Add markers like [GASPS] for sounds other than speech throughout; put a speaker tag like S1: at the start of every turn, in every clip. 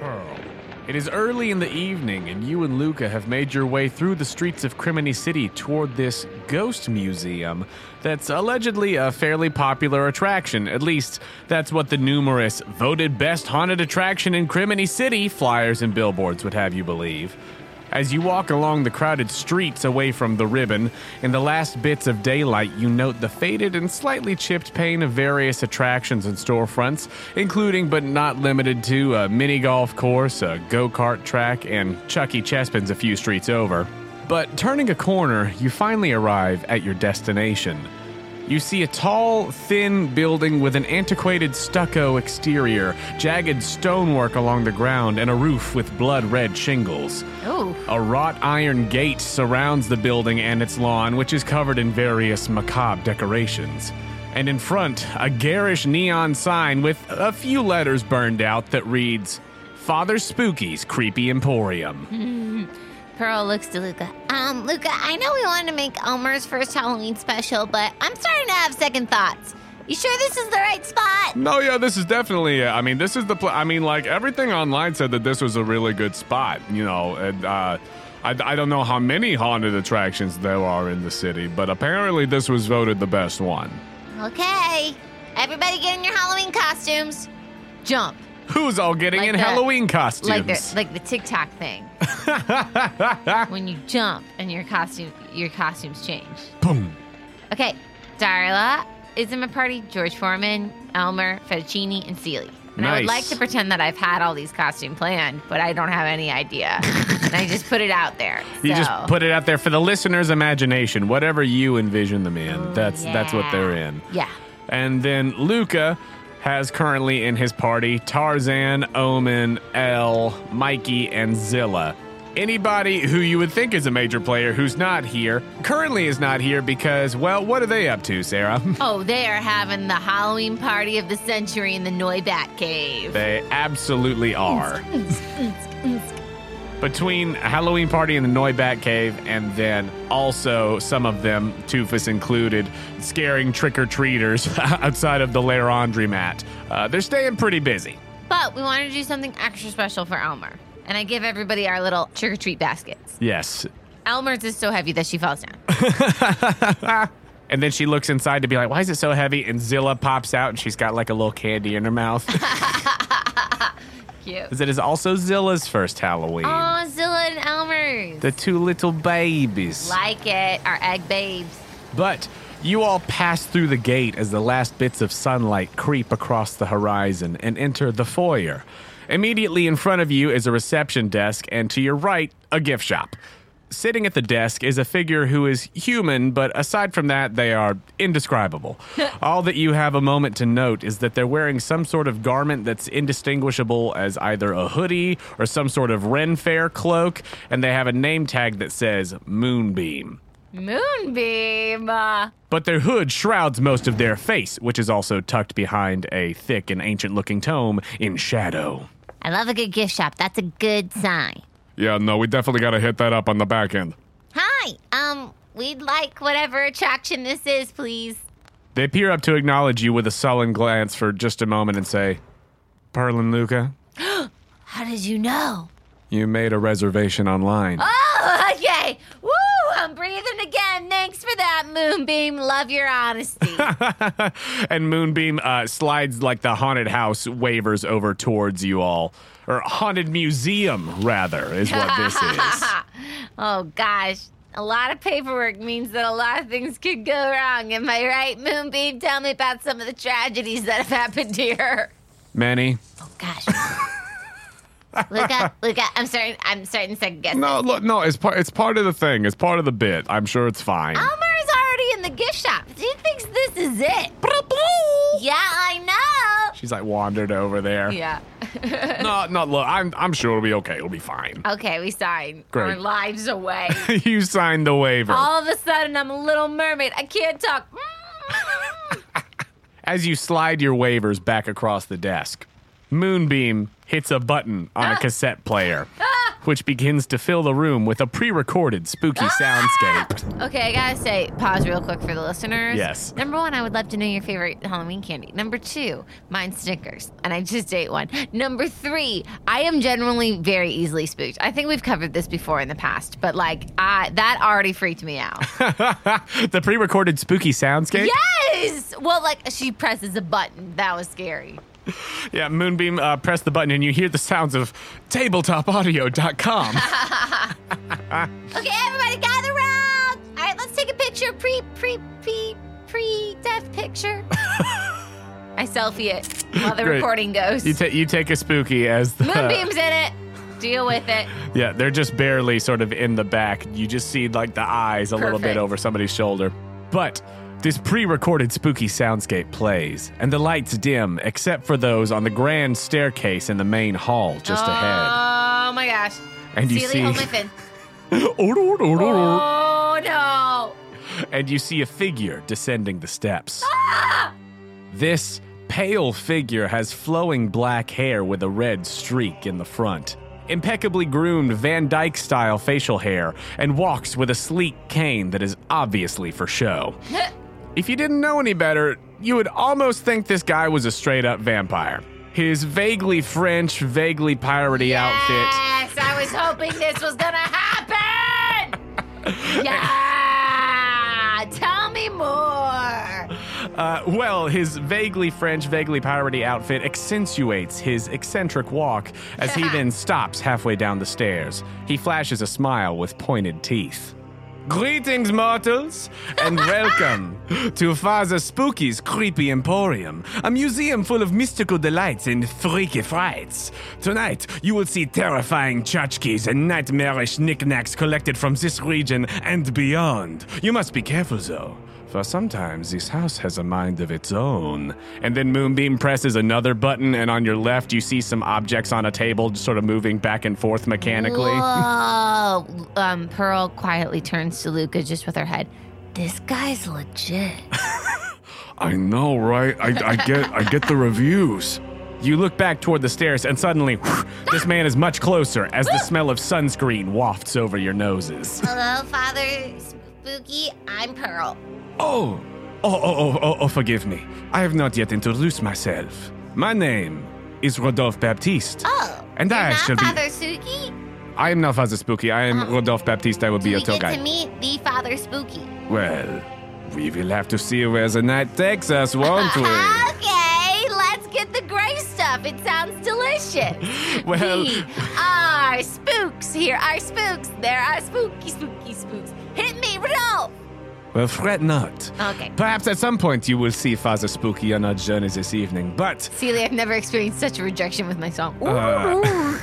S1: Pearl. It is early in the evening, and you and Luca have made your way through the streets of Crimini City toward this ghost museum that's allegedly a fairly popular attraction. At least, that's what the numerous voted best haunted attraction in Crimini City flyers and billboards would have you believe. As you walk along the crowded streets away from the ribbon, in the last bits of daylight, you note the faded and slightly chipped paint of various attractions and storefronts, including but not limited to a mini golf course, a go kart track, and Chucky E. Chespin's a few streets over. But turning a corner, you finally arrive at your destination. You see a tall, thin building with an antiquated stucco exterior, jagged stonework along the ground, and a roof with blood red shingles.
S2: Oh.
S1: A wrought iron gate surrounds the building and its lawn, which is covered in various macabre decorations. And in front, a garish neon sign with a few letters burned out that reads Father Spooky's Creepy Emporium.
S2: Pearl looks to Luca.
S3: Um, Luca, I know we wanted to make Elmer's first Halloween special, but I'm starting to have second thoughts. You sure this is the right spot?
S1: No, yeah, this is definitely. it. I mean, this is the. Pl- I mean, like everything online said that this was a really good spot. You know, and uh, I, I don't know how many haunted attractions there are in the city, but apparently this was voted the best one.
S3: Okay. Everybody get in your Halloween costumes.
S2: Jump.
S1: Who's all getting
S2: Like
S1: in
S2: the-
S1: Halloween costumes?
S2: Like the like the TikTok
S1: [LAUGHS]
S2: thing. when you jump and your costume your costumes change.
S1: Boom.
S2: Okay, Darla is in my party. George Foreman, Elmer, Fettuccini, and Seely. And I
S1: Nice.
S2: would like to pretend that I've had all these costume planned, but I don't have
S1: [LAUGHS]
S2: any idea. and I just put it out there.
S1: You
S2: so.
S1: just put it out there for the listener's imagination. Whatever you envision them in, that's that's what
S2: yeah.
S1: they're in.
S2: Yeah.
S1: And then Luca has currently in his party Tarzan, Omen, L, Mikey, and Zilla. Anybody who you would think is a major player who's not here currently is not here because, well, what are they up to, Sarah? [LAUGHS]
S2: Oh, they are having the Halloween party of the century in the Noibat Cave.
S1: they absolutely are. Between Halloween Party in the Noi Bat Cave, and then also some of them, Tufus included, scaring trick or treaters [LAUGHS] outside of the Lair Laundromat. Uh, they're staying pretty busy.
S2: But we wanted to do something extra special for Elmer. And I give everybody our little trick or treat baskets.
S1: Yes,
S2: Elmer's is so heavy that she falls down.
S1: And then she looks inside to be like, why is it so heavy? And Zilla pops out and she's got like a little candy in her mouth. [LAUGHS]
S2: Cute.
S1: 'Cause it is also Zilla's first Halloween.
S2: Oh, Zilla and Elmer's.
S1: the two little babies.
S2: like it. Our egg babes.
S1: But you all pass through the gate as the last bits of sunlight creep across the horizon and enter the foyer. Immediately in front of you is a reception desk, and to your right, a gift shop. Sitting at the desk is a figure who is human, but aside from that, they are indescribable. all that you have a moment to note is that they're wearing some sort of garment that's indistinguishable as either a hoodie or some sort of Ren Fair cloak, and they have a name tag that says Moonbeam
S2: Moonbeam. Uh,
S1: but their hood shrouds most of their face, which is also tucked behind a thick and ancient looking tome in shadow.
S3: I love a good gift shop. That's a good sign.
S1: Yeah, no, we definitely gotta hit that up on the back end.
S3: Hi. Um, we'd like whatever attraction this is, please.
S1: They peer up to acknowledge you with a sullen glance for just a moment and say, Pearl and Luca,
S3: How did you know?
S1: you made a reservation online.
S2: Oh, [LAUGHS] okay. Woo! I'm breathing again. Thanks for that, Moonbeam. Love your honesty.
S1: [LAUGHS] and Moonbeam uh, slides like the haunted house wavers over towards you all. Or haunted museum, rather, is what this is.
S2: oh, gosh. A lot of paperwork means that a lot of things could go wrong. Am I right, Moonbeam? Tell me about some of the tragedies that have happened here.
S1: Manny,
S3: Oh
S1: [LAUGHS]
S3: gosh. Luca,
S2: Luca, I'm starting. I'm starting to second guess.
S1: No, look, no, it's part. It's part of the thing. It's part of the bit. I'm sure it's fine.
S2: Elmer's already in the gift shop. He thinks this is it.
S3: yeah, I
S1: She's like wandered over there.
S2: Yeah.
S1: No, no, look, I'm. I'm sure it'll be okay. It'll be fine. [LAUGHS]
S2: Okay, we sign.
S1: Great.
S2: Our
S1: [LAUGHS]
S2: lives away.
S1: you signed the waiver.
S2: All of a sudden, I'm a little mermaid. I can't talk. [LAUGHS]
S1: As you slide your waivers back across the desk, Moonbeam hits a button on a cassette player. which begins to fill the room with a pre recorded spooky soundscape. [LAUGHS]
S3: Okay, I gotta say, pause real quick for the listeners.
S1: Yes.
S3: Number one, I would love to know your favorite Halloween candy. Number two, mine's Snickers, and I just ate one. Number three, I am generally very easily spooked. I think we've covered this before in the past, but like, I that already freaked me
S1: [LAUGHS]
S3: out.
S1: the pre recorded spooky soundscape?
S3: yes. Well, like she presses a button. That was scary.
S1: Yeah, Moonbeam, uh, press the button and you hear the sounds of tabletopaudio.com.
S4: Okay, everybody gather round. All right, let's take a picture. Pre, pre, pre, pre death
S1: [LAUGHS]
S4: picture.
S3: I selfie it while the
S1: Great.
S3: recording goes.
S1: you, ta- you take a spooky as the.
S3: Moonbeam's
S1: [LAUGHS]
S3: in it. Deal with it.
S1: Yeah, they're just barely sort of in the back. You just see like the eyes a little bit
S3: Perfect.
S1: over somebody's shoulder. But this pre recorded spooky soundscape plays, and the lights dim except for those on the grand staircase in the main hall just ahead.
S3: Oh my gosh.
S1: And you
S3: Seely,
S1: see-
S3: hold my
S1: [LAUGHS]
S3: fin.
S1: Or, or, or, or,
S3: Oh no.
S1: and you see a figure descending the steps. This pale figure has flowing black hair with a red streak in the front, impeccably groomed Van Dyke style facial hair, and walks with a sleek cane that is obviously for show. If you didn't know any better, you would almost think this guy was a straight up vampire. His vaguely French, vaguely piratey outfit.
S3: Yes, I was hoping this was
S1: [LAUGHS]
S3: gonna happen. Yeah. Tell me more.
S1: Uh, well, his vaguely French, vaguely piratey outfit accentuates his eccentric walk as he then stops halfway down the stairs. He flashes a smile with pointed teeth. Greetings, mortals, and [LAUGHS] welcome to Father Spooky's Creepy Emporium, a museum full of mystical delights and freaky frights. Tonight, you will see terrifying tchotchkes and nightmarish knickknacks collected from this region and beyond. You must be careful, though. For sometimes this house has a mind of its own. And then Moonbeam presses another button, and on your left, you see some objects on a table just sort of moving back and forth mechanically.
S3: Whoa. Um, Pearl quietly turns to Luca just with her head. This
S1: [LAUGHS]
S3: guy's legit.
S1: I know, right? I, I get I get the reviews. You look back toward the stairs, and suddenly, this man is much closer as the smell of sunscreen wafts over your noses.
S4: Hello, Father Spooky. I'm Pearl.
S1: Oh, oh, oh, oh, oh, oh forgive me. I have not yet introduced myself. My name is Rodolphe Baptiste.
S4: Oh,
S1: And
S4: you're
S1: I
S4: not
S1: shall be-
S4: Father Spooky.
S1: I am not Father Spooky. I am Rodolphe Baptiste. I will be
S4: Do
S1: a
S4: we
S1: tour
S4: get
S1: guide.
S4: to meet the Father Spooky?
S1: well, we will have to see where the night takes us, won't
S3: [LAUGHS]
S1: we?
S4: [LAUGHS] Okay, let's get the gray stuff. It sounds
S1: [LAUGHS]
S4: delicious.
S1: well,
S3: We are spooks. Here are spooks. There are spooky, spooky spooks.
S4: Hit me, Rodolph.
S1: well, fret not.
S3: Okay.
S1: Perhaps at some point you will see Father Spooky on our journey this evening, but
S3: Celia, I've never experienced such a rejection with my song. Ooh.
S1: Uh.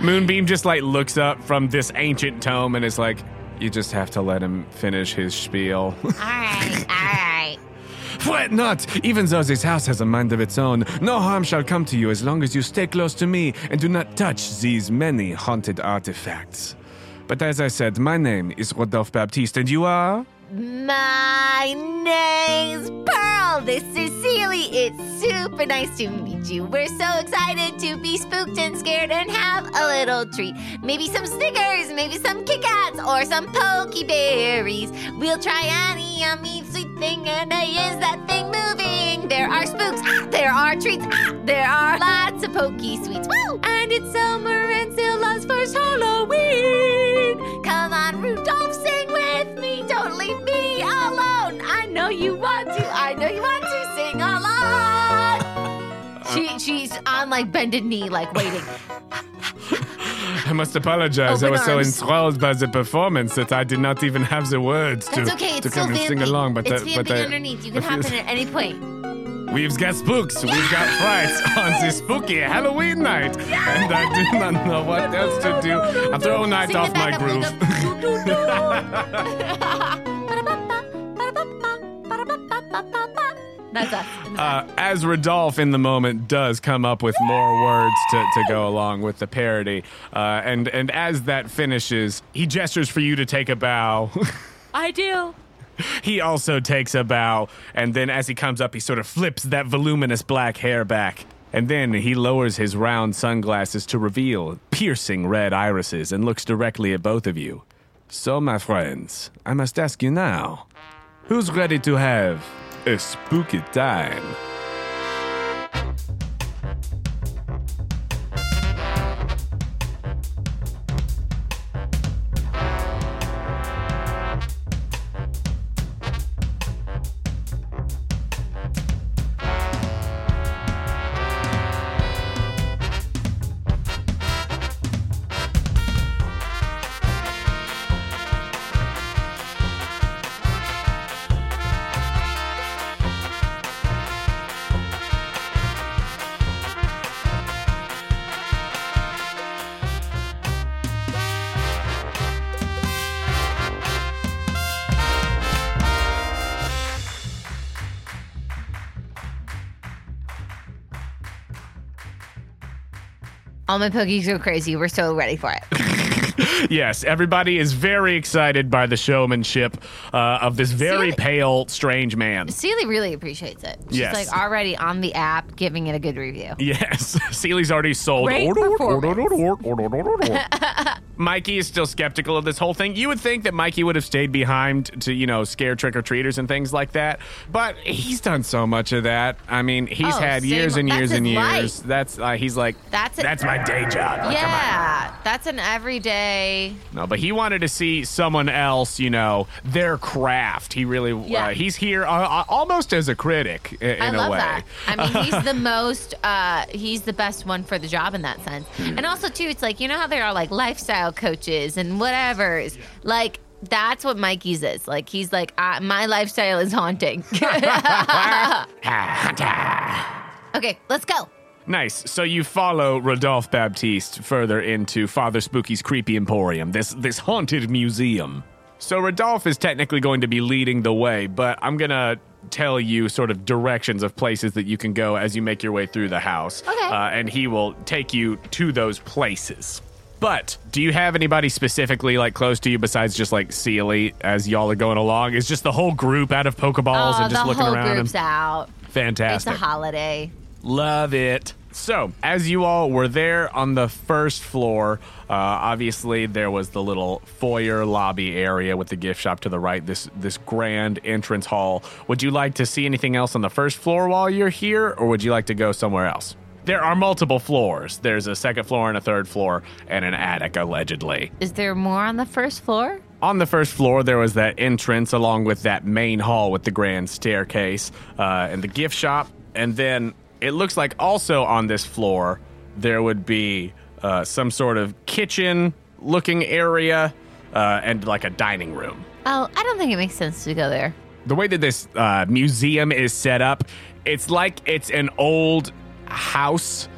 S1: Moonbeam just like looks up from this ancient tome and is like, you just have to let him finish his spiel.
S3: Ah.
S4: All right, all right.
S1: [LAUGHS] Fret not! Even though this house has a mind of its own, no harm shall come to you as long as you stay close to me and do not touch these many haunted artifacts. But as I said, my name is Rodolphe Baptiste, and you are?
S3: My name's Pearl. This is Celie. It's super nice to meet you. We're so excited to be spooked and scared and have a little treat. Maybe some Snickers, maybe some Kit Kats, or some Pokeberries. We'll try any yummy sweet thing, and I is that thing moving. There are spooks, ah, there are treats, ah, there are lots of pokey sweets. Woo! And it's summer and Scylla's first Halloween. Come on, Rudolph, sing with me. Don't leave me alone. I know you want to. I know you want to sing along.
S1: [LAUGHS]
S3: She, she's on like bended knee, like waiting.
S1: I must apologize.
S4: Oh,
S1: I
S3: Open
S1: was so
S3: arms.
S1: enthralled by the performance that I did not even have the words to,
S4: It's okay. It's
S1: to
S4: still
S1: come and sing
S4: vamping.
S1: along. But
S4: it's
S1: that- but
S4: vamping
S1: I-
S4: underneath.
S1: [LAUGHS]
S4: You can
S1: I
S4: hop
S1: feel-
S4: in at any point.
S1: We've got spooks. We've got frights on this spooky Halloween night, and I do not know what else to
S4: [LAUGHS]
S1: do. I'm throwing night
S4: Sing
S1: off
S4: it
S1: my
S4: back
S1: groove.
S4: up, Luca.
S3: That's us. in the back.
S1: [LAUGHS] Uh, as Rodolphe in the moment does come up with more words to, to go along with the parody, uh, and and as that finishes, he gestures for you to take a bow. [LAUGHS]
S3: I do.
S1: He also takes a bow, and then as he comes up, he sort of flips that voluminous black hair back. And then he lowers his round sunglasses to reveal piercing red irises and looks directly at both of you. So, my friends, I must ask you now who's ready to have a spooky time?
S3: All my pokies go crazy. We're so ready for
S1: [LAUGHS]
S3: it.
S1: Yes, everybody is very excited by the showmanship uh, of this very
S3: See?
S1: pale, strange man.
S3: Seely really appreciates it. She's
S1: Yes.
S3: like already on the app giving it a good review.
S1: Yes, [LAUGHS] Seely's already sold.
S3: Great
S1: Mikey is still skeptical of this whole thing. You would think that Mikey would have stayed behind to, you know, scare trick or treaters and things like that, but he's done so much of that. I mean, he's
S3: Oh,
S1: had
S3: same-
S1: years and
S3: that's
S1: years and
S3: his
S1: years. That's uh, he's like
S3: That's it.
S1: that's my day job. Like, come on.
S3: yeah, that's an everyday.
S1: No, but he wanted to see someone else, you know, their craft. He really, uh,
S3: Yeah.
S1: he's here uh, uh, almost as a critic i- in,
S3: I love
S1: a way.
S3: that. I
S1: [LAUGHS]
S3: mean, he's the most. Uh, he's the best one for the job in that sense.
S1: Hmm.
S3: And also too, it's like you know how there are like lifestyle coaches and whatever's like. That's what Mikey's is like. He's like, I, my lifestyle is haunting. [LAUGHS] okay, let's go.
S1: Nice. So you follow Rodolphe Baptiste further into Father Spooky's creepy emporium, this this haunted museum. So Rodolphe is technically going to be leading the way, but I'm gonna tell you sort of directions of places that you can go as you make your way through the house.
S3: Okay.
S1: Uh, and he will take you to those places. But do you have anybody specifically like close to you besides just like Sealy as y'all are going along? Is just the whole group out of Pokeballs
S3: oh,
S1: and just
S3: the
S1: looking
S3: whole
S1: around?
S3: group's
S1: and-
S3: out. It's
S1: Fantastic.
S3: a holiday.
S1: Love it. So, as you all were there on the first floor, uh, obviously there was the little foyer lobby area with the gift shop to the right. This this grand entrance hall. Would you like to see anything else on the first floor while you're here, or would you like to go somewhere else? There are multiple floors. There's a second floor and a third floor and an attic, allegedly.
S3: Is there more on the first floor?
S1: On the first floor, there was that entrance along with that main hall with the grand staircase uh, and the gift shop. And then it looks like also on this floor, there would be uh, some sort of kitchen looking area uh, and like a dining room.
S3: Oh, I don't think it makes sense to go there.
S1: The way that this uh, museum is set up, it's like it's an old house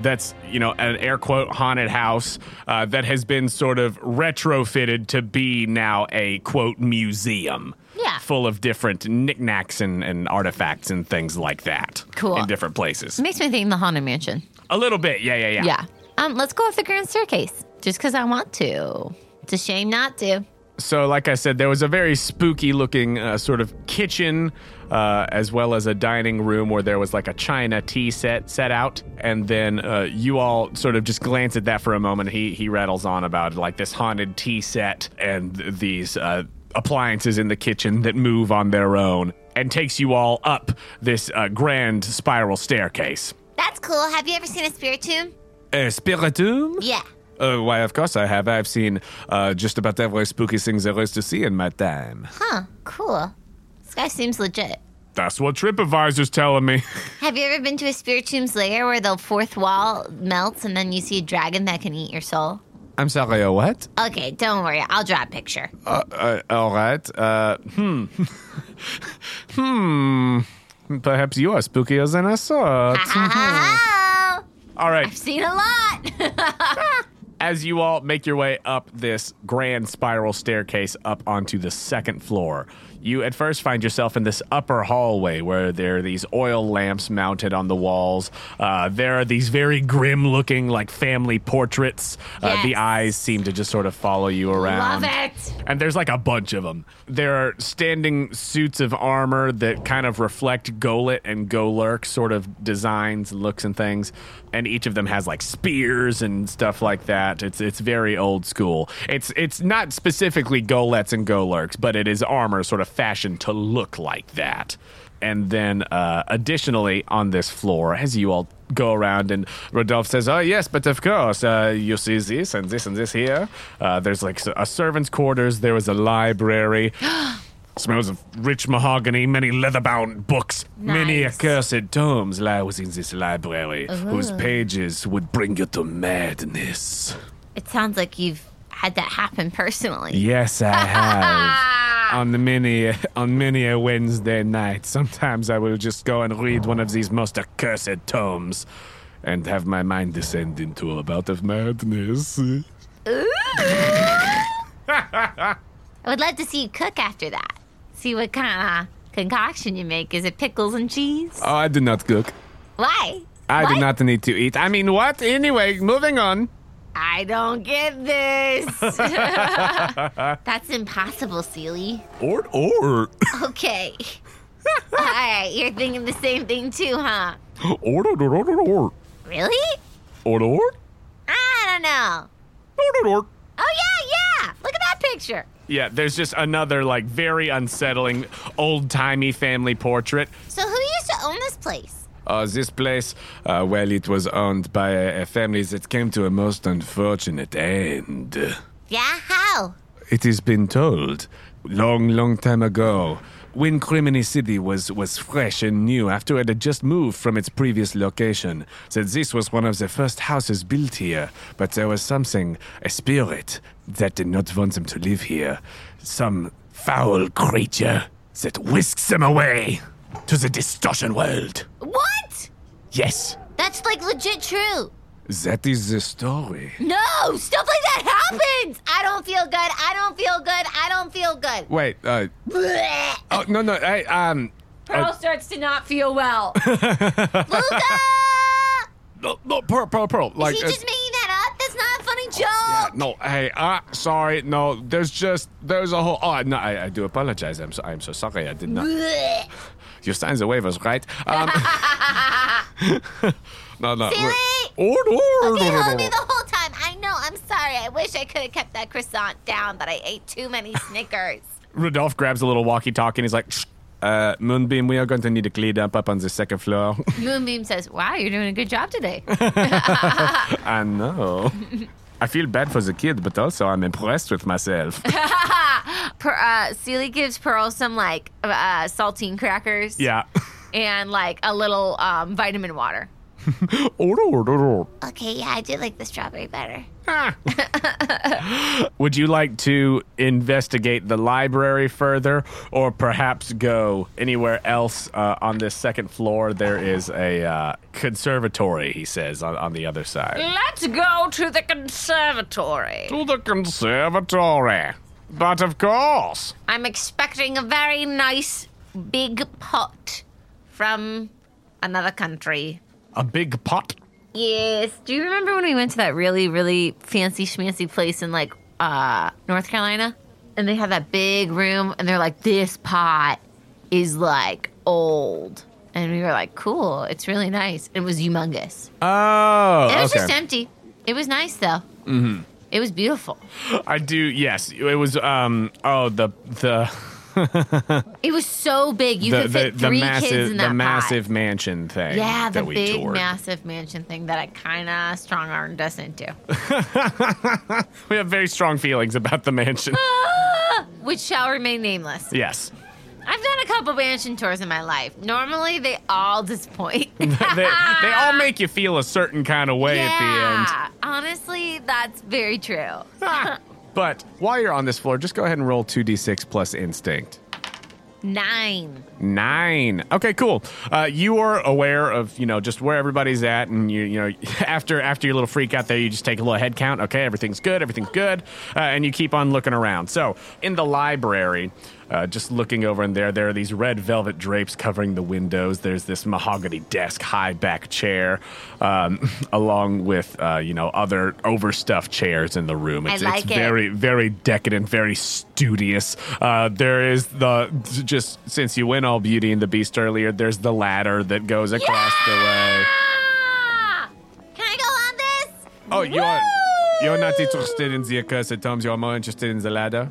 S1: that's, you know, an air quote haunted house uh, that has been sort of retrofitted to be now a quote museum.
S3: Yeah.
S1: Full of different knickknacks and, and artifacts and things like that.
S3: Cool.
S1: In different places.
S3: It makes me think the Haunted Mansion.
S1: A little bit. Yeah, yeah, yeah.
S3: Yeah. Um, let's go up the grand staircase just because I want to. It's a shame not to.
S1: So, like I said, there was a very spooky looking uh, sort of kitchen, uh, as well as a dining room where there was like a china tea set set out. And then uh, you all sort of just glance at that for a moment. He he rattles on about like this haunted tea set and th- these uh, appliances in the kitchen that move on their own, and takes you all up this uh, grand spiral staircase.
S3: That's cool. Have you ever seen a spirit tomb?
S1: Spiritum.
S3: Yeah.
S1: Uh, why, of course I have. I've seen uh, just about every spooky thing there is to see in my time.
S3: Huh. Cool. This guy seems legit.
S1: That's what TripAdvisor's telling me.
S3: Have you ever been to a spirit tomb's lair where the fourth wall melts and then you see a dragon that can eat your soul?
S1: [LAUGHS] I'm sorry, a what?
S3: Okay, don't worry. I'll draw a picture.
S1: Uh, uh, all right. Uh, [LAUGHS] hmm. hmm. Perhaps you are spookier than
S3: [LAUGHS]
S1: I thought.
S3: Oh, [LAUGHS]
S1: all right.
S3: seen a lot.
S1: as you all make your way up this grand spiral staircase up onto the second floor, you at first find yourself in this upper hallway where there are these oil lamps mounted on the walls. Uh, there are these very grim looking, like family portraits. Uh, the
S3: Yes.
S1: eyes seem to just sort of follow you around.
S3: Love it.
S1: And there's like a bunch of them. There are standing suits of armor that kind of reflect Golet and Golurk sort of designs and looks and things. And each of them has like spears and stuff like that. It's it's very old school. It's it's not specifically Golets and Golurks, but it is armor sort of fashioned to look like that. And then uh, additionally on this floor, as you all go around and Rodolphe says, oh yes, but of course, uh, you see this and this and this here. Uh, there's like a servant's quarters. There is a library. Smells of rich mahogany, many leather-bound books, many
S3: Nice.
S1: accursed tomes lies in this library, whose pages would bring you to madness.
S3: [LAUGHS] It sounds like you've had that happen personally.
S1: Yes, I have. on the many on many a Wednesday night, sometimes I will just go and read one of these most accursed tomes and have my mind descend into a bout of madness.
S3: [LAUGHS] I would love to see you cook after that. See what kind of uh, concoction you make. Is it pickles and cheese?
S1: Oh, I do not cook.
S3: Why?
S1: I
S3: What?
S1: do not need to eat. I mean, what? Anyway, moving on.
S3: I don't get this. That's impossible, Seely.
S1: Or or
S3: Okay. All right, you're thinking the same thing too, huh?
S1: or or or or or
S3: Really?
S1: or or
S3: I don't know.
S1: or or.
S3: Oh yeah, yeah. Look at that picture.
S1: Yeah, there's just another like very unsettling old-timey family portrait.
S3: So who used to own this place?
S1: Uh, this place, uh, well, it was owned by a, a family that came to a most unfortunate end.
S3: Yeah, how?
S1: It has been told long, long time ago, when Crimini City was, was fresh and new after it had just moved from its previous location, that this was one of the first houses built here. But there was something, a spirit, that did not want them to live here. Some foul creature that whisks them away to the distortion world.
S3: What?
S1: Yes.
S3: That's like legit true.
S1: That is the story.
S3: No, stuff like that happens. I don't feel good. I don't feel good. I don't feel good.
S1: Wait, uh,
S3: Blech.
S1: oh, no, no, I, um,
S3: Pearl starts to not feel well. Luca!
S1: no, no, Pearl, Pearl, Pearl, like,
S3: Is he
S1: uh,
S3: just making that up? That's not a funny joke.
S1: no, hey, uh, sorry, no, there's just, there's a whole, oh, no, I, I do apologize, I'm so, I'm so sorry, I did not,
S3: Blech.
S1: you signed the waivers, right? Um, [LAUGHS] no, no,
S3: Silly!
S1: or, or,
S3: They held me the whole time. I know. I'm sorry. I wish I could have kept that croissant down, but I ate too many Snickers.
S1: Rudolph grabs a little walkie-talkie and he's like, "Shh, uh, Moonbeam, we are going to need to clean up up on the second floor. [LAUGHS]
S3: Moonbeam says, "Wow, you're doing a good job today."
S1: I
S3: [LAUGHS]
S1: know. I feel bad for the kid, but also I'm impressed with
S3: [LAUGHS]
S1: myself.
S3: per, uh, Celie gives Pearl some like uh, saltine crackers.
S1: yeah.
S3: And like a little um, vitamin water.
S1: Or, or, or, or.
S2: Okay, yeah, I do like the strawberry better.
S1: [LAUGHS] Would you like to investigate the library further, or perhaps go anywhere else uh, on this second floor? There is a uh, conservatory, he says, on, on the other side.
S3: Let's go to the conservatory.
S1: To the conservatory. But of course.
S3: I'm expecting a very nice big pot from another country.
S1: A big pot.
S3: Yes. Do you remember when we went to that really, really fancy schmancy place in like uh, North Carolina? And they had that big room and they're like, this pot is like old. And we were like, cool, it's really nice. It was humongous.
S1: Oh,
S3: It was
S1: okay.
S3: just empty. It was nice though. Mm-hmm. It was beautiful.
S1: I do. Yes, it was. Um. Oh, the the
S3: It was so big. You
S1: the
S3: could
S1: the,
S3: fit
S1: the
S3: three kids
S1: massive
S3: in
S1: the
S3: that
S1: massive
S3: pot.
S1: mansion thing.
S3: Yeah, the
S1: that we
S3: big
S1: toured.
S3: massive mansion thing that I kind of strong armed us into,
S1: We have very strong feelings about the mansion.
S3: which shall remain nameless.
S1: yes.
S3: I've done a couple mansion tours in my life. Normally, they
S1: [LAUGHS]
S3: all disappoint.
S1: they, they all make you feel a certain kind of way at
S3: yeah, honestly, that's very true.
S1: the end. but while you're on this floor, just go ahead and roll 2d6 plus instinct.
S3: Nine.
S1: Nine. Okay, cool. Uh, you are aware of you know just where everybody's at, and you you know [LAUGHS] after after your little freak out there, you just take a little head count. Okay, everything's good. Everything's good, uh, and you keep on looking around. So in the library. Uh, just looking over in there, there are these red velvet drapes covering the windows. There's this mahogany desk, high back chair, um, [LAUGHS] along with uh, you know other overstuffed chairs in the room. It's,
S3: like
S1: it's
S3: it.
S1: very very decadent, very studious. Uh, there is the just since you went all Beauty and the Beast earlier, there's the ladder that goes across the way.
S3: Ah! Can I go on this?
S1: Oh, you are you're not interested in the accursed tomes. You are more interested in the ladder.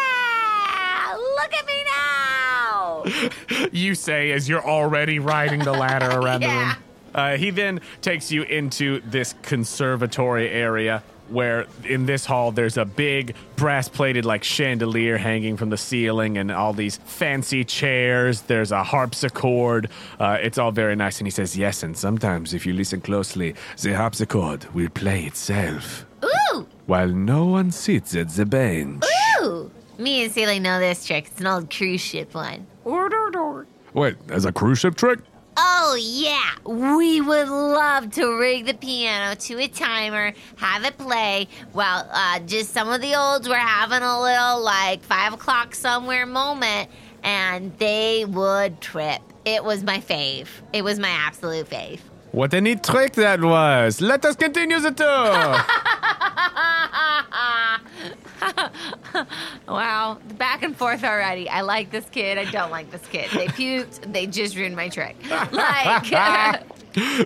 S3: Yeah! Look at me now!
S1: you say as you're already riding the ladder around the
S3: Yeah.
S1: room. Uh, he then takes you into this conservatory area where in this hall there's a big brass plated like chandelier hanging from the ceiling and all these fancy chairs there's a harpsichord uh, it's all very nice and he says yes and sometimes if you listen closely the harpsichord will play itself
S3: [LAUGHS] Ooh!
S1: while no one sits at the bench
S3: Ooh! Me and Celie know this trick. It's an old cruise ship one.
S1: wait as a cruise ship trick
S3: Oh, yeah. We would love to rig the piano to a timer, have it play while uh, just some of the olds were having a little, like, five o'clock somewhere moment, and they would trip. It was my fave. It was my absolute fave.
S1: What a neat trick that was! Let us continue the tour!
S3: Wow, back and forth already. I like this kid. I don't like this kid. They puked. They just ruined my trick. Like, uh,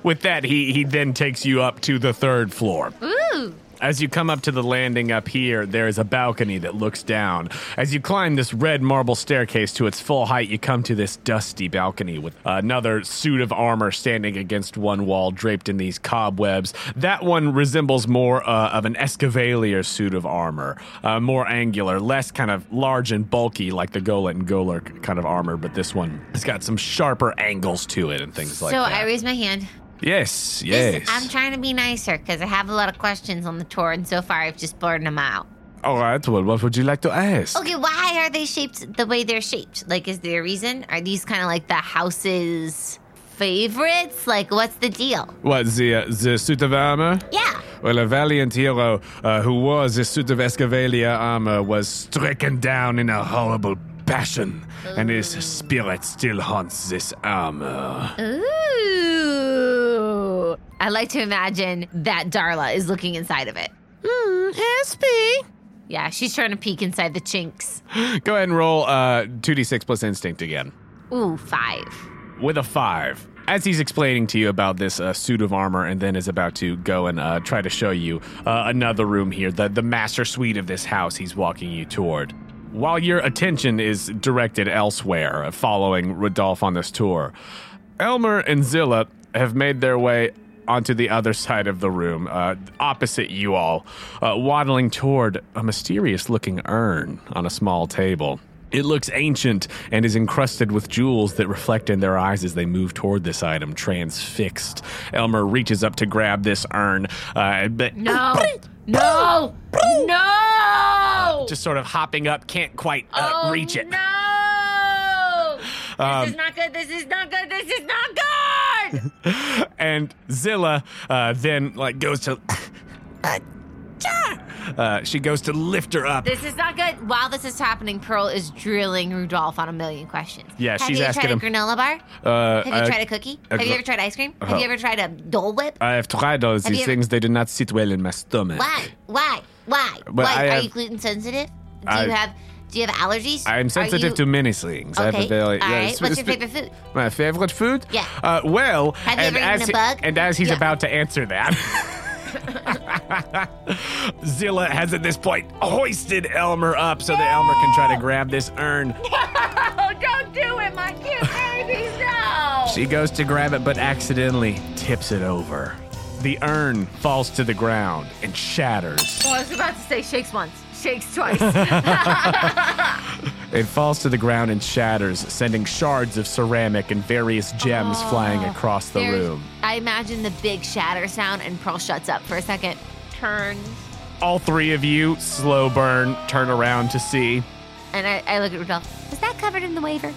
S1: With that, he, he then takes you up to the third floor.
S3: ooh,
S1: As you come up to the landing up here, there is a balcony that looks down. As you climb this red marble staircase to its full height, you come to this dusty balcony with another suit of armor standing against one wall, draped in these cobwebs. That one resembles more uh, of an Escavalier suit of armor, uh, more angular, less kind of large and bulky like the Golet and Goler kind of armor, but this one has got some sharper angles to it and things like
S3: so
S1: that.
S3: I raise my hand.
S1: yes, yes.
S3: This- I'm trying to be nicer because I have a lot of questions on the tour, and so far I've just blurted them out.
S1: All right, well, what would you like to ask?
S3: Okay, why are they shaped the way they're shaped? Like, is there a reason? Are these kind of like the house's favorites? Like, what's the deal?
S1: What, the, uh, the suit of armor?
S3: Yeah.
S1: Well, a valiant hero uh, who wore this suit of Escavalia armor was stricken down in a horrible passion, and his
S3: Oh.
S1: spirit still haunts this armor.
S3: Ooh. I like to imagine that Darla is looking inside of it. Hmm, SP. Yeah, she's trying to peek inside the chinks.
S1: Go ahead and roll uh, 2d6 plus instinct again.
S3: Ooh, five.
S1: with a five. As he's explaining to you about this uh, suit of armor, and then is about to go and uh, try to show you uh, another room here, the, the master suite of this house he's walking you toward. While your attention is directed elsewhere, uh, following Rodolphe on this tour, Elmer and Zilla have made their way onto the other side of the room, uh, opposite you all, uh, waddling toward a mysterious looking urn on a small table. It looks ancient and is encrusted with jewels that reflect in their eyes as they move toward this item, transfixed. Elmer reaches up to grab this urn, uh, but
S3: No. No. No.
S1: [LAUGHS] just sort of hopping up, can't quite uh,
S3: Oh,
S1: reach it.
S3: No.
S1: Um,
S3: this is not good. This is not good. This
S1: [LAUGHS]
S3: is not good.
S1: [LAUGHS] and Zilla uh, then like goes to. [LAUGHS] Uh, she goes to lift her up.
S3: This is not good. While this is happening, Pearl is drilling Rudolph on a million questions.
S1: Yeah,
S3: Have
S1: she's
S3: you
S1: asking
S3: tried
S1: him-
S3: a granola bar?
S1: Uh,
S3: Have you
S1: I- Uh,
S3: tried a cookie?
S1: a
S3: Have you
S1: gr-
S3: ever tried ice cream? Have you
S1: Uh-huh.
S3: ever tried a Dole Whip?
S1: I have tried all
S3: Have
S1: these
S3: you-
S1: things. They do not sit well in my stomach.
S3: Why? Why? Why?
S1: Well,
S3: Why
S1: I
S3: are
S1: have-
S3: you gluten sensitive? Do
S1: I-
S3: you have Do you have allergies?
S1: I'm
S3: Are
S1: sensitive
S3: you-
S1: to many things. I have a
S3: Okay.
S1: very,
S3: All
S1: yeah,
S3: right.
S1: it's-
S3: What's
S1: [LAUGHS]
S3: your
S1: it's-
S3: favorite food?
S1: My favorite food?
S3: Yeah.
S1: Uh, well,
S3: Have you
S1: and
S3: ever
S1: as
S3: eaten a
S1: he-
S3: bug?
S1: and as he's
S3: Yeah.
S1: about to answer that, [LAUGHS] Zilla has at this point hoisted Elmer up so that Elmer can try to grab this urn.
S3: Oh, don't do it, my cute baby. No.
S1: She goes to grab it, but accidentally tips it over. The urn falls to the ground and shatters.
S3: Oh, [LAUGHS] I was about to say shakes once,
S1: [LAUGHS]
S3: shakes twice.
S1: It falls to the ground and shatters, sending shards of ceramic and various gems flying across the
S3: There's-
S1: room.
S3: I imagine the big shatter sound, and Pearl shuts up for a second, turns,
S1: All three of you slow burn, turn around to see.
S3: and I, I look at Rudolph.
S2: Is that covered in the waiver?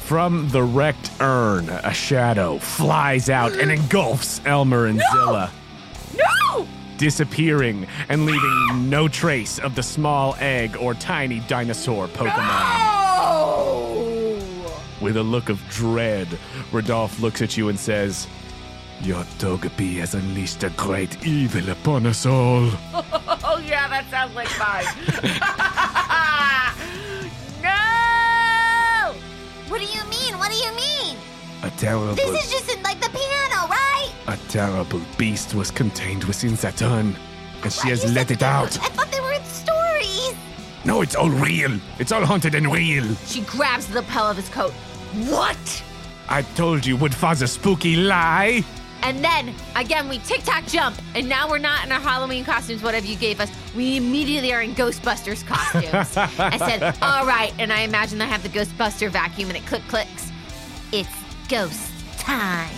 S1: From the wrecked urn, a shadow flies out and engulfs Elmer and Zilla.
S2: No!
S1: disappearing and leaving no trace of the small egg or tiny dinosaur Pokemon.
S2: Oh!
S1: With a look of dread, Rodolph looks at you and says, Your Togepi has unleashed a great evil upon us all.
S2: Oh, yeah, that sounds like mine. no! What do you mean? What do you mean?
S1: A terrible,
S2: This is just in, like the piano, right?
S1: a terrible beast was contained within that urn, and she
S2: Why
S1: has
S2: you
S1: let
S2: said-
S1: it out.
S2: I thought they were in stories.
S1: No, it's all real. It's all haunted and real.
S3: She grabs the lapel of his coat. What?
S1: I told you would father spooky lie.
S3: And then again, we TikTok jump, and now we're not in our Halloween costumes, whatever you gave us. We immediately are in
S1: [LAUGHS]
S3: Ghostbusters costumes. I said, all right. And I imagine I have the Ghostbuster vacuum, and it click clicks.
S2: It's ghost time.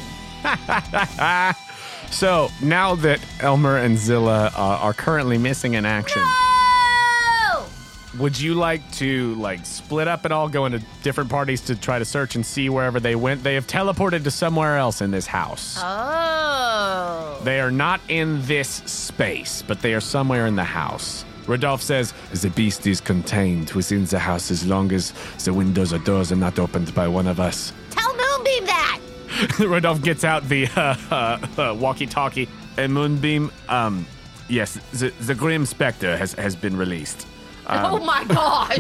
S1: So now that Elmer and Zilla uh, are currently missing in action,
S2: Oh!
S1: would you like to like split up at all, go into different parties to try to search and see wherever they went? They have teleported to somewhere else in this house.
S3: Uh. Oh.
S1: They are not in this space, but they are somewhere in the house. Rodolph says, The beast is contained within the house as long as the windows or doors are not opened by one of us.
S2: Tell Moonbeam
S1: [LAUGHS]
S2: that.
S1: Rodolph gets out the uh, uh, uh, walkie-talkie. And Moonbeam, um, yes, the, the Grim Spectre has, has been released.
S3: oh my God.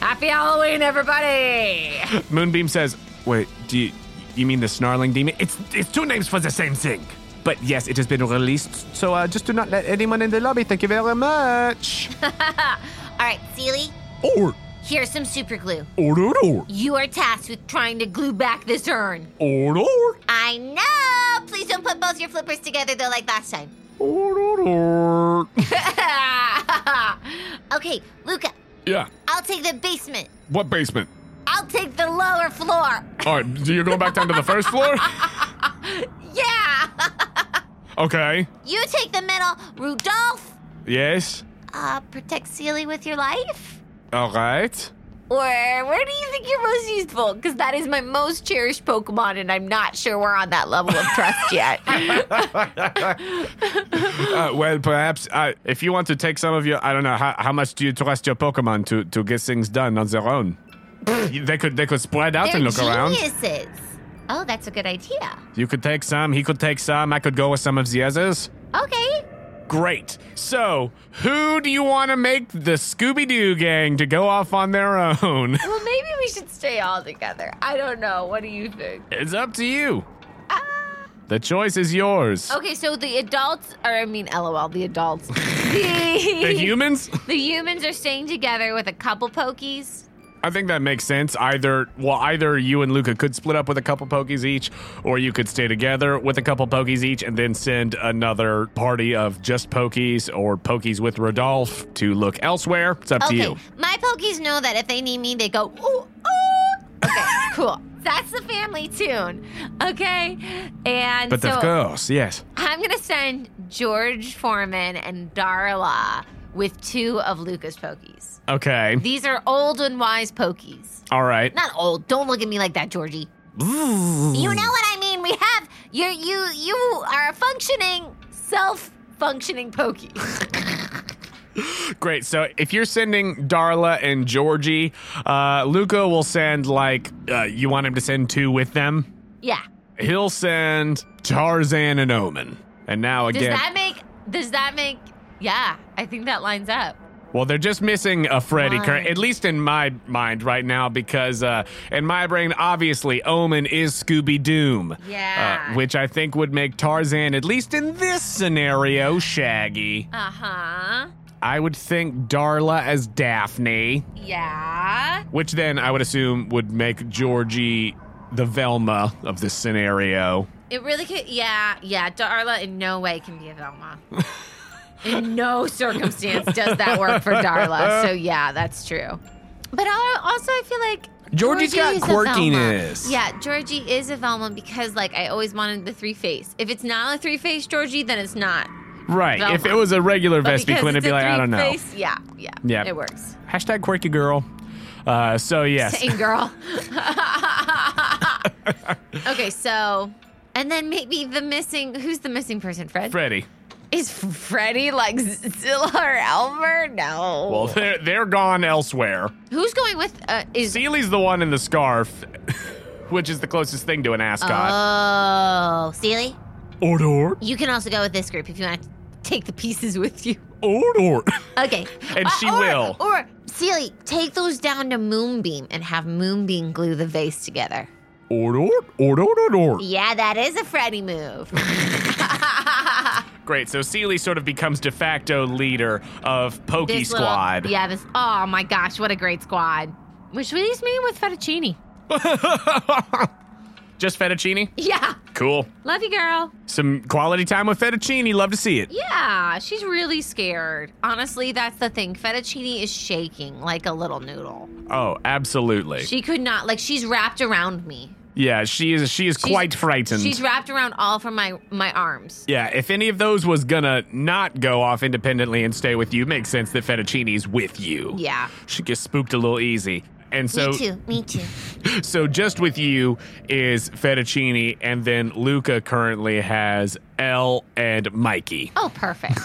S3: Happy Halloween, everybody.
S1: Moonbeam says, "Wait, do you, you mean the snarling demon? It's it's two names for the same thing." But yes, it has been released. So uh, just do not let anyone in the lobby. Thank you very much.
S2: [LAUGHS] All right, Seely,
S1: or
S2: here's some super glue.
S1: or or
S2: You are tasked with trying to glue back this urn.
S1: or or
S2: I know. Please don't put both your flippers together though, like last time.
S1: or or.
S2: [LAUGHS] okay, Luca,
S1: [LAUGHS] Yeah.
S2: I'll take the basement.
S1: What basement?
S2: I'll take the lower floor. [LAUGHS]
S1: All right, you're going back down to the first [LAUGHS] floor.
S2: Yeah. [LAUGHS]
S1: Okay.
S2: you take the middle. Rudolph,
S1: Yes.
S2: uh, protect Seely with your life.
S1: All right.
S3: Or where do you think you're most useful? Because that is my most cherished Pokemon, and I'm not sure we're on that level of trust
S2: [LAUGHS]
S3: yet.
S1: Uh, well, perhaps uh, if you want to take some of your, I don't know, how, how much do you trust your Pokemon to, to get things done on their own? they could they could spread out
S2: They're
S1: and look around.
S2: geniuses. Oh, that's a good idea.
S1: You could take some. He could take some. I could go with some of the others.
S2: Okay.
S1: Great. So, who do you want to make the Scooby Doo gang to go off on their [LAUGHS] own?
S3: well, maybe we should stay all together. I don't know. What do you think?
S1: it's up to you. The choice is yours.
S3: Ah. Okay, so the adults, or I mean, lol,
S1: [LAUGHS]
S3: the adults, the,
S1: The humans?
S3: [LAUGHS] the humans are staying together with a couple Pokies.
S1: I think that makes sense. Either, well, either you and Luca could split up with a couple pokies each, or you could stay together with a couple pokies each and then send another party of just pokies or pokies with Rodolph to look elsewhere. It's up
S2: Okay.
S1: to you.
S2: My pokies know that if they need me, they go, ooh,
S1: [LAUGHS]
S3: Cool. That's the family tune. Okay. And
S1: But
S3: so
S1: of course, yes.
S3: I'm going to send George Foreman and Darla with two of Luca's Pokies.
S1: Okay.
S3: These are old and wise Pokies.
S1: All right.
S2: Not old. Don't look at me like that, Georgie. You know what I mean. We have you. You. You are a functioning, self-functioning pokey.
S3: [LAUGHS]
S1: Great. So if you're sending Darla and Georgie, uh, Luca will send like uh, you want him to send two with them.
S2: yeah.
S1: He'll send Tarzan and Omen. And now
S3: Does
S1: again,
S3: that make? Does that make? Yeah, I think that lines up.
S1: well, they're just missing a Freddy, cur-
S2: Why?
S1: at least in my mind right now, because uh, in my brain, obviously, Omen is Scooby Doom.
S3: Yeah.
S1: Uh, which I think would make Tarzan, at least in this scenario, Shaggy.
S3: Uh huh.
S1: I would think Darla as Daphne.
S3: Yeah.
S1: Which then I would assume would make Georgie the Velma of this scenario.
S3: It really could. Yeah, yeah. Darla in no way can be
S1: [LAUGHS]
S3: a Velma. in no circumstance does that work for Darla. So yeah, that's true. But al- also, I feel like.
S1: Georgie's got
S3: is a Velma.
S1: quirkiness.
S3: Yeah, Georgie is a Velma because, like, I always wanted the three face. If it's not a three face Georgie, then it's not.
S1: Right. If it
S3: Velma.
S1: was a regular
S3: But
S1: Vespi
S3: because
S1: Quinn, it'd
S3: it's
S1: be
S3: a
S1: like, I don't know.
S3: three-face- Yeah, yeah,
S1: Yeah.
S3: It works.
S1: Hashtag quirky girl. Uh, so yes, [LAUGHS]
S3: Same girl. okay, so, and then maybe the missing. Who's the missing person? Fred.
S1: Freddy.
S3: Is Freddy like [LAUGHS] Zilla or Elmer? No.
S1: Well, they're they're gone elsewhere.
S3: who's going with? Uh, is
S1: Seely's the one in the scarf, [LAUGHS] which is the closest thing to an ascot.
S3: oh Steely?
S1: Ordor,
S3: You can also go with this group if you want to take the pieces [LAUGHS] with you.
S1: Ordor.
S3: Okay. Uh,
S1: And she
S3: or,
S1: will.
S3: Or Celie, take those down to Moonbeam and have Moonbeam glue the vase together.
S1: Ordor, Ordor, Ordor.
S3: Yeah, that is a
S1: [LAUGHS]
S3: Freddy move. [LAUGHS]
S1: Great. So Seely sort of becomes de facto leader of Pokey
S3: This little-
S1: Squad.
S3: yeah, this. Oh my gosh, what a great squad. Which leaves me with fettuccine.
S1: Just fettuccine.
S3: Yeah.
S1: Cool.
S3: Love you, girl.
S1: Some quality time with fettuccine. Love to see it.
S3: Yeah, she's really scared. Honestly, that's the thing. Fettuccine is shaking like a little noodle.
S1: Oh, absolutely.
S3: She could not, like, she's wrapped around me.
S1: yeah, she is. She is
S3: She's-
S1: quite frightened.
S3: She's wrapped around all from my my arms.
S1: Yeah, if any of those was gonna not go off independently and stay with you, makes sense that Fettuccine's with you.
S3: Yeah.
S1: She gets spooked a little easy. And so
S3: me too. Me too.
S1: so just with you is Fettuccine and then Luca currently has Elle and Mikey.
S3: Oh,
S1: [LAUGHS]
S3: perfect.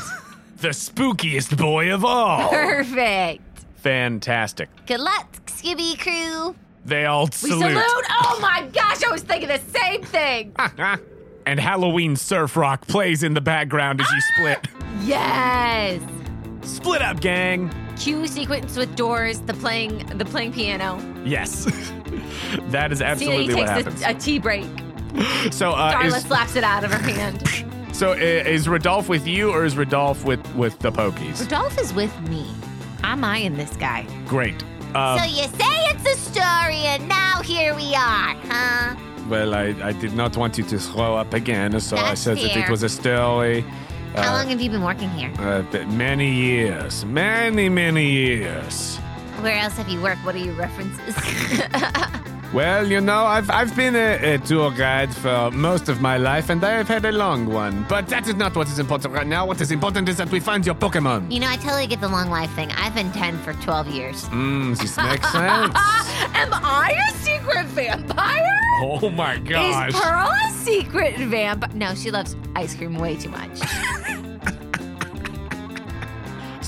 S1: The spookiest boy of
S3: [LAUGHS]
S1: all.
S3: perfect.
S1: Fantastic.
S3: Good luck, Skibby crew.
S1: They all
S3: We
S1: salute.
S3: salute. Oh my gosh, I was thinking the same thing.
S1: [LAUGHS] and Halloween surf rock plays in the background as you
S3: Ah!
S1: split.
S3: yes.
S1: Split up, gang.
S3: Cue sequence with doors. The playing the playing piano.
S1: Yes. [LAUGHS] that is
S3: Celia
S1: absolutely what happens.
S3: takes a, a tea break.
S1: So uh,
S3: Darla
S1: is
S3: slaps it out of her hand.
S1: so i- is Rodolphe with you or is Rodolphe with with the Pokies?
S3: Rodolph is with me. I'm eyeing this guy.
S1: Great.
S2: So
S1: Uh,
S2: you say it's a story, and now here we are, huh?
S1: well, I, I did not want you to throw up again, so I
S2: That's
S1: said that it
S2: fair.
S1: was a story.
S3: How long have you been working here?
S1: Uh, but many years, many many years.
S2: Where else have you worked? What are your references? [LAUGHS]
S1: Well, you know, I've I've been a, a tour guide for most of my life, and I have had a long one. But that is not what is important right now. What is important is that we find your Pokemon.
S2: you know, I totally get the long life thing. I've been 10 for 12 years. Uh,
S1: Mm, this makes
S2: [LAUGHS]
S1: sense.
S3: Am I a secret vampire?
S1: oh my
S3: Is Pearl a secret vampire? No, she loves ice cream way too much.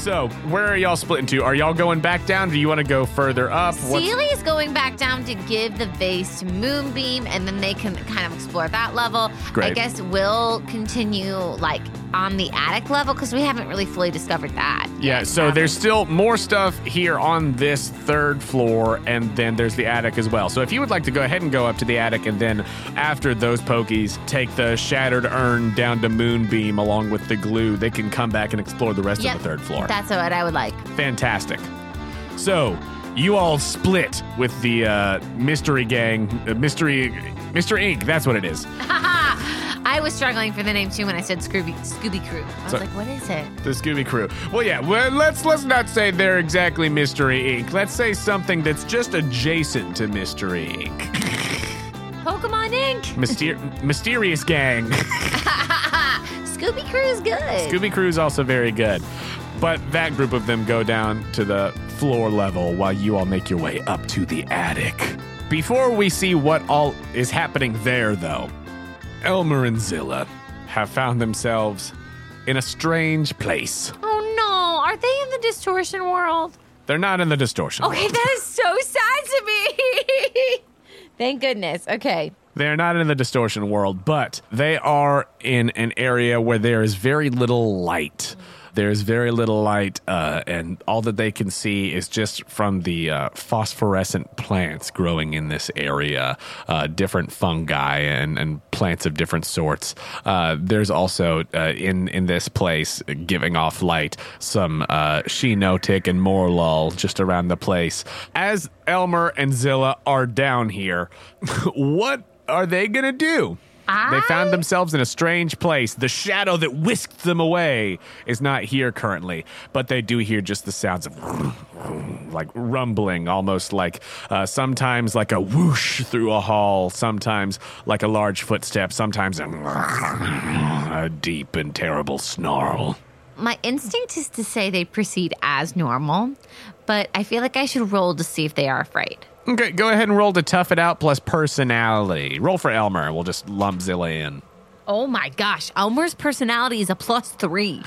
S1: So, where are y'all splitting to? Are y'all going back down? Do you want to go further up? What's-
S3: Seely is going back down to give the vase to Moonbeam, and then they can kind of explore that level. I
S1: Great.
S3: guess we'll continue like on the attic level because we haven't really fully discovered that.
S1: yeah,
S3: yet,
S1: so
S3: have
S1: there's
S3: we?
S1: still more stuff here on this third floor, and then there's the attic as well. So, if you would like to go ahead and go up to the attic, and then after those pokies, take the shattered urn down to Moonbeam along with the glue, they can come back and explore the rest
S3: Yep.
S1: of the third floor.
S3: That's what I would like. [LAUGHS]
S1: Fantastic. So, you all split with the uh, mystery gang, uh, mystery, Mr. Ink. That's what it is.
S3: Haha! I was struggling for the name too when I said Scooby Scooby Crew. I was
S1: So-
S3: like, what is it?
S1: The Scooby Crew. Well, yeah. Well, let's let's not say they're exactly Mystery Inc. Let's say something that's just adjacent to Mystery Inc.
S3: Pokemon
S1: Hmm.
S3: Inc.
S1: Myster- [LAUGHS] mysterious Gang. [LAUGHS]
S3: Ah, Scooby Crew is good.
S1: Scooby Crew's also very good, but that group of them go down to the floor level while you all make your way up to the attic. Before we see what all is happening there, though, Elmer and Zilla have found themselves in a strange place.
S3: oh no, are they in the distortion world?
S1: They're not in the distortion.
S3: Okay, [LAUGHS] that is so sad to me. [LAUGHS] Thank goodness. Okay.
S1: They're not in the distortion world, but they are in an area where there is very little light. There is very little light, uh, and all that they can see is just from the uh, phosphorescent plants growing in this area, uh, different fungi and, and plants of different sorts. Uh, there's also uh, in in this place giving off light some uh, Shinotic and Morlul just around the place. As [LAUGHS] Elmer and Zilla are down here, what are they gonna do? They found
S3: I-
S1: themselves in a strange place. The shadow that whisked them away is not here currently, but they do hear just the sounds of [CLEARS THROAT] like rumbling, almost like uh, sometimes like a whoosh through a hall, sometimes like a large footstep, sometimes a, [CLEARS THROAT] a deep and terrible snarl.
S3: My instinct is to say they proceed as normal, but I feel like I should roll to see if they are afraid.
S1: Okay, go ahead and roll to tough it out plus personality. Roll for Elmer. We'll just lump Zilla in.
S3: Oh my gosh, Elmer's personality is a plus [LAUGHS] three.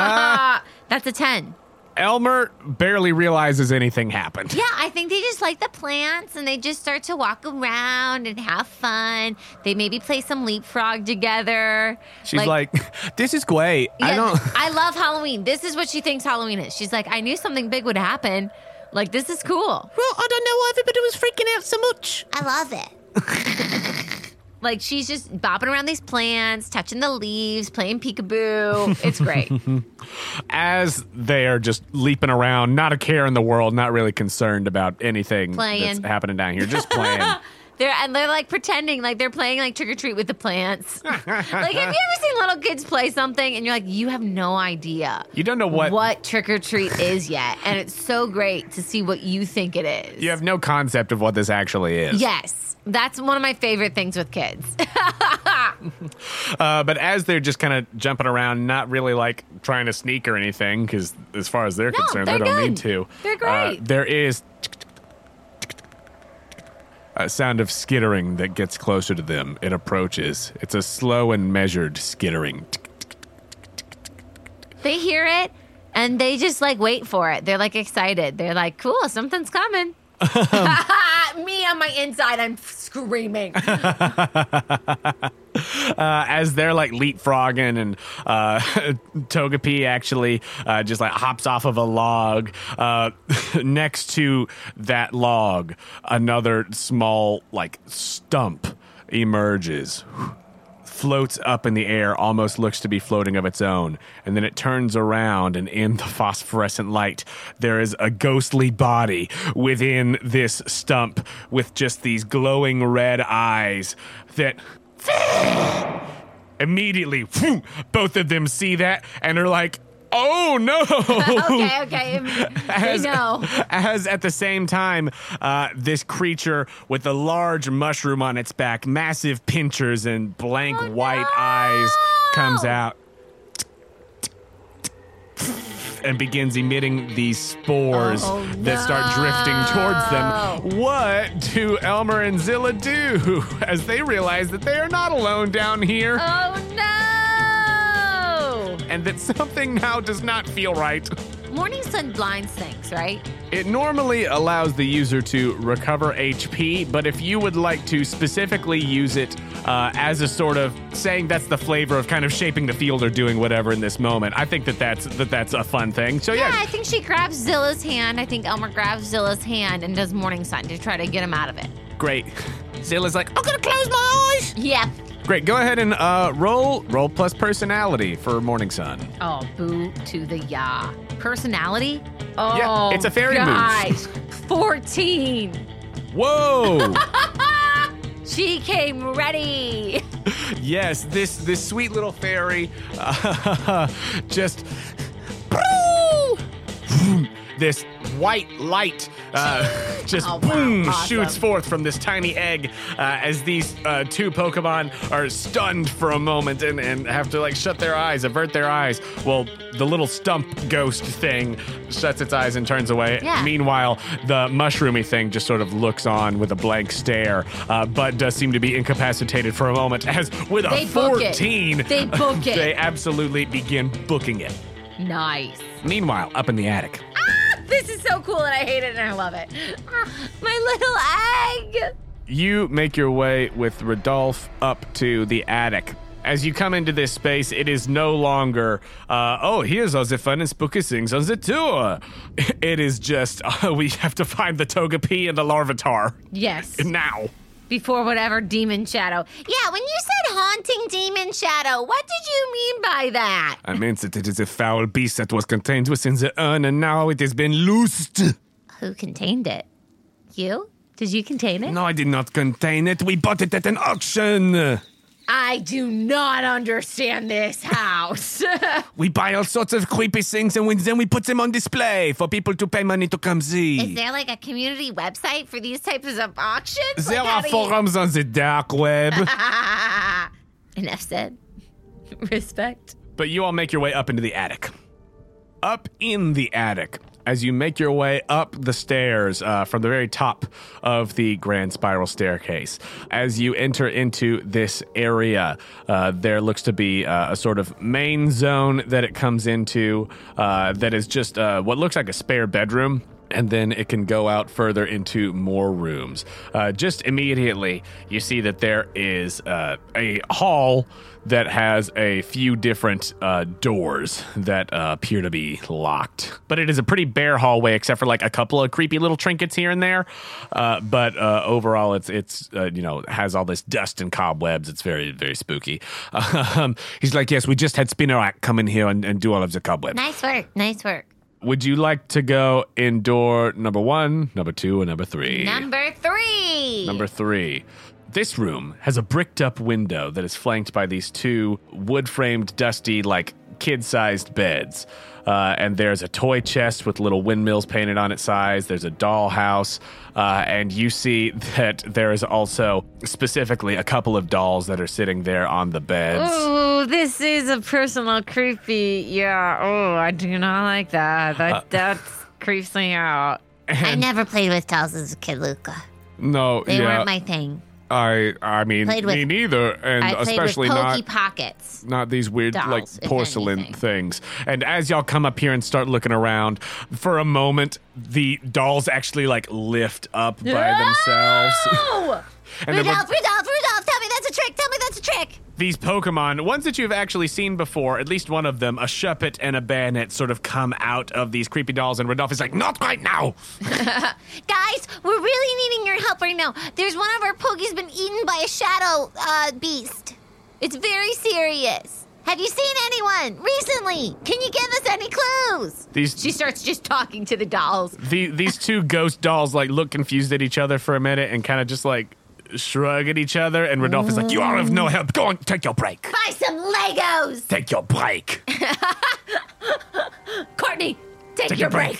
S3: That's a 10.
S1: Elmer barely realizes anything happened.
S3: Yeah, I think they just like the plants and they just start to walk around and have fun. They maybe play some leapfrog together.
S1: She's like, [LAUGHS] this is great. I
S3: Yeah,
S1: don't. [LAUGHS]
S3: I love Halloween. This is what she thinks Halloween is. She's like, I knew something big would happen. Like, this is cool.
S1: Well, I don't know why everybody was freaking out so much.
S2: I love it.
S3: [LAUGHS] Like, she's just bopping around these plants, touching the leaves, playing peekaboo. It's
S2: [LAUGHS]
S3: great.
S1: As they are just leaping around, not a care in the world, not really concerned about anything
S3: Playing.
S1: that's happening down here, just [LAUGHS] playing.
S3: They're and they're like pretending like they're playing like trick or treat with the plants. [LAUGHS] like have you ever seen little kids play something and you're like you have no idea
S1: you don't know what,
S3: what, trick or treat is yet and it's so great to see what you think it is.
S1: You have no concept of what this actually is.
S3: Yes. That's one of my favorite things with kids.
S1: Uh, but as they're just kind of jumping around, not really like trying to sneak or anything, because as far as they're concerned, they
S3: they're
S1: don't need
S3: good.
S1: to.
S3: They're
S1: uh,
S3: great.
S1: there is a sound of skittering that gets closer to them. It approaches. It's a slow and measured skittering.
S3: they hear it and they just like wait for it. They're like excited. They're like, cool,
S1: [LAUGHS]
S3: something's coming. [LAUGHS] Me on my inside,
S1: [LAUGHS]
S3: I'm screaming.
S1: uh, as they're like leapfrogging and uh, [LAUGHS] Togepi actually uh, just like hops off of a log. Uh, [LAUGHS] next to that log, another small like stump emerges, floats up in the air, almost looks to be floating of its own, and then it turns around and in the [LAUGHS] phosphorescent light, there is a ghostly body within this stump with just these glowing red eyes that [GASPS] immediately whew, both of them see that and are like oh no [LAUGHS]
S3: okay, okay. They
S1: As,
S3: know.
S1: [LAUGHS] as at the same time, uh, this creature with a large mushroom on its back, massive pinchers, and blank
S3: Oh,
S1: white
S3: no!
S1: eyes comes out and begins emitting these spores
S3: Oh,
S1: that start drifting towards them. What do Elmer and Zilla do [LAUGHS] as they realize that they are not alone down here?
S3: Uh, Oh
S1: and that something now does not feel right.
S3: no! Morning sun blinds things, right?
S1: It normally allows the user to recover HP, but if you would like to specifically use it uh, as a sort of saying that's the flavor of kind of shaping the field or doing whatever in this moment, I think that that's that that's a fun thing. So
S3: Yeah,
S1: yeah,
S3: I think she grabs Zilla's hand. I think Elmer grabs Zilla's hand and does morning sun to try to get him out of it.
S1: great. Zilla's like, I'm gonna close my eyes.
S3: Yep.
S1: Great, go ahead and uh, roll roll plus personality for Morning Sun.
S3: Oh, boo to the ya. Personality? Oh,
S1: it's a fairy move.
S3: gosh. 14.
S1: Whoa.
S3: [LAUGHS] She came ready.
S1: Yes, this this sweet little fairy uh, [LAUGHS] just [LAUGHS] this white light uh, [LAUGHS] just
S3: Oh, wow.
S1: boom
S3: Awesome.
S1: shoots forth from this tiny egg uh, as these uh, two Pokemon are stunned for a moment and, and have to like shut their eyes, avert their eyes. Well, the little stump ghost thing shuts its eyes and turns away.
S3: Yeah.
S1: Meanwhile, the mushroomy thing just sort of looks on with a blank stare, uh, but does seem to be incapacitated for a moment as with
S3: They
S1: a
S3: book it.
S1: 14,
S3: They book
S1: [LAUGHS]
S3: it.
S1: they absolutely begin booking it.
S3: Nice.
S1: Meanwhile, up in the attic.
S3: Ah, This is so cool and I hate it and I love it. Ah, My little egg.
S1: You make your way with Rodolphe up to the attic. As you come into this space, it is no longer, uh, oh, here's all the fun and spooky things on the tour. [LAUGHS] It is just, [LAUGHS] uh, we have to find the Togepi and the Larvitar [LAUGHS]
S3: Yes.
S1: now.
S3: before whatever demon shadow. Yeah, when you said haunting demon shadow, what did you mean by that?
S1: I meant that it is a foul beast that was contained within the urn and now it has been loosed.
S3: Who contained it? You? Did you contain it?
S1: No, I did not contain it. We bought it at an auction.
S3: I do not understand this house. [LAUGHS]
S1: We buy all sorts of creepy things and we, then we put them on display for people to pay money to come
S3: Is
S1: see.
S3: there like a community website for these types of auctions?
S1: there are
S3: Like, how do you-
S1: forums on the dark web. [LAUGHS]
S3: Enough said. Respect.
S1: But you all make your way up into the attic. Up in the attic. As you make your way up the stairs uh, from the very top of the grand spiral staircase, as you enter into this area, uh, there looks to be uh, a sort of main zone that it comes into uh, that is just uh, what looks like a spare bedroom and then it can go out further into more rooms. Uh, just immediately, you see that there is uh, a hall that has a few different uh, doors that uh, appear to be locked. But it is a pretty bare hallway, except for like a couple of creepy little trinkets here and there. Uh, but uh, overall, it's it's uh, you know has all this dust and cobwebs. It's very very spooky. [LAUGHS] Um, he's like, yes, we just had Spinnerack come in here and, and do all of the cobwebs.
S3: Nice work. Nice work.
S1: Would you like to go in door number one, number two, and number three?
S3: Number three.
S1: Number three. This room has a bricked up window that is flanked by these two wood framed, dusty, like kid sized beds. Uh, and there's a toy chest with little windmills painted on its sides. There's a dollhouse. Uh, and you see [LAUGHS] that there is also specifically a couple of dolls that are sitting there on the beds.
S3: Ooh, this is a personal creepy. Yeah. Oh, I do not like that. That
S1: Uh,
S3: that creeps me out.
S2: I never played with dolls as a kid, Luca.
S1: No,
S2: They
S1: yeah.
S2: weren't my thing.
S1: I, I mean,
S2: Played with-
S1: me neither. And
S2: I played
S1: especially
S2: with
S1: not.
S2: pokey pockets.
S1: not these weird
S2: Dolls, if
S1: like porcelain
S2: anything.
S1: things. And as y'all come up here and start looking around, for a moment the dolls actually like lift up by themselves.
S3: Oh!
S1: And then
S2: Rudolph, Rudolph, Rudolph, tell me that's a trick. Tell me that's a trick.
S1: these Pokemon, ones that you've actually seen before, at least one of them, a Shuppet and a Bayonet, sort of come out of these creepy dolls, and Rodolph is like, "Not right now."
S2: Guys, we're really needing your help right now. There's one of our pokies been eaten by a shadow uh, beast. It's very serious. Have you seen anyone recently? Can you give us any clues?
S1: These
S3: She starts just talking to the dolls.
S1: the, these two ghost dolls like look confused at each other for a minute and kind of just like shrug at each other, and Rodolph is like, "You are of no help. Go on, take your break.
S2: Buy some Legos.
S1: Take your break."
S3: Courtney, take,
S1: Take
S3: your
S1: a
S3: break.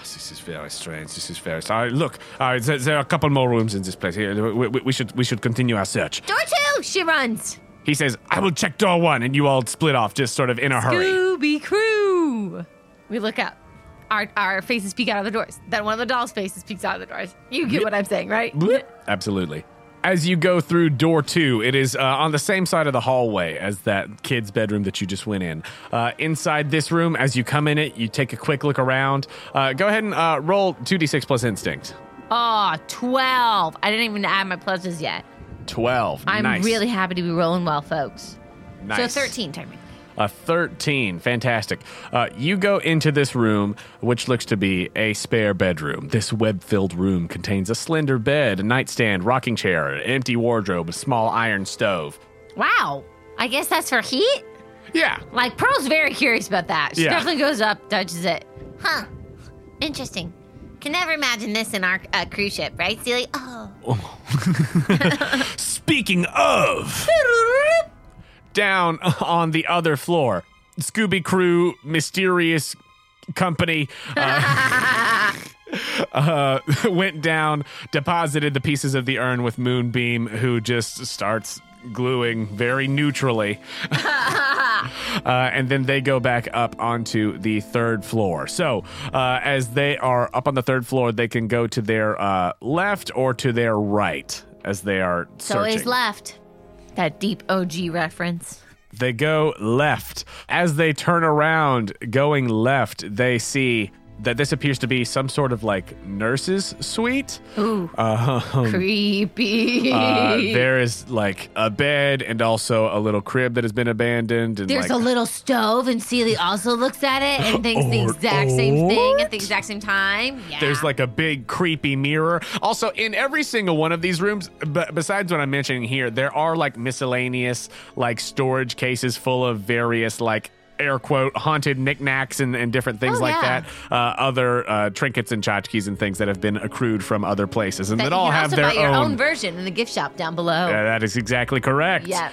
S1: This is very strange. This is very strange. Look, uh, there, there are a couple more rooms in this place. Here, we, we, we should we should continue our search.
S3: Door two. She runs.
S1: He says, "I will check door one," and you all split off, just sort of in a hurry.
S3: Scooby Crew. We look up. Our, our faces peek out of the doors. Then one of the dolls' faces peeks out of the doors. You get what I'm saying, right?
S1: Bloop. Absolutely. As you go through door two, it is uh, on the same side of the hallway as that kid's bedroom that you just went in. Uh, inside this room, as you come in it, you take a quick look around. Uh, go ahead and uh, roll two d six plus instinct.
S3: Aw, 12. I didn't even add my pluses yet.
S1: Twelve.
S3: I'm
S1: Nice.
S3: really happy to be rolling well, folks.
S1: nice.
S3: So 13 timing.
S1: A 13. Uh, Fantastic. Uh, you go into this room, which looks to be a spare bedroom. This web filled room contains a slender bed, a nightstand, rocking chair, an empty wardrobe, a small iron stove.
S3: Wow. I guess that's for heat?
S1: Yeah.
S3: Like, Pearl's very curious about that. She
S1: Yeah.
S3: definitely goes up, touches it.
S2: Huh. Interesting. Can never imagine this in our uh, cruise ship, right, Celia? Oh.
S1: Speaking of, down [LAUGHS] on the other floor, Scooby Crew, mysterious company. [LAUGHS] uh, [LAUGHS] went down, deposited the pieces of the urn with Moonbeam, who just starts gluing very
S2: [LAUGHS]
S1: neutrally. uh, and then they go back up onto the third floor. So, uh, as they are up on the third floor, they can go to their uh, left or to their right as they are
S2: So
S1: searching.
S2: is left.
S3: That deep OG reference.
S1: They go left. As they turn around, going left, they see that this appears to be some sort of like nurse's
S3: [LAUGHS]
S1: suite.
S3: Ooh,
S1: Um,
S3: creepy.
S1: uh, there is like a bed and also a little crib that has been abandoned. And
S3: There's
S1: like,
S3: a little stove, and Celie also looks at it
S1: [LAUGHS]
S3: and thinks the
S1: Or-
S3: exact same thing at
S1: what?
S3: the exact same time. Yeah.
S1: There's like a big creepy mirror. Also, in every single one of these rooms, b- besides what I'm mentioning here, there are like miscellaneous like storage cases full of various like. air quote haunted knickknacks and, and different things
S3: Oh,
S1: like
S3: yeah.
S1: that. Uh, other uh, trinkets and tchotchkes and things that have been accrued from other places and that,
S3: That you
S1: all
S3: can
S1: have
S3: also
S1: their
S3: buy your own. version in the gift shop down below.
S1: Yeah, that is exactly correct.
S3: Oh. Yep.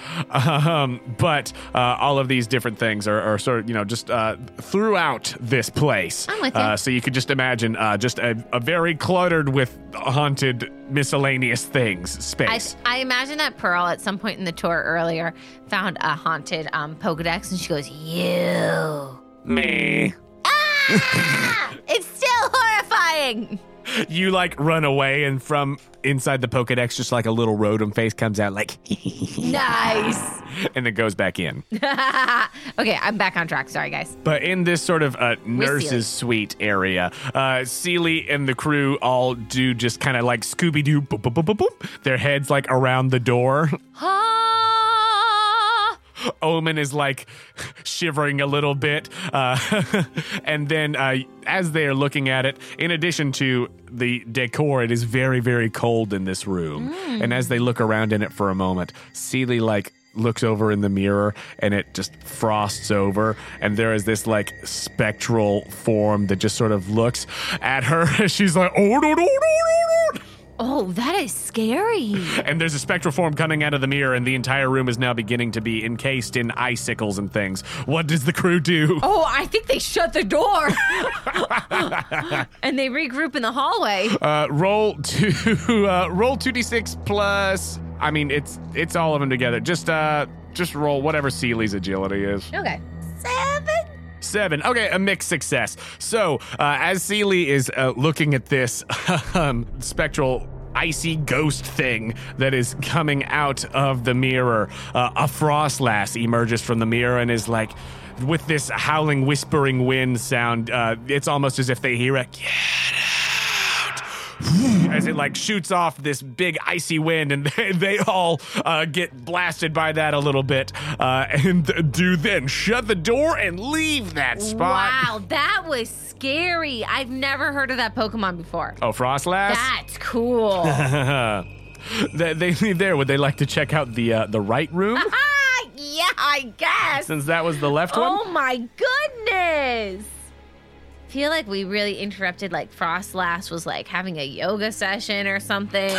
S1: Um, but uh, all of these different things are, are sort of, you know, just uh, throughout this place.
S3: I'm with ya.
S1: Uh, so you could just imagine uh, just a, a very cluttered with haunted miscellaneous things
S3: I,
S1: space.
S3: I imagine that Pearl at some point in the tour earlier found a haunted um, Pokedex and she goes, You. [LAUGHS]
S1: Me.
S3: It's still horrifying.
S1: You like run away and from inside the Pokedex, just like a little Rotom face comes out like, [LAUGHS]
S3: Nice.
S1: and then goes back in.
S3: [LAUGHS] okay, I'm back on track. Sorry, guys. [GASPS]
S1: But in this sort of uh,
S3: Sealy.
S1: nurse's suite area, uh, Seely and the crew all do just kind of like Scooby Doo, boop, boop, boop, boop, boop, their heads like around the door. [LAUGHS]
S3: Ah.
S1: Omen is like shivering a little bit. Uh, [LAUGHS] and then uh, as they are looking at it, in addition to the decor, it is very, very cold in this room. And as they look around in it for a moment, Seely like looks over in the mirror and it just frosts over and there is this like spectral form that just sort of looks at her [LAUGHS] and she's like oh no no no no no
S3: Oh, that is scary.
S1: and there's a spectral form coming out of the mirror, and the entire room is now beginning to be encased in icicles and things. What does the crew do?
S3: Oh, I think they shut the door. [LAUGHS] and they regroup in the hallway.
S1: Uh, roll two. [LAUGHS] Uh, roll two d six plus. I mean, it's it's all of them together. Just uh, just roll whatever Seely's agility is.
S3: Okay.
S2: Seven.
S1: Seven. Okay, a mixed success. So, uh, as Seely is uh, looking at this [LAUGHS] um, spectral icy ghost thing that is coming out of the mirror, uh, a frostlass emerges from the mirror and is like, with this howling, whispering wind sound, uh, it's almost as if they hear a [LAUGHS] get out as it like shoots off this big icy wind, and [LAUGHS] they, they all uh, get blasted by that a little bit, uh, and do then shut the door and leave that spot.
S3: Wow, that was scary. I've never heard of that Pokemon before.
S1: Oh, Frostlass. [LAUGHS]
S3: That's cool. [LAUGHS]
S1: they, they leave there. Would they like to check out the uh, the right room
S3: [LAUGHS] ah, yeah, I guess.
S1: since that was the left one?
S3: Oh my goodness. Feel like we really interrupted like Frost last was like having a yoga session
S1: [LAUGHS]
S3: or something.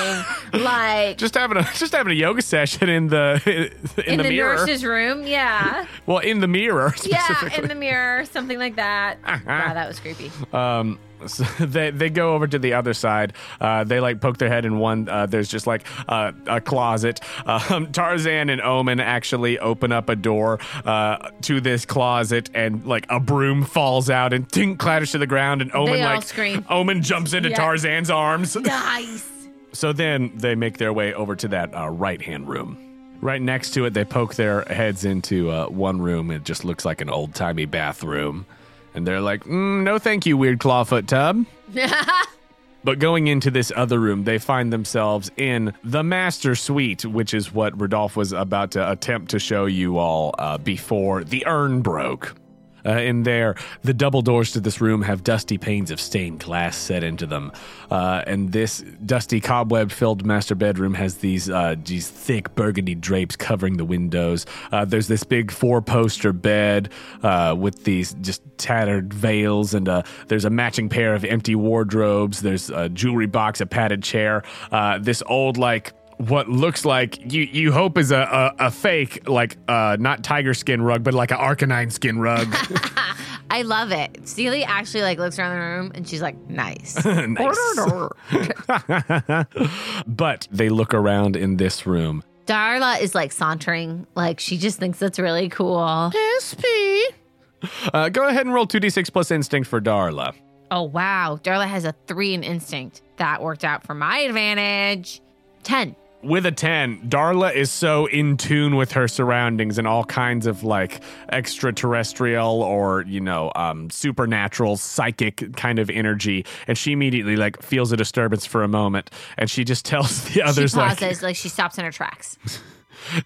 S3: like
S1: Just having a [LAUGHS] just having a yoga session in the [LAUGHS] in,
S3: in,
S1: the,
S3: the,
S1: mirror.
S3: nurse's room,
S1: [LAUGHS]
S3: yeah.
S1: Well, in the mirror [LAUGHS]
S3: yeah, in
S1: specifically. Uh-huh.
S3: the mirror, something like that. Wow, that
S1: [LAUGHS]
S3: was creepy.
S1: um, so [LAUGHS] they they go over to the other side. Uh, they like poke their head in one. Uh, there's just like uh, a closet. [LAUGHS] Um, Tarzan and Omen actually open up a door uh, to this closet, and like a broom falls out and tink clatters to the ground. And Omen
S3: all
S1: like
S3: scream.
S1: Omen jumps into
S3: Yeah.
S1: Tarzan's arms.
S3: Nice.
S1: So then they make their way over to that uh, right hand room. Right next to it, they poke their heads into uh, one room. It just looks like an old timey bathroom. And they're like, mm, no, thank you, weird clawfoot tub. But going into this other room, they find themselves in the master suite, which is what Rodolphe was about to attempt to show you all uh, before the urn broke. Uh, in there, the double doors to this room have dusty panes of stained glass set into them, uh, and this dusty cobweb-filled master bedroom has these uh, these thick burgundy drapes covering the windows. Uh, there's this big four-poster bed uh, with these just tattered veils, and uh, there's a matching pair of empty wardrobes. There's a jewelry box, a padded chair, uh, this old like what looks like you you hope is a a, a fake like uh not tiger skin rug but like an arcanine skin rug [LAUGHS]
S3: I love it. Steely actually like looks around the room and she's like,
S1: [LAUGHS]
S3: nice.
S1: nice. but they look around in this room
S3: Darla is like sauntering, like she just thinks that's really cool.
S1: uh go ahead and roll 2d6 plus instinct for darla
S3: Oh wow, Darla has a three in instinct. That worked out for my advantage. Ten.
S1: with a 10 darla is so in tune with her surroundings and all kinds of like extraterrestrial or you know um, supernatural psychic kind of energy and she immediately like feels a disturbance for a moment and she just [LAUGHS] tells the others
S3: she pauses,
S1: like
S3: like, she stops in her tracks.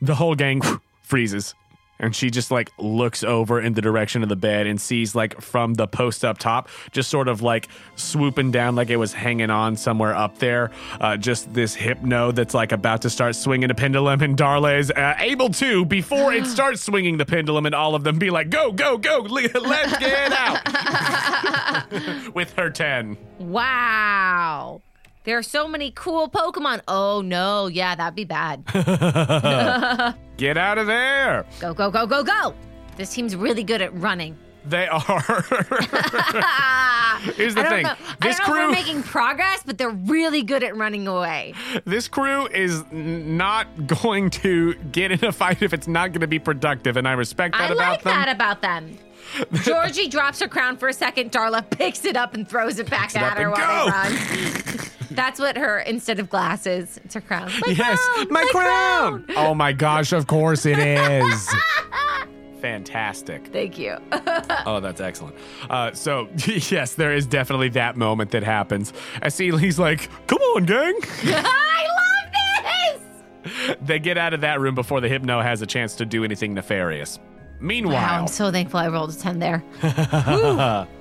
S1: the whole gang [LAUGHS] freezes And she just like looks over in the direction of the bed and sees like from the post up top, just sort of like swooping down like it was hanging on somewhere up there. Uh, just this hypno that's like about to start swinging a pendulum, and Darla's uh, able to before
S3: [GASPS]
S1: it starts swinging the pendulum, and all of them be like, "Go, go, go! [LAUGHS] le- Let's get
S3: [LAUGHS]
S1: out!" With her ten.
S3: Wow. There are so many cool Pokemon. Oh no, yeah, that'd be
S1: [LAUGHS]
S3: bad.
S1: Get out of there!
S3: Go, go, go, go, go. This team's really good at running.
S1: They
S3: [LAUGHS]
S1: are. [LAUGHS] Here's the
S3: I don't
S1: thing.
S3: know.
S1: This
S3: I don't know if
S1: crew
S3: we're making progress, but they're really good at running away.
S1: this crew is n- not going to get in a fight if it's not going to be productive, and I respect that
S3: I
S1: about
S3: like
S1: them.
S3: that about
S1: [LAUGHS]
S3: them. Georgie drops her crown for a second. Darla picks it up and throws it back
S1: it
S3: at
S1: up
S3: her
S1: and
S3: while
S1: go.
S3: they run.
S1: [LAUGHS]
S3: That's what her instead of glasses, it's her crown. My
S1: yes,
S3: crown,
S1: my, crown. Oh my gosh! Of course
S3: [LAUGHS]
S1: it is. Fantastic.
S3: Thank you. [LAUGHS]
S1: Oh, that's excellent. Uh, so, [LAUGHS] yes, there is definitely that moment that happens. I see Lee's like, come on, gang. [LAUGHS]
S3: I love this.
S1: they get out of that room before the hypno has a chance to do anything nefarious.
S3: Wow,
S1: Meanwhile,
S3: I'm so thankful I rolled a 10 there.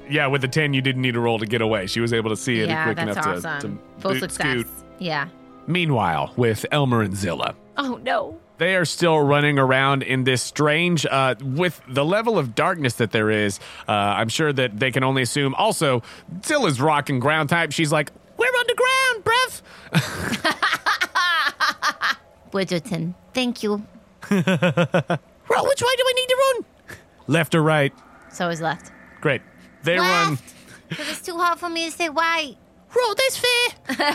S1: yeah, with the 10, you didn't need a roll to get away. She was able to see it
S3: yeah,
S1: quick
S3: that's
S1: enough
S3: awesome.
S1: to, to
S3: Full
S1: boot-
S3: success.
S1: scoot.
S3: Yeah.
S1: Meanwhile, with Elmer and Zilla,
S3: Oh no.
S1: they are still running around in this strange, uh, with the level of darkness that there is, uh, I'm sure that they can only assume. Also, Zilla's rock and ground type. She's like, we're underground, bruv.
S3: Widgerton, thank you.
S1: Well, which way do I need to run? Left or right?
S3: It's always left.
S1: Great. They run.
S3: Because it's too hard for me to say white.
S1: roll this fair.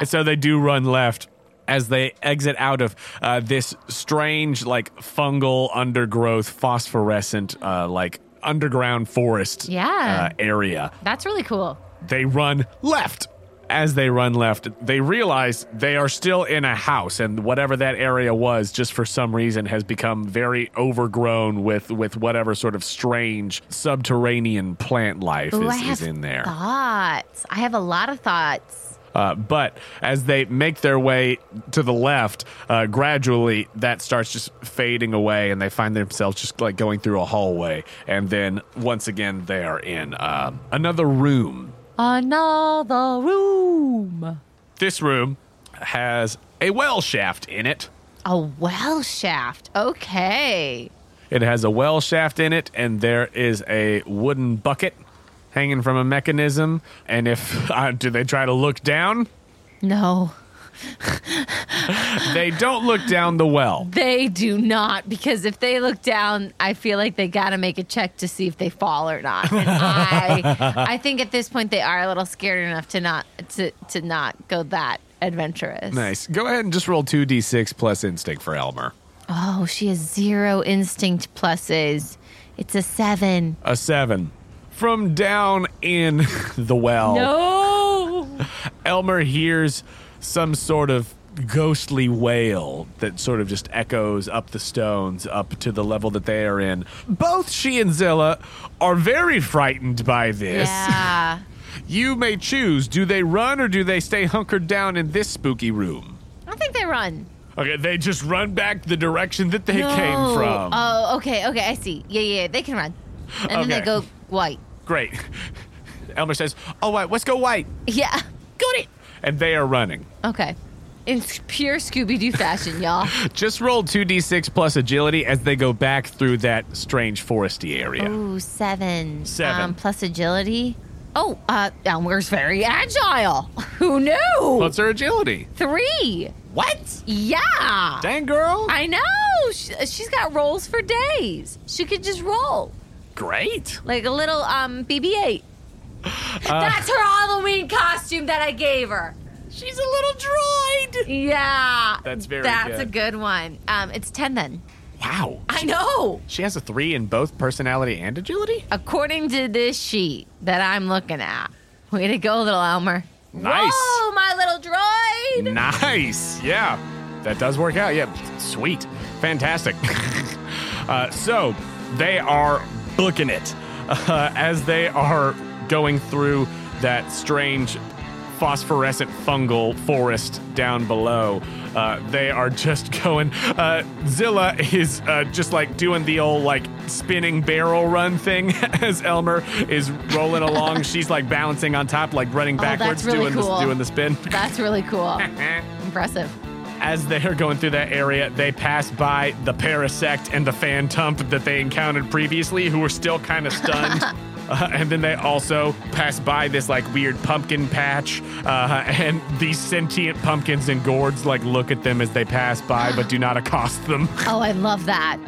S1: and so they do run left as they exit out of uh, this strange, like fungal undergrowth, phosphorescent, uh, like underground forest
S3: Yeah.
S1: uh, area.
S3: That's really cool.
S1: They run left. As they run left, they realize they are still in a house, and whatever that area was, just for some reason, has become very overgrown with, with whatever sort of strange subterranean plant life
S3: Ooh, I
S1: is, is
S3: have
S1: in there.
S3: Thoughts. I have a lot of thoughts.
S1: Uh, but as they make their way to the left, uh, gradually that starts just fading away, and they find themselves just like going through a hallway. And then once again, they are in um another room.
S3: Another room.
S1: This room has a well shaft in it.
S3: A well shaft. Okay.
S1: It has a well shaft in it, and there is a wooden bucket hanging from a mechanism. And if [LAUGHS] uh, do they try to look down?
S3: No,
S1: They don't look down the well.
S3: they do not. Because if they look down, I feel like they got to make a check to see if they fall or not. And
S1: [LAUGHS]
S3: I, I think at this point they are a little scared enough to not to to not go that adventurous.
S1: Nice. Go ahead and just roll 2d6 plus instinct for Elmer.
S3: Oh, she has zero instinct pluses. It's a seven.
S1: A seven. From down in [LAUGHS] the well, Oh.
S3: No.
S1: Elmer hears some sort of ghostly wail that sort of just echoes up the stones up to the level that they are in. Both she and Zilla are very frightened by this.
S3: Yeah.
S1: You may choose do they run or do they stay hunkered down in this spooky room?
S3: I think they run.
S1: Okay, they just run back the direction that they came
S3: No.
S1: from.
S3: Oh, okay, okay, I see. Yeah, yeah, they can run. And then they
S1: Okay.
S3: go white. [LAUGHS]
S1: Great. [LAUGHS] Elmer says, "All right, let's go white."
S3: Yeah. Got it.
S1: And they are running.
S3: Okay. In s- pure Scooby Doo fashion,
S1: [LAUGHS]
S3: y'all.
S1: Just roll 2d6 plus agility as they go back through that strange foresty area.
S3: Ooh, seven.
S1: Seven.
S3: Um, plus agility. Oh, uh, Elmer's very agile. [LAUGHS] Who knew?
S1: What's her agility?
S3: Three.
S1: What?
S3: Yeah.
S1: Dang, girl.
S3: I know. She, she's got rolls for days. She could just roll
S1: Great.
S3: like a little um BB-8.
S1: Uh.
S3: That's her Halloween costume that I gave her.
S1: She's a little droid.
S3: Yeah.
S1: That's very
S3: That's
S1: good.
S3: a good one. Um, it's ten then.
S1: Wow.
S3: I know.
S1: She has a three in both personality and agility?
S3: According to this sheet that I'm looking at. Way to go, little Elmer.
S1: Nice.
S3: Whoa, my little droid.
S1: Nice. Yeah. That does work out. Yeah. Sweet.
S5: [LAUGHS]
S1: Fantastic. uh, so they are booking it uh, as they are going through that strange
S5: phosphorescent fungal forest down below. Uh, they are just [LAUGHS] going. Uh, Zilla is uh, just like doing the old like spinning barrel run thing [LAUGHS] as Elmer is
S3: [LAUGHS]
S5: rolling along. She's like balancing on top, like running
S3: Oh, that's
S5: backwards,
S3: really
S5: doing
S3: cool.
S5: the, doing the spin.
S1: Mm.
S3: That's
S1: [LAUGHS]
S3: really cool. Impressive.
S5: As they are going through that area, they pass by the Parasect and the Phantump that they encountered previously, who were still kind of stunned. Uh, and then they also pass by this like weird pumpkin patch, uh, and these sentient pumpkins and gourds like look at them as they pass by, but do not accost them.
S3: Oh, I love that.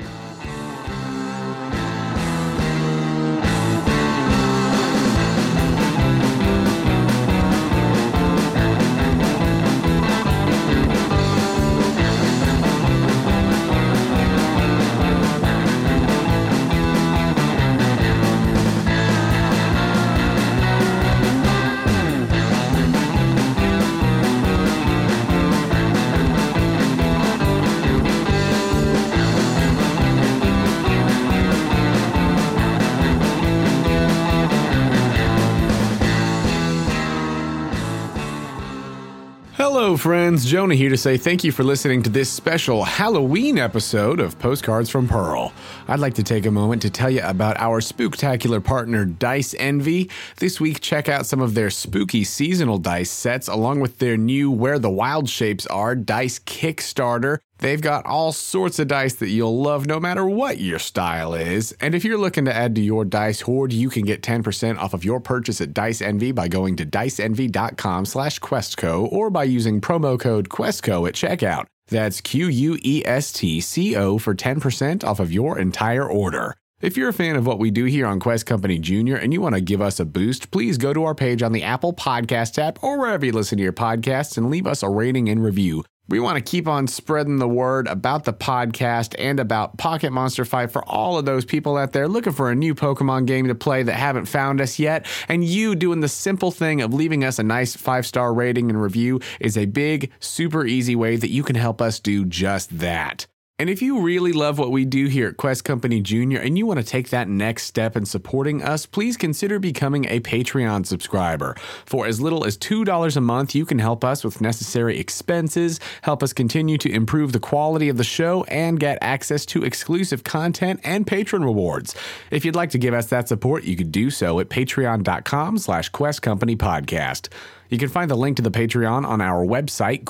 S5: Hello, friends. Jonah here to say thank you for listening to this special Halloween episode of Postcards from Pearl. I'd like to take a moment to tell you about our spooktacular partner, Dice Envy. This week, check out some of their spooky seasonal dice sets, along with their new Where the Wild Shapes Are Dice Kickstarter. They've got all sorts of dice that you'll love no matter what your style is. And if you're looking to add to your dice hoard, you can get 10% off of your purchase at Dice Envy by going to diceenvy.com slash questco or by using promo code questco at checkout. That's E Q-U-E-S-T-C-O for 10% off of your entire order. If you're a fan of what we do here on Quest Company Junior and you want to give us a boost, please go to our page on the Apple Podcast app or wherever you listen to your podcasts and leave us a rating and review. We want to keep on spreading the word about the podcast and about Pocket Monster Fight for all of those people out there looking for a new Pokemon game to play that haven't found us yet. And you doing the simple thing of leaving us a nice five star rating and review is a big, super easy way that you can help us do just that. And if you really love what we do here at Quest Company Junior and you want to take that next step in supporting us, please consider becoming a Patreon subscriber. For as little as $2 a month, you can help us with necessary expenses, help us continue to improve the quality of the show, and get access to exclusive content and patron rewards. If you'd like to give us that support, you could do so at patreon.com slash quest company podcast. You can find the link to the Patreon on our website,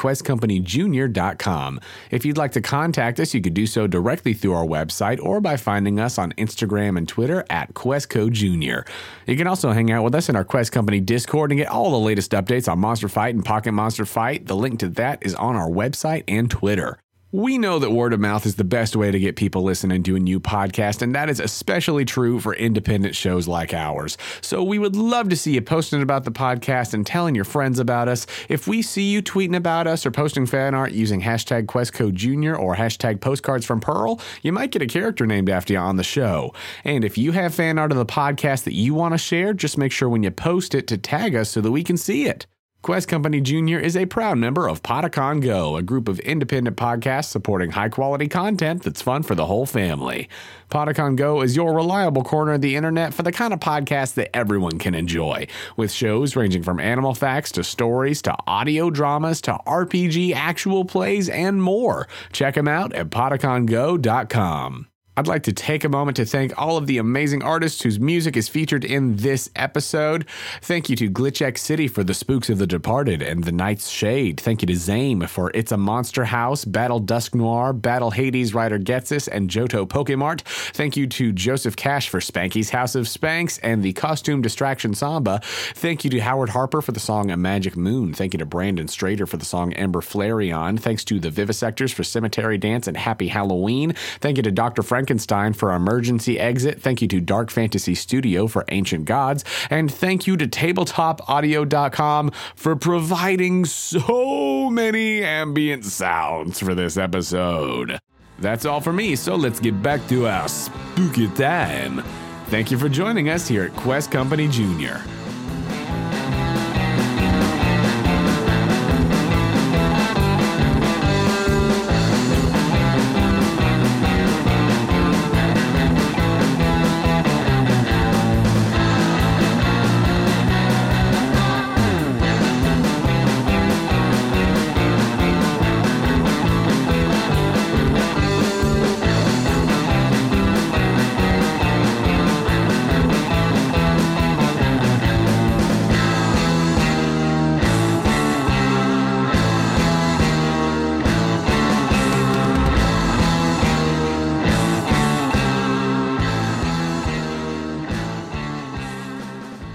S5: questcompanyjunior.com. If you'd like to contact us, you could do so directly through our website or by finding us on Instagram and Twitter at Questco Junior. You can also hang out with us in our Quest Company Discord and get all the latest updates on Monster Fight and Pocket Monster Fight. The link to that is on our website and Twitter. We know that word of mouth is the best way to get people listening to a new podcast, and that is especially true for independent shows like ours. So we would love to see you posting about the podcast and telling your friends about us. If we see you tweeting about us or posting fan art using hashtag QuestcoJunior or hashtag postcards from Pearl, you might get a character named after you on the show. And if you have fan art of the podcast that you want to share, just make sure when you post it to tag us so that we can see it. Quest Company Jr. is a proud member of Podicon Go, a group of independent podcasts supporting high quality content that's fun for the whole family. Podicon Go is your reliable corner of the internet for the kind of podcast that everyone can enjoy, with shows ranging from animal facts to stories to audio dramas to RPG actual plays and more. Check them out at podicongo.com. I'd like to take a moment to thank all of the amazing artists whose music is featured in this episode. Thank you to Glitchek City for The Spooks of the Departed and The Night's Shade. Thank you to Zame for It's a Monster House, Battle Dusk Noir, Battle Hades, Rider Getsis, and Johto Pokemart. Thank you to Joseph Cash for Spanky's House of Spanks and the Costume Distraction Samba. Thank you to Howard Harper for the song A Magic Moon. Thank you to Brandon Strader for the song Ember Flareon. Thanks to the Vivisectors for Cemetery Dance and Happy Halloween. Thank you to Dr. Frankenstein for Emergency Exit. Thank you to Dark Fantasy Studio for Ancient Gods. And thank you to TabletopAudio.com for providing so many ambient sounds for this episode. That's all for me, so let's get back to our spooky time. Thank you for joining us here at Quest Company Junior.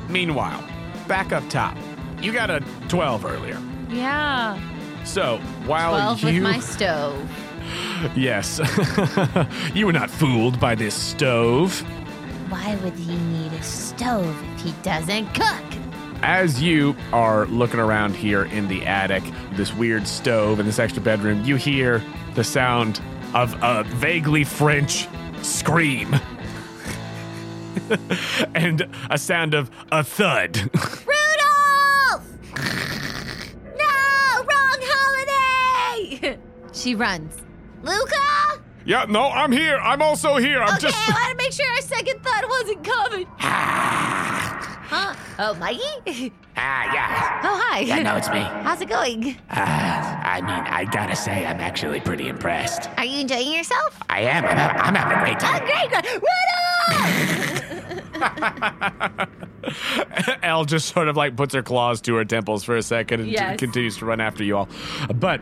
S5: Meanwhile, back up top, you got a 12 earlier.
S3: Yeah.
S5: So while
S3: 12
S5: you.
S3: with my stove.
S5: [LAUGHS] yes. [LAUGHS] you were not fooled by this stove.
S3: Why would he need a stove if he doesn't cook?
S5: As you are looking around here in the attic, this weird stove and this extra bedroom, you hear the sound of a vaguely French scream. [LAUGHS] and a sound of a thud. [LAUGHS]
S6: Rudolph! no, wrong holiday! [LAUGHS]
S3: She runs.
S6: Luca?
S5: yeah, Uh, no, I'm here. I'm also [LAUGHS] here. I'm
S6: Okay, I want to make sure our second thought wasn't
S7: [LAUGHS]
S6: coming. huh? Oh, Mikey?
S7: Ah, yeah.
S6: [LAUGHS] Oh, hi.
S7: Yeah, no, it's me.
S6: How's it going?
S7: Ah, I mean, I gotta say, I'm actually pretty impressed.
S6: Are you enjoying yourself?
S7: I am. I'm, ha- I'm having a great
S6: Oh, great.
S7: time.
S6: great. Rudolph!
S5: [LAUGHS] Elle just sort of like puts her claws to her temples for a second and
S3: Yes.
S5: continues to run after you all. But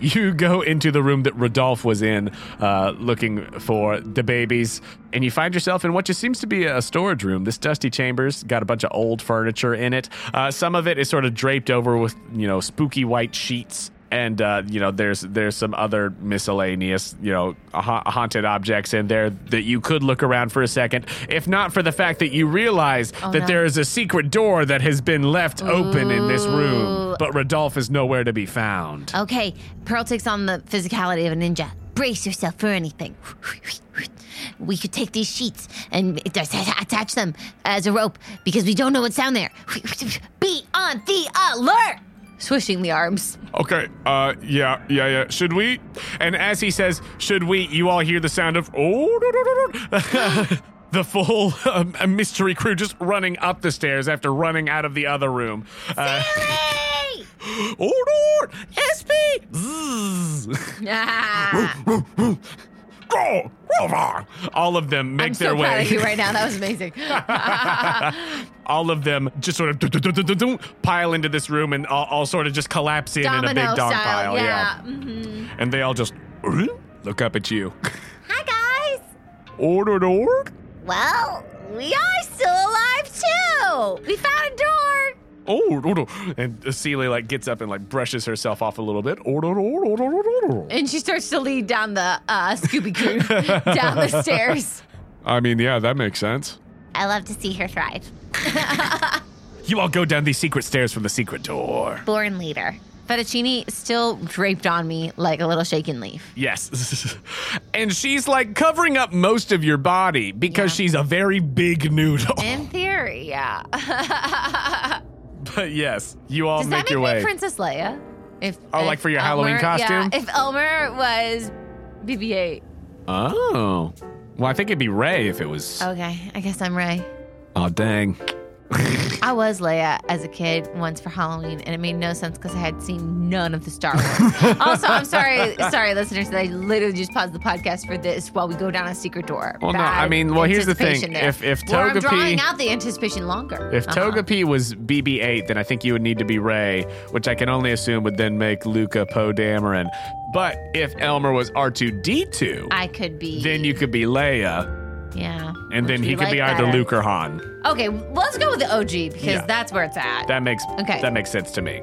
S5: you go into the room that Rodolphe was in uh, looking for the babies, and you find yourself in what just seems to be a storage room. This dusty chamber's got a bunch of old furniture in it. Uh, some of it is sort of draped over with, you know, spooky white sheets. And uh, you know, there's there's some other miscellaneous, you know, ha- haunted objects in there that you could look around for a second, if not for the fact that you realize
S3: Oh,
S5: that
S3: no.
S5: there is a secret door that has been left open in this room,
S3: Ooh. Uh.
S5: but Rodolphe is nowhere to be found.
S3: Okay, Pearl takes on the physicality of a ninja. Brace yourself for anything. We could take these sheets and attach them as a rope because we don't know what's down there. Be on the alert! Swishing the arms.
S5: Okay, uh, yeah, yeah, yeah. Should we? And as he says, should we, you all hear the sound of, oh, [LAUGHS] do, do, do, do." the full [LAUGHS] um, mystery crew just running up the stairs after running out of the other room. Uh,
S6: Really?
S5: oh, Lord, SP! Zzz.
S3: Ah,
S5: Go, Rovar! All of them make
S3: I'm
S5: their
S3: so
S5: way.
S3: proud of you right now. That was amazing.
S5: [LAUGHS] all of them just sort of dun-dun-dun-dun-dun pile into this room and all, all sort of just collapse in in a big
S3: Domino
S5: dog
S3: style.
S5: pile.
S3: Yeah.
S5: And they all just [LAUGHS] "Huh?" look up at you. [LAUGHS]
S6: Hi, guys.
S5: Ordered org?
S6: Well, we are still alive, too. We found a door.
S5: Oh, order. and Celia like gets up and like brushes herself off a little bit. Order, order, order, order, order.
S3: And she starts to lead down the uh, Scooby Doo [LAUGHS] down the stairs.
S5: I mean, yeah, that makes sense.
S6: I love to see her thrive.
S5: You all go down these secret stairs from the secret door.
S6: Born leader.
S3: Fettuccine still draped on me like a little shaken leaf.
S5: Yes. [LAUGHS] and she's like covering up most of your body because
S3: Yeah.
S5: she's a very big noodle.
S3: In theory, yeah.
S5: [LAUGHS] but yes, you all
S3: Does
S5: make
S3: that make
S5: your
S3: me
S5: way.
S3: Princess Leia? If
S5: Oh,
S3: if
S5: like for your Halloween
S3: Elmer-
S5: costume?
S3: Yeah, if Elmer was BB-8.
S5: Oh. Well, I think it'd be Ray if it was. Oh,
S3: Okay, I guess I'm Ray.
S5: dang.
S3: I was Leia as a kid once for Halloween, and it made no sense because I had seen none of the Star
S5: [LAUGHS]
S3: Wars. also, I'm sorry, sorry, listeners, that I literally just paused the podcast for this while we go down a secret door.
S5: Well, no,
S3: Bad
S5: I mean, well, here's the thing.
S3: anticipation there.
S5: If- if
S3: Where I'm
S5: Togepi-
S3: drawing out the anticipation longer.
S5: If
S3: Uh-huh.
S5: Togepi was BB-8, then I think you would need to be Ray, which I can only assume would then make Luca Poe Dameron. But if Elmer was R2D2,
S3: I could be,
S5: then you could be Leia,
S3: yeah,
S5: and
S3: Would
S5: then
S3: you
S5: he could
S3: like
S5: be either
S3: that?
S5: Luke or Han.
S3: Okay, well, let's go with the OG because
S5: Yeah.
S3: that's where it's at.
S5: That makes
S3: Okay.
S5: that makes sense
S3: [LAUGHS]
S5: to me.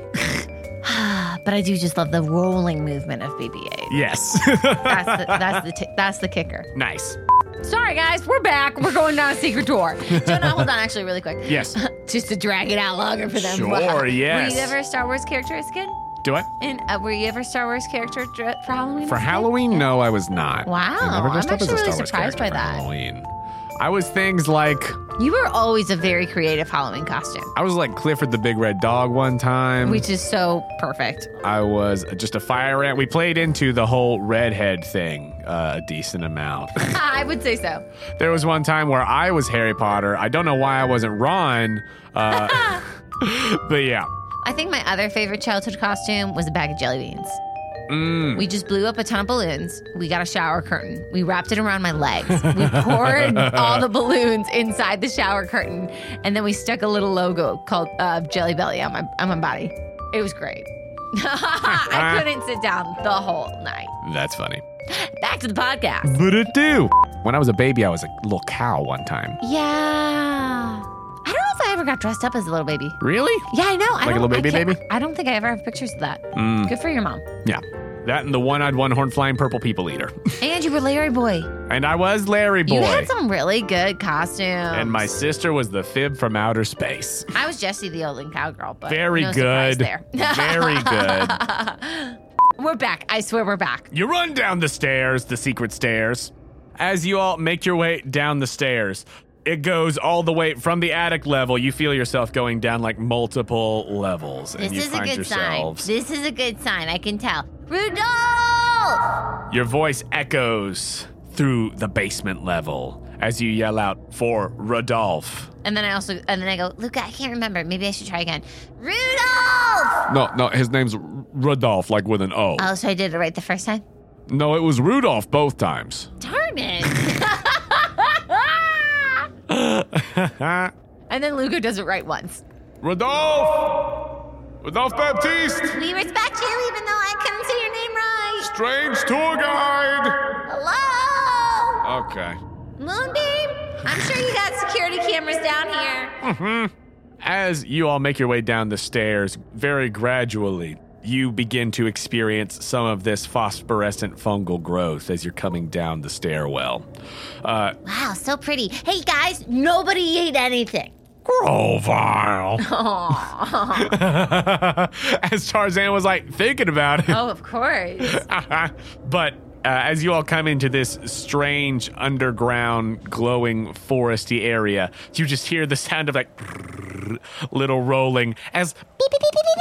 S3: but I do just love the rolling movement of BB-8.
S5: Yes. [LAUGHS]
S3: That's the that's the t- that's the kicker.
S5: nice.
S3: Sorry guys, we're back. We're going down a secret
S5: [LAUGHS]
S3: door. Jonah, hold on, actually, really quick.
S5: Yes.
S3: [LAUGHS] Just to drag it out longer for them.
S5: Sure,
S3: Were
S5: yes.
S3: you ever a Star Wars character as a kid?
S5: Do I?
S3: And uh, were you ever a Star Wars character dr- for Halloween?
S5: For
S3: as a kid?
S5: Halloween, no, I was not.
S3: Wow,
S5: I never
S3: I'm
S5: dressed up as a
S3: actually
S5: Star
S3: really
S5: Wars
S3: surprised by
S5: character for
S3: that.
S5: Halloween. I was things like
S3: You were always a very creative Halloween costume,
S5: I was like Clifford the Big Red Dog one time.
S3: which is so perfect. [LAUGHS]
S5: I was just a fire ant. We played into the whole redhead thing uh, a decent amount. [LAUGHS]
S3: I would say so.
S5: there was one time where I was Harry Potter. I don't know why I wasn't Ron,
S3: [LAUGHS]
S5: uh, but yeah.
S3: I think my other favorite childhood costume was a bag of jelly beans.
S5: Mm.
S3: We just blew up a ton of balloons. We got a shower curtain. We wrapped it around my legs. We
S5: [LAUGHS]
S3: poured all the balloons inside the shower curtain, and then we stuck a little logo called uh, Jelly Belly on my on my body. It was great. [LAUGHS] I couldn't sit down the whole night.
S5: That's funny.
S3: Back to the podcast.
S5: But it do. When I was a baby, I was a little cow one time.
S3: Yeah. I don't know if I ever got dressed up as a little baby.
S5: Really?
S3: Yeah, I know. I
S5: Like a
S3: don't-
S5: little
S3: I
S5: baby
S3: can't-
S5: baby? Mm.
S3: I don't think I ever have pictures of that. Good for your mom.
S5: Yeah. That and the one-eyed, one-horned, flying purple people eater. [LAUGHS]
S3: And you were Larry Boy.
S5: and I was Larry Boy.
S3: You had some really good costumes.
S5: and my sister was the fib from outer space.
S3: I was Jessie the Olden Cowgirl, but
S5: Very
S3: no surprise
S5: good.
S3: There. [LAUGHS]
S5: Very good.
S3: we're back. I swear we're back.
S5: You run down the stairs, the secret stairs. As you all make your way down the stairs, it goes all the way from the attic level. You feel yourself going down like multiple levels.
S3: This
S5: and you
S3: is a
S5: find
S3: good
S5: yourselves.
S3: sign. This is a good sign. I can tell. Rudolph!
S5: Your voice echoes through the basement level as you yell out for Rodolph.
S3: And then I also, and then I go, Luca, I can't remember. Maybe I should try again. Rudolph!
S5: No, no, his name's Rodolph, like with an O.
S3: Oh, so I did it right the first time?
S5: no, it was Rudolph both [LAUGHS] times.
S3: Darn it. [LAUGHS] and then Luca does it right once.
S5: Rodolph! Rodolph Baptiste!
S8: We respect you even though I couldn't say your name right.
S5: Strange tour guide!
S8: Hello?
S5: Okay.
S8: Moonbeam? I'm sure you got security cameras down here.
S5: As you all make your way down the stairs, very gradually, you begin to experience some of this phosphorescent fungal growth as you're coming down the stairwell. Uh,
S8: Wow, so pretty. Hey guys, nobody ate anything.
S5: Grovile. [LAUGHS] as Tarzan was like thinking about it. [LAUGHS]
S3: Oh, of course.
S8: [LAUGHS]
S5: but uh, as you all come into this strange underground glowing foresty area, you just hear the sound of like [LAUGHS] little rolling as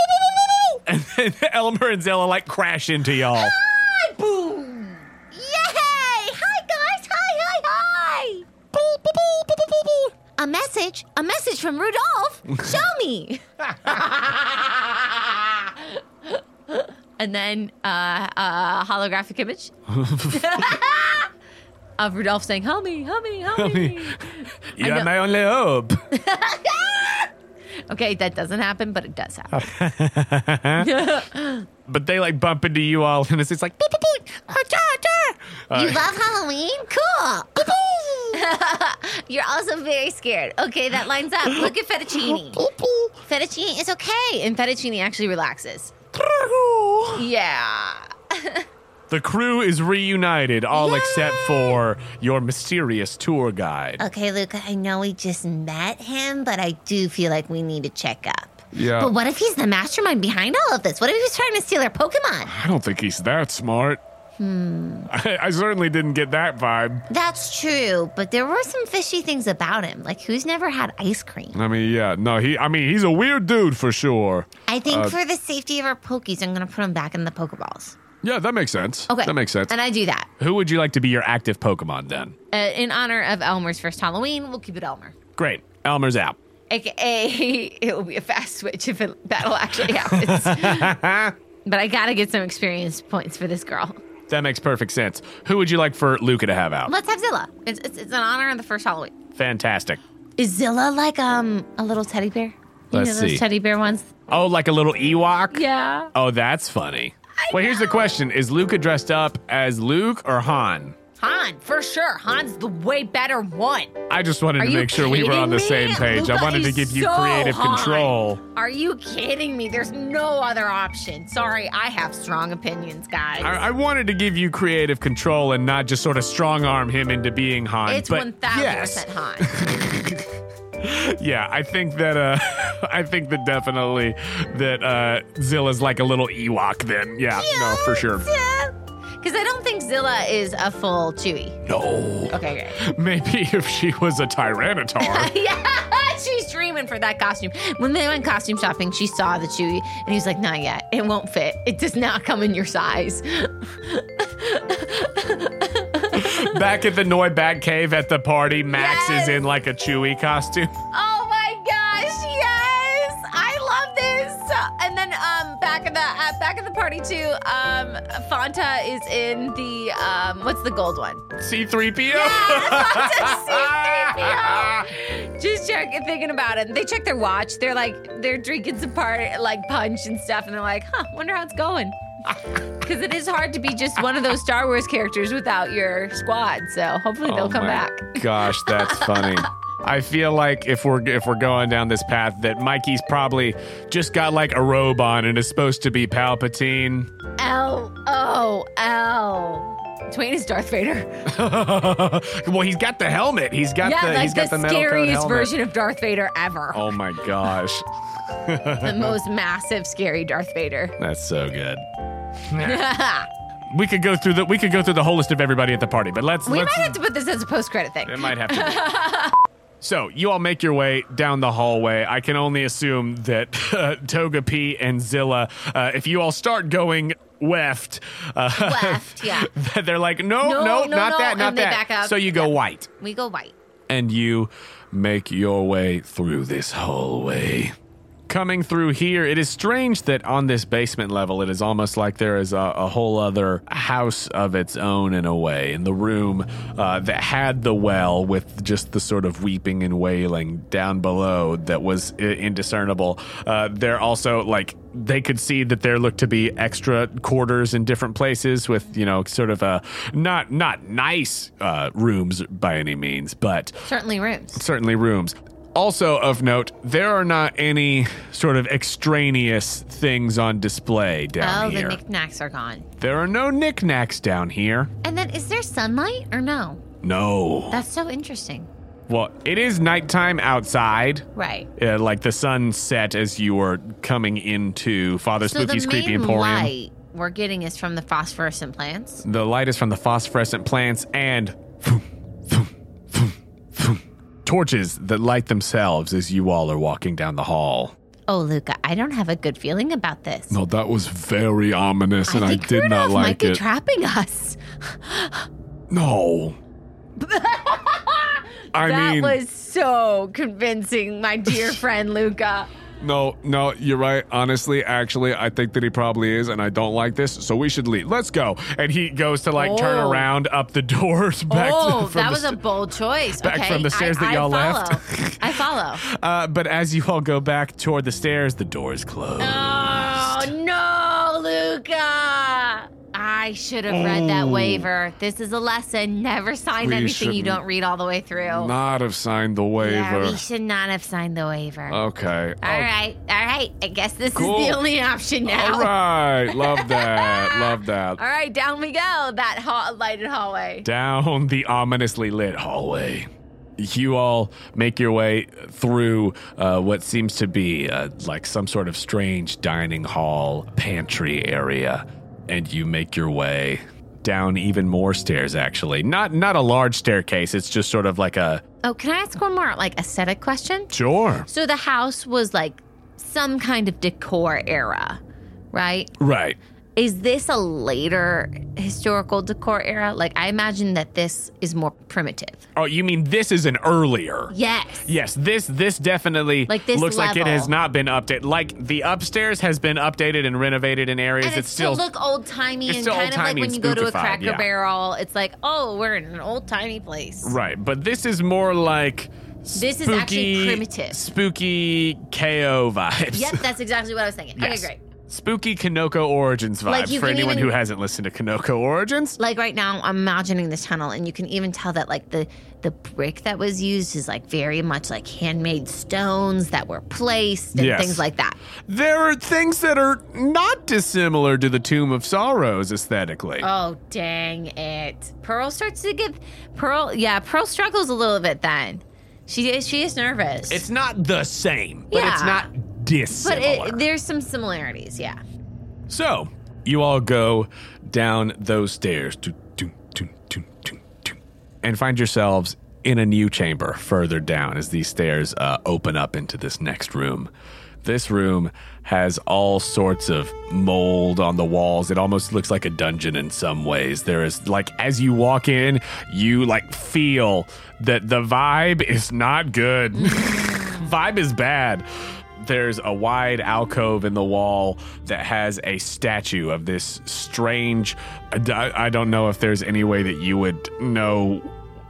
S5: [LAUGHS] and then Elmer and Zella like crash into y'all.
S8: Yay! Hi guys! Hi, hi, hi! A message? A message from Rudolph? Show [LAUGHS] me!
S3: And then uh, a holographic
S8: [LAUGHS]
S3: image of Rudolph saying, Help me, help me, help me.
S5: You're
S3: know-
S5: my only hope.
S3: Okay, that doesn't happen, but it does happen.
S5: But they like bump into you all and it's just like [LAUGHS] beep, beep, beep. Ah, da, da.
S8: You love Halloween? [LAUGHS] Cool!
S3: You're also very scared. Okay, that lines up. Look at Fettuccine. Fettuccine is okay. And Fettuccine actually relaxes. Yeah.
S5: The crew is reunited, all except for your mysterious tour guide.
S3: Uh,
S8: okay, Luca, I know we just met him, but I do feel like we need to check up.
S5: Yeah.
S8: But what if he's the mastermind behind all of this? What if he was trying to steal our Pokemon?
S5: I don't think he's that smart. Hmm. [LAUGHS] I, I certainly didn't get that vibe.
S8: That's true, but there were some fishy things about him. Like, who's never had ice cream?
S5: I mean, yeah, no, he. I mean, he's a weird dude for sure.
S8: I think
S5: Uh,
S8: for the safety of our Pokies, I'm going to put him back in the Pokeballs.
S5: Yeah, that makes sense.
S3: Okay.
S5: that makes sense.
S3: And I do that.
S5: Who would you like to be your active Pokemon then?
S3: Uh, in honor of Elmer's first Halloween, we'll keep it Elmer.
S5: Great, Elmer's out.
S3: AKA, it will be a [LAUGHS] fast switch if a battle actually
S5: [LAUGHS]
S3: happens. but I gotta get some experience points for this girl.
S5: That makes perfect sense. Who would you like for Luca to have out?
S3: Let's have Zilla. It's, it's, it's an honor of the first Halloween.
S5: Fantastic.
S3: Is Zilla like um a little teddy bear? You
S5: Let's
S3: know those
S5: see.
S3: teddy bear ones?
S5: Oh, like a little Ewok.
S3: Yeah.
S5: Oh, that's funny. well, here's the question: Is Luca dressed up as Luke or Han?
S3: Han, for sure. Han's the way better one.
S5: I just wanted
S3: Are
S5: to
S3: you
S5: make sure we were
S3: kidding
S5: on the
S3: me?
S5: same page. I
S3: Luca
S5: wanted to
S3: is
S5: give you
S3: so
S5: creative
S3: Han.
S5: control.
S3: Are you kidding me? There's no other option. Sorry, I have strong opinions, guys.
S5: I, I wanted to give you creative control and not just sort of strong arm him into being Han.
S3: it's
S5: [LAUGHS] but
S3: 1000%
S5: yes,
S3: Han.
S5: yeah. I think that uh, [LAUGHS] I think that definitely that uh, Zilla's like a little Ewok. Then yeah, [LAUGHS] no, for sure.
S3: Because I don't think Zilla is a full Chewy.
S5: No, [LAUGHS]
S3: Okay, great. [LAUGHS]
S5: maybe if she was a Tyranitar.
S3: yeah, [LAUGHS] she's dreaming for that costume. When they went costume shopping, she saw the Chewy and he was like, not yet. It won't fit. It does not come in your size.
S5: Back at the Noi Bag Cave at the party, Max
S3: Yes.
S5: is in like a Chewy costume. [LAUGHS]
S3: Oh my gosh, yes! I love this. And then um, back at the uh, back at the party too. Um, Fanta is in the um, what's the gold one? [LAUGHS]
S5: C3PO.
S3: Just check thinking about it. They check their watch. They're like they're drinking some part like punch and stuff, and they're like, huh, wonder how it's
S5: [LAUGHS]
S3: going. Because it is hard to be just one of those Star Wars characters without your squad. So hopefully they'll
S5: Oh
S3: come
S5: my
S3: back. [LAUGHS]
S5: Gosh, that's funny. I feel like if we're if we're going down this path, that Mikey's probably just got like a robe on and is supposed to be Palpatine. [LAUGHS]
S3: L O L. Twain is Darth Vader.
S5: well, he's got the helmet. He's got
S3: yeah,
S5: the he's
S3: like
S5: got
S3: the,
S5: the, metal coat
S3: scariest
S5: helmet.
S3: version of Darth Vader ever.
S5: Oh my gosh,
S3: The most massive, scary Darth Vader.
S5: that's so good. We could go through the we could go through the whole list of everybody at the party, but let's
S3: we might
S5: let's
S3: have to put this as a post-credit thing.
S5: It might have
S3: [LAUGHS]
S5: to be. so you all make your way down the hallway. I can only assume that [LAUGHS] uh, Toga P and Zilla, uh, if you all start going weft, uh, [LAUGHS]
S3: Left, yeah.
S5: they're like, no, no,
S3: No,
S5: nope,
S3: no,
S5: not
S3: no,"
S5: that, not
S3: and they
S5: that.
S3: back up.
S5: So you go white,
S3: We go white.
S5: and you make your way through this hallway. Coming through here, it is strange that on this basement level, it is almost like there is a, a whole other house of its own in a way. In the room uh, that had the well with just the sort of weeping and wailing down below that was I- indiscernible. Uh, there also, like, they could see that there looked to be extra quarters in different places with, you know, sort of a not not nice uh, rooms by any means, but
S3: Certainly rooms.
S5: certainly rooms. Also of note, there are not any sort of extraneous things on display
S3: Oh,
S5: down
S3: the
S5: here.
S3: knickknacks are gone.
S5: there are no knickknacks down here.
S3: And then, is there sunlight or no?
S5: No.
S3: That's so interesting.
S5: well, it is nighttime outside.
S3: Right.
S5: Uh, like the sun set as you were coming into Father
S3: So
S5: Spooky's
S3: the
S5: Creepy
S3: main
S5: Emporium.
S3: light we're getting is from the phosphorescent plants.
S5: The light is from the phosphorescent plants and thoom, thoom, thoom, thoom, torches that light themselves as you all are walking down the hall.
S3: Oh, Luca, I don't have a good feeling about this.
S5: No, that was very ominous, and I
S3: think
S5: did not
S3: Rudolph might
S5: like
S3: be
S5: it.
S3: trapping us. [LAUGHS]
S5: no. I
S3: that
S5: mean,
S3: was so convincing, my
S5: [LAUGHS]
S3: dear friend Luca.
S5: no, no, you're right. Honestly, actually, I think that he probably is, and I don't like this, so we should leave. Let's go. And he goes to like turn
S3: Oh.
S5: around up the [LAUGHS] doors back
S3: oh,
S5: to, from
S3: that
S5: the
S3: was a
S5: st-
S3: bold choice.
S5: back
S3: okay,
S5: from the stairs
S3: I,
S5: that
S3: I
S5: y'all
S3: follow.
S5: left.
S3: I
S5: [LAUGHS]
S3: follow.
S5: uh, but as you all go back toward the stairs, the door is closed.
S3: Oh no, Luca! I should have read that waiver. This is a lesson. Never sign
S5: Oh. We
S3: anything you
S5: shouldn't.
S3: don't read all the way through.
S5: Not have signed the waiver.
S3: Yeah, we should not have signed the waiver.
S5: okay.
S3: all right, all right. I guess this is
S5: Cool.
S3: the only option now.
S5: All right. Love that. Love that.
S3: All right, down we go. That hot lighted hallway.
S5: down the ominously lit hallway. You all make your way through uh, what seems to be uh, like some sort of strange dining hall pantry area, and you make your way down even more stairs. Actually, not not a large staircase. It's just sort of like a
S3: Oh, can I ask one more like aesthetic question?
S5: sure,
S3: So the house was like some kind of decor era, right?
S5: right?
S3: Is this a later historical decor era? Like I imagine that this is more primitive.
S5: Oh, you mean this is an earlier?
S3: Yes.
S5: Yes, this this definitely
S3: Like this
S5: looks like it
S3: level.
S5: has not been updated. Like the upstairs has been updated and renovated in areas.
S3: And it
S5: it's still
S3: still look old timey
S5: it's
S3: and
S5: still
S3: kind of like
S5: old-timey
S3: when
S5: and
S3: you go to a
S5: spookified,
S3: cracker
S5: yeah.
S3: barrel, it's like, oh, we're in an old timey place.
S5: Right, but this is more like
S3: This is actually
S5: spooky-
S3: primitive.
S5: spooky KO vibes.
S3: Yep, that's exactly what I was thinking.
S5: Yes.
S3: Okay, great.
S5: Spooky Kanoko Origins vibes
S3: Like, you
S5: for
S3: can
S5: anyone
S3: even-
S5: who hasn't listened to Kanoko Origins.
S3: like right now i'm imagining the tunnel and you can even tell that like the the brick that was used is like very much like handmade stones that were placed and
S5: Yes.
S3: things like that
S5: There are things that are not dissimilar to the Tomb of Sorrows aesthetically.
S3: oh dang it pearl starts to get pearl yeah pearl struggles a little bit then she is she is nervous
S5: [LAUGHS] it's not the same, but it's
S3: Yeah.
S5: not
S3: but
S5: dissimilar.
S3: it, there's some similarities yeah
S5: So you all go down those stairs doo, doo, doo, doo, doo, doo, and find yourselves in a new chamber further down as these stairs uh, open up into this next room. This room has all sorts of mold on the walls. It almost looks like a dungeon in some ways. There is like as you walk in, you like feel that the vibe is not good. [LAUGHS] vibe is bad. There's a wide alcove in the wall that has a statue of this strange. I d- I don't know if there's any way that you would know,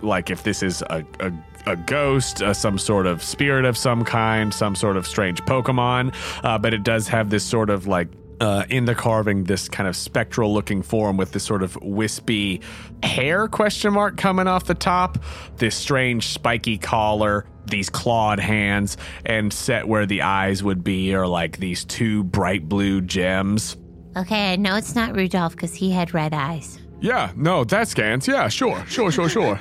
S5: like, if this is a, a, a ghost, uh, some sort of spirit of some kind, some sort of strange Pokemon, uh, but it does have this sort of like uh, in the carving this kind of spectral looking form with this sort of wispy hair question mark coming off the top this strange spiky collar these clawed hands and set where the eyes would be are like these two bright blue gems
S3: Okay, I know it's not Rudolph because he had red eyes.
S5: yeah, no, that scans. Yeah, sure, sure, sure, sure.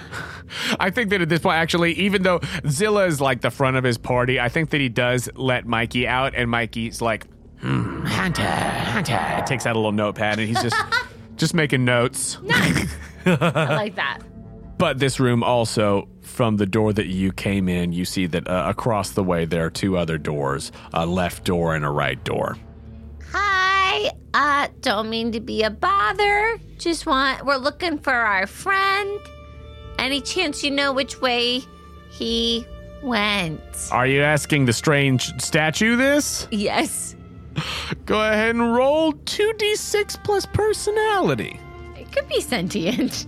S5: I think that at [LAUGHS] this point, actually, even though Zilla is like the front of his party, I think that he does let Mikey out, and Mikey's like, "Hmm,
S9: Hunter, Hunter.
S5: takes out a little notepad, and he's just just making notes.
S3: I like that.
S5: But this room also, from the door that you came in, you see that uh, across the way there are two other doors a left door and a right door.
S3: Hi, uh, don't mean to be a bother. Just want, we're looking for our friend. Any chance you know which way he went?
S5: Are you asking the strange statue this?
S3: Yes.
S5: Go ahead and roll 2d6 plus personality.
S3: It could be sentient.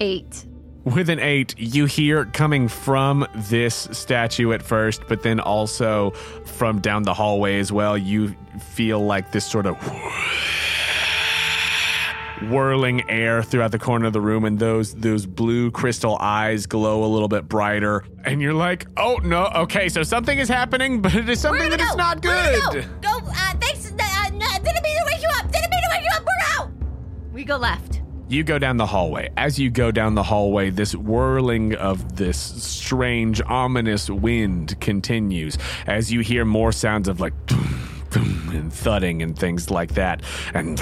S3: Eight.
S5: With an eight, you hear coming from this statue at first, but then also from down the hallway as well. You feel like this sort of whirling air throughout the corner of the room, and those those blue crystal eyes glow a little bit brighter. And you're like, "Oh no, okay, so something is happening, but it is something that is not good."
S10: Go. go. Uh, thanks. Uh, no, didn't mean to wake you up. Didn't mean to wake you up. We're out.
S3: We go left.
S5: You go down the hallway. As you go down the hallway, this whirling of this strange, ominous wind continues as you hear more sounds of like thum, thum, and thudding and things like that, and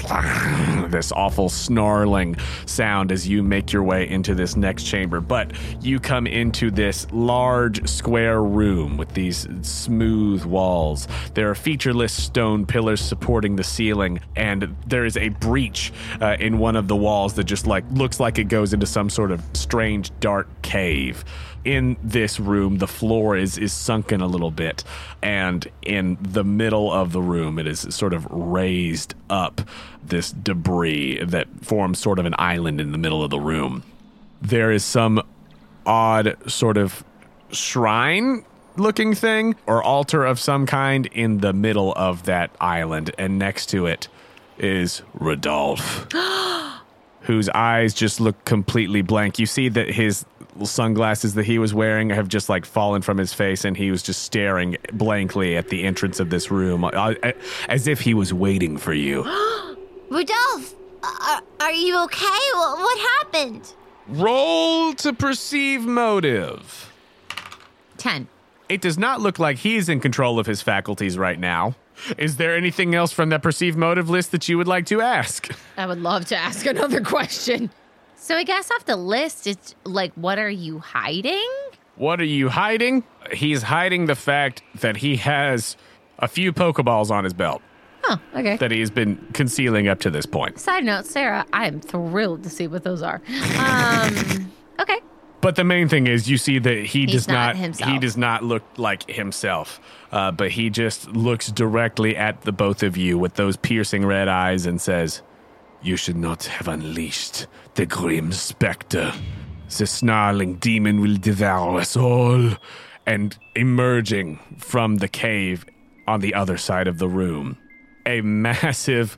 S5: this awful snarling sound as you make your way into this next chamber. But you come into this large square room with these smooth walls. There are featureless stone pillars supporting the ceiling, and there is a breach uh, in one of the walls that just like looks like it goes into some sort of strange dark cave. In this room, the floor is is sunken a little bit, and in the middle of the room, it is sort of raised up this debris that forms sort of an island in the middle of the room. There is some odd sort of shrine looking thing or altar of some kind in the middle of that island and next to it is Rodolphe whose eyes just look completely blank. You see that his sunglasses that he was wearing have just like fallen from his face and he was just staring blankly at the entrance of this room uh, as if he was waiting for you.
S10: Rudolph,
S3: uh,
S10: are, are you okay? What, what happened?
S5: Roll to perceive motive.
S3: Ten.
S5: It does not look like he's in control of his faculties right now. Is there anything else from that perceived motive list that you would like to ask?
S3: I would love to ask another question. So I guess off the list, it's like, what are you hiding?
S5: What are you hiding? He's hiding the fact that he has a few Pokeballs on his belt
S3: Oh, okay.
S5: that he's been concealing up to this point.
S3: Side note, Sarah, I am thrilled to see what those are. [LAUGHS] Um, okay.
S5: But the main thing is, you see that he does
S3: not
S5: not,
S3: himself.
S5: he does not look like himself, uh, but he just looks directly at the both of you with those piercing red eyes and says, "You should not have unleashed the grim specter. The snarling demon will devour us all." And emerging from the cave on the other side of the room, a massive,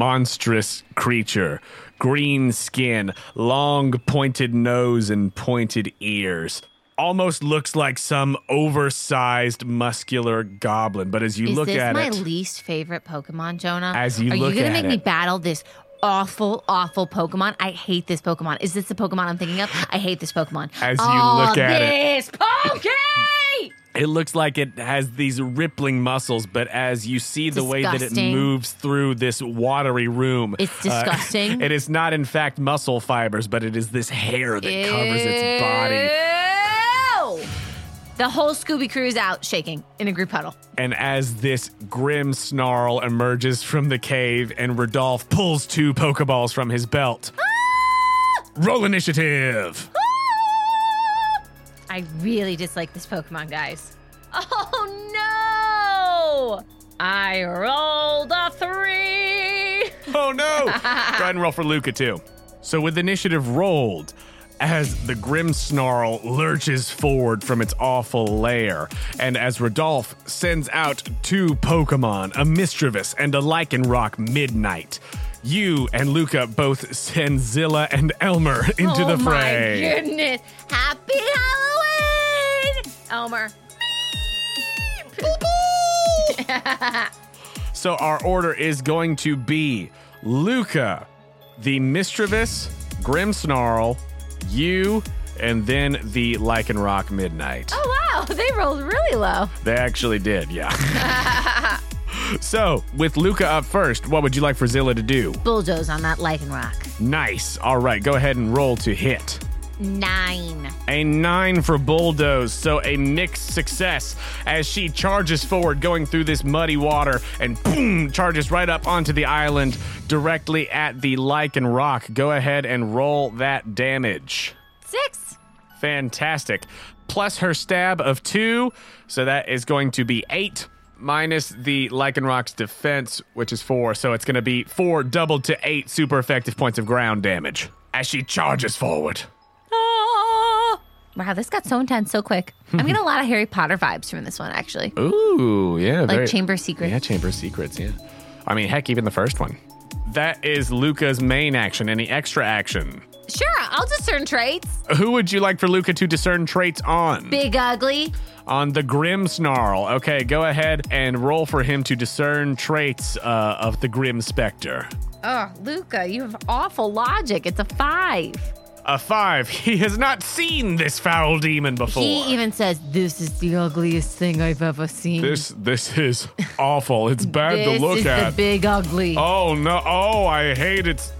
S5: monstrous creature. Green skin, long pointed nose, and pointed ears. Almost looks like some oversized, muscular goblin. But as you
S3: Is
S5: look
S3: this
S5: at
S3: my
S5: it,
S3: least favorite Pokemon, Jonah?
S5: As you
S3: are
S5: look
S3: you gonna
S5: at
S3: make me
S5: it-
S3: battle this awful, awful Pokemon? I hate this Pokemon. Is this the Pokemon I'm thinking of? I hate this Pokemon.
S5: As you
S3: oh,
S5: look at Uh,
S3: this it, Pokey!
S5: it looks like it has these rippling muscles. But as you see the way that it
S3: Disgusting.
S5: moves through this watery room,
S3: It's
S5: [LAUGHS]
S3: disgusting.
S5: it is not, in fact, muscle fibers, but it is this hair that covers its body.
S3: Ew! The whole Scooby Crew is out shaking in a group huddle.
S5: And as this grim snarl emerges from the cave, and Rodolph pulls two Pokeballs from his belt. Roll initiative.
S3: [LAUGHS] I really dislike this Pokemon, guys. Oh no! I rolled a three.
S5: [LAUGHS] Oh no! Go ahead and roll for Luca too. So with initiative rolled, as the grim snarl lurches forward from its awful lair, and as Rodolph sends out two Pokemon, a mischievous and a Lycanroc midnight. You and Luca both send Zilla and Elmer into
S3: oh
S5: the
S3: my
S5: fray.
S3: goodness! Happy Halloween, Elmer.
S5: So our order is going to be Luca, the mischievous Grimmsnarl, you, and then the Lycanroc Midnight.
S3: [LAUGHS] Oh wow, they rolled really low.
S5: They actually did, yeah.
S3: [LAUGHS]
S5: [LAUGHS] so with Luca up first, what would you like for Zilla to do?
S3: Bulldoze on that Lycan rock.
S5: Nice. All right, go ahead and roll to hit.
S3: Nine.
S5: A nine for Bulldoze, so a mixed success as she charges forward, going through this muddy water, and boom, charges right up onto the island directly at the lichen rock. Go ahead and roll that damage.
S3: Six.
S5: Fantastic. Plus her stab of two, so that is going to be eight. Minus the Lycanroc's defense, which is four, so it's going to be four doubled to eight super effective points of ground damage as she charges forward. Ah.
S3: Oh. Wow, this got so intense so
S5: [LAUGHS]
S3: quick. I'm getting a lot of Harry Potter vibes from this one, actually.
S5: Ooh, yeah.
S3: Like Chamber of Secrets.
S5: Yeah, Chamber of Secrets, yeah. I mean, heck, even the first one. That is Luca's main action. Any extra action?
S3: Sure, I'll discern traits.
S5: Who would you like for Luca to discern traits on?
S3: Big ugly.
S5: On the Grim Snarl. Okay, go ahead and roll for him to discern traits uh, of the Grim Spectre.
S3: Oh, Luca, you have awful logic. It's a five.
S5: A five. [LAUGHS] He has not seen this foul demon before.
S3: He even says, This is the ugliest thing I've ever seen.
S5: this this is awful. It's bad
S3: This
S5: to look
S3: is
S5: at.
S3: the big ugly. [LAUGHS]
S5: oh no! Oh, I hate it.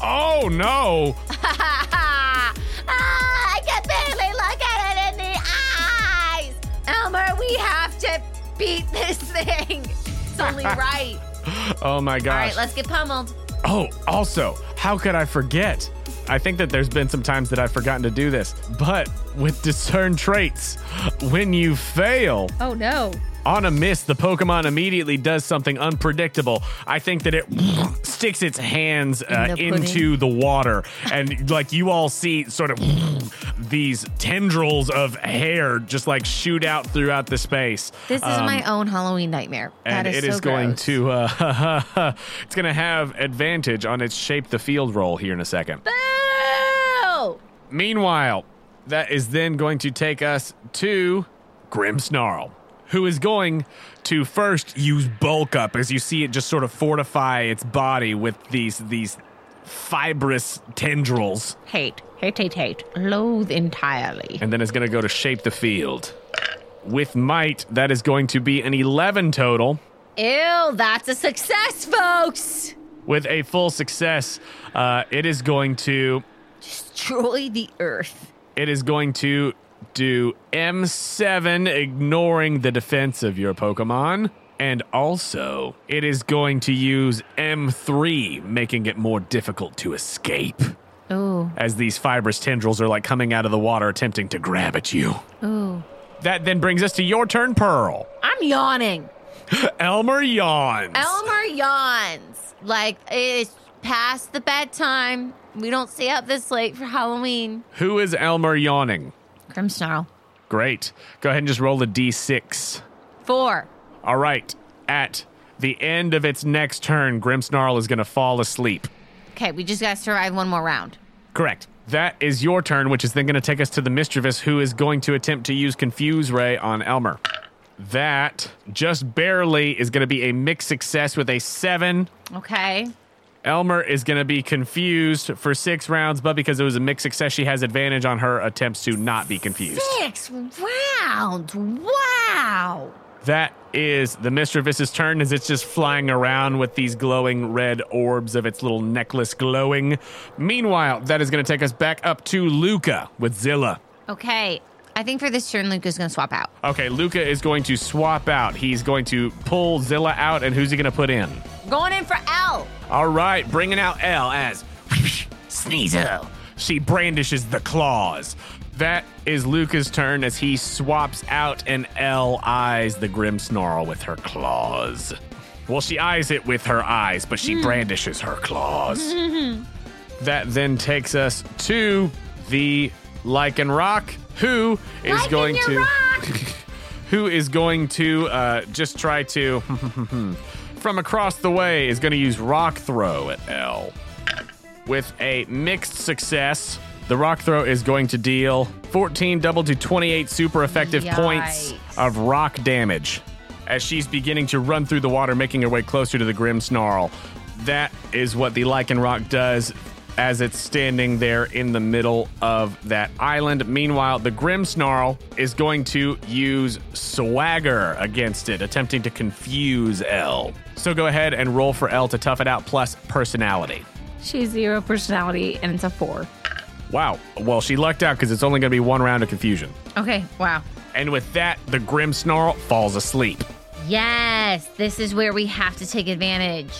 S5: Oh no!
S11: Ah, I can barely look at it in the eyes.
S3: Elmer, we have to beat this [LAUGHS] thing. It's
S5: [LAUGHS]
S3: only right.
S5: Oh my
S3: All
S5: gosh.
S3: right, let's get pummeled.
S5: Oh, also, how could I forget? I think that there's been some times that I've forgotten to do this, but with discern traits, when you fail
S3: Oh, no.
S5: on a miss, the Pokemon immediately does something unpredictable. I think that it [SNIFFS] sticks its hands uh,
S3: the pudding.
S5: into the water, and like you all see, sort of [SNIFFS] these tendrils of hair just like shoot out throughout the space.
S3: This is my own Halloween nightmare.
S5: Um, and
S3: that is
S5: it
S3: so
S5: is going
S3: gross.
S5: to uh, [LAUGHS] it's going to have advantage on its shape the field roll here in a second.
S3: Boo!
S5: Meanwhile, that is then going to take us to Grim Snarl, who is going to first use bulk up as you see it just sort of fortify its body with these these fibrous tendrils,
S3: Hate. Hate, hate, hate. Loathe entirely.
S5: and then it's going to go to shape the field. With might, that is going to be an 11 total.
S3: Ew, that's a success, folks!
S5: With a full success, uh, it is going to
S3: Destroy the earth.
S5: it is going to do M7, ignoring the defense of your Pokemon. And also, it is going to use M3, making it more difficult to escape
S3: Ooh,
S5: as these fibrous tendrils are like coming out of the water attempting to grab at you.
S3: ooh.
S5: That then brings us to your turn, Pearl.
S3: I'm yawning.
S5: Elmer yawns.
S3: Elmer yawns. Like, it's past the bedtime. We don't stay up this late for Halloween.
S5: Who is Elmer yawning?
S3: Grim snarl.
S5: Great. Go ahead and just roll a d6.
S3: Four.
S5: All right. At the end of its next turn, Grimmsnarl is going to fall asleep.
S3: Okay, we just gotta survive one more round.
S5: Correct. That is your turn, which is then going to take us to the mischievous, who is going to attempt to use Confuse Ray on Elmer. That just barely is going to be a mixed success with a seven.
S3: Okay.
S5: Elmer is going to be confused for six rounds, but because it was a mixed success, she has advantage on her attempts to not be confused.
S3: Six rounds. Wow.
S5: That is the mischievous's turn as it's just flying around with these glowing red orbs of its little necklace glowing. Meanwhile, that is going to take us back up to Luca with Zilla.
S3: Okay. I think for this turn, Luca's gonna swap out.
S5: Okay, Luca is going to swap out. He's going to pull Zilla out, and who's he going to put in?
S3: Going in for L.
S5: All right, bringing out L as
S1: Sneasel.
S5: she brandishes the claws. That is Luca's turn as he swaps out and L eyes the grim snarl with her claws. Well, she eyes it with her eyes,
S1: Hmm. [LAUGHS]
S5: but she brandishes her claws. that then takes us to the Lichen Rock, who is
S1: Lichen
S5: going
S1: your
S5: to
S1: rock!
S5: [LAUGHS] who is going to uh, just try to [LAUGHS] from across the way is going to use rock throw at L with a mixed success. The rock throw is going to deal 14 double to 28 super effective points
S3: Yikes.
S5: of rock damage as she's beginning to run through the water, making her way closer to the Grim Snarl. That is what the Lichen Rock does as it's standing there in the middle of that island. Meanwhile, the Grim Snarl is going to use Swagger against it, attempting to confuse L. So go ahead and roll for L to tough it out, plus personality.
S12: She's zero personality and it's a four.
S5: Wow. Well, she lucked out because it's only going to be one round of confusion.
S3: Okay, wow.
S5: And with that, the Grim Snarl falls asleep.
S3: Yes, this is where we have to take advantage.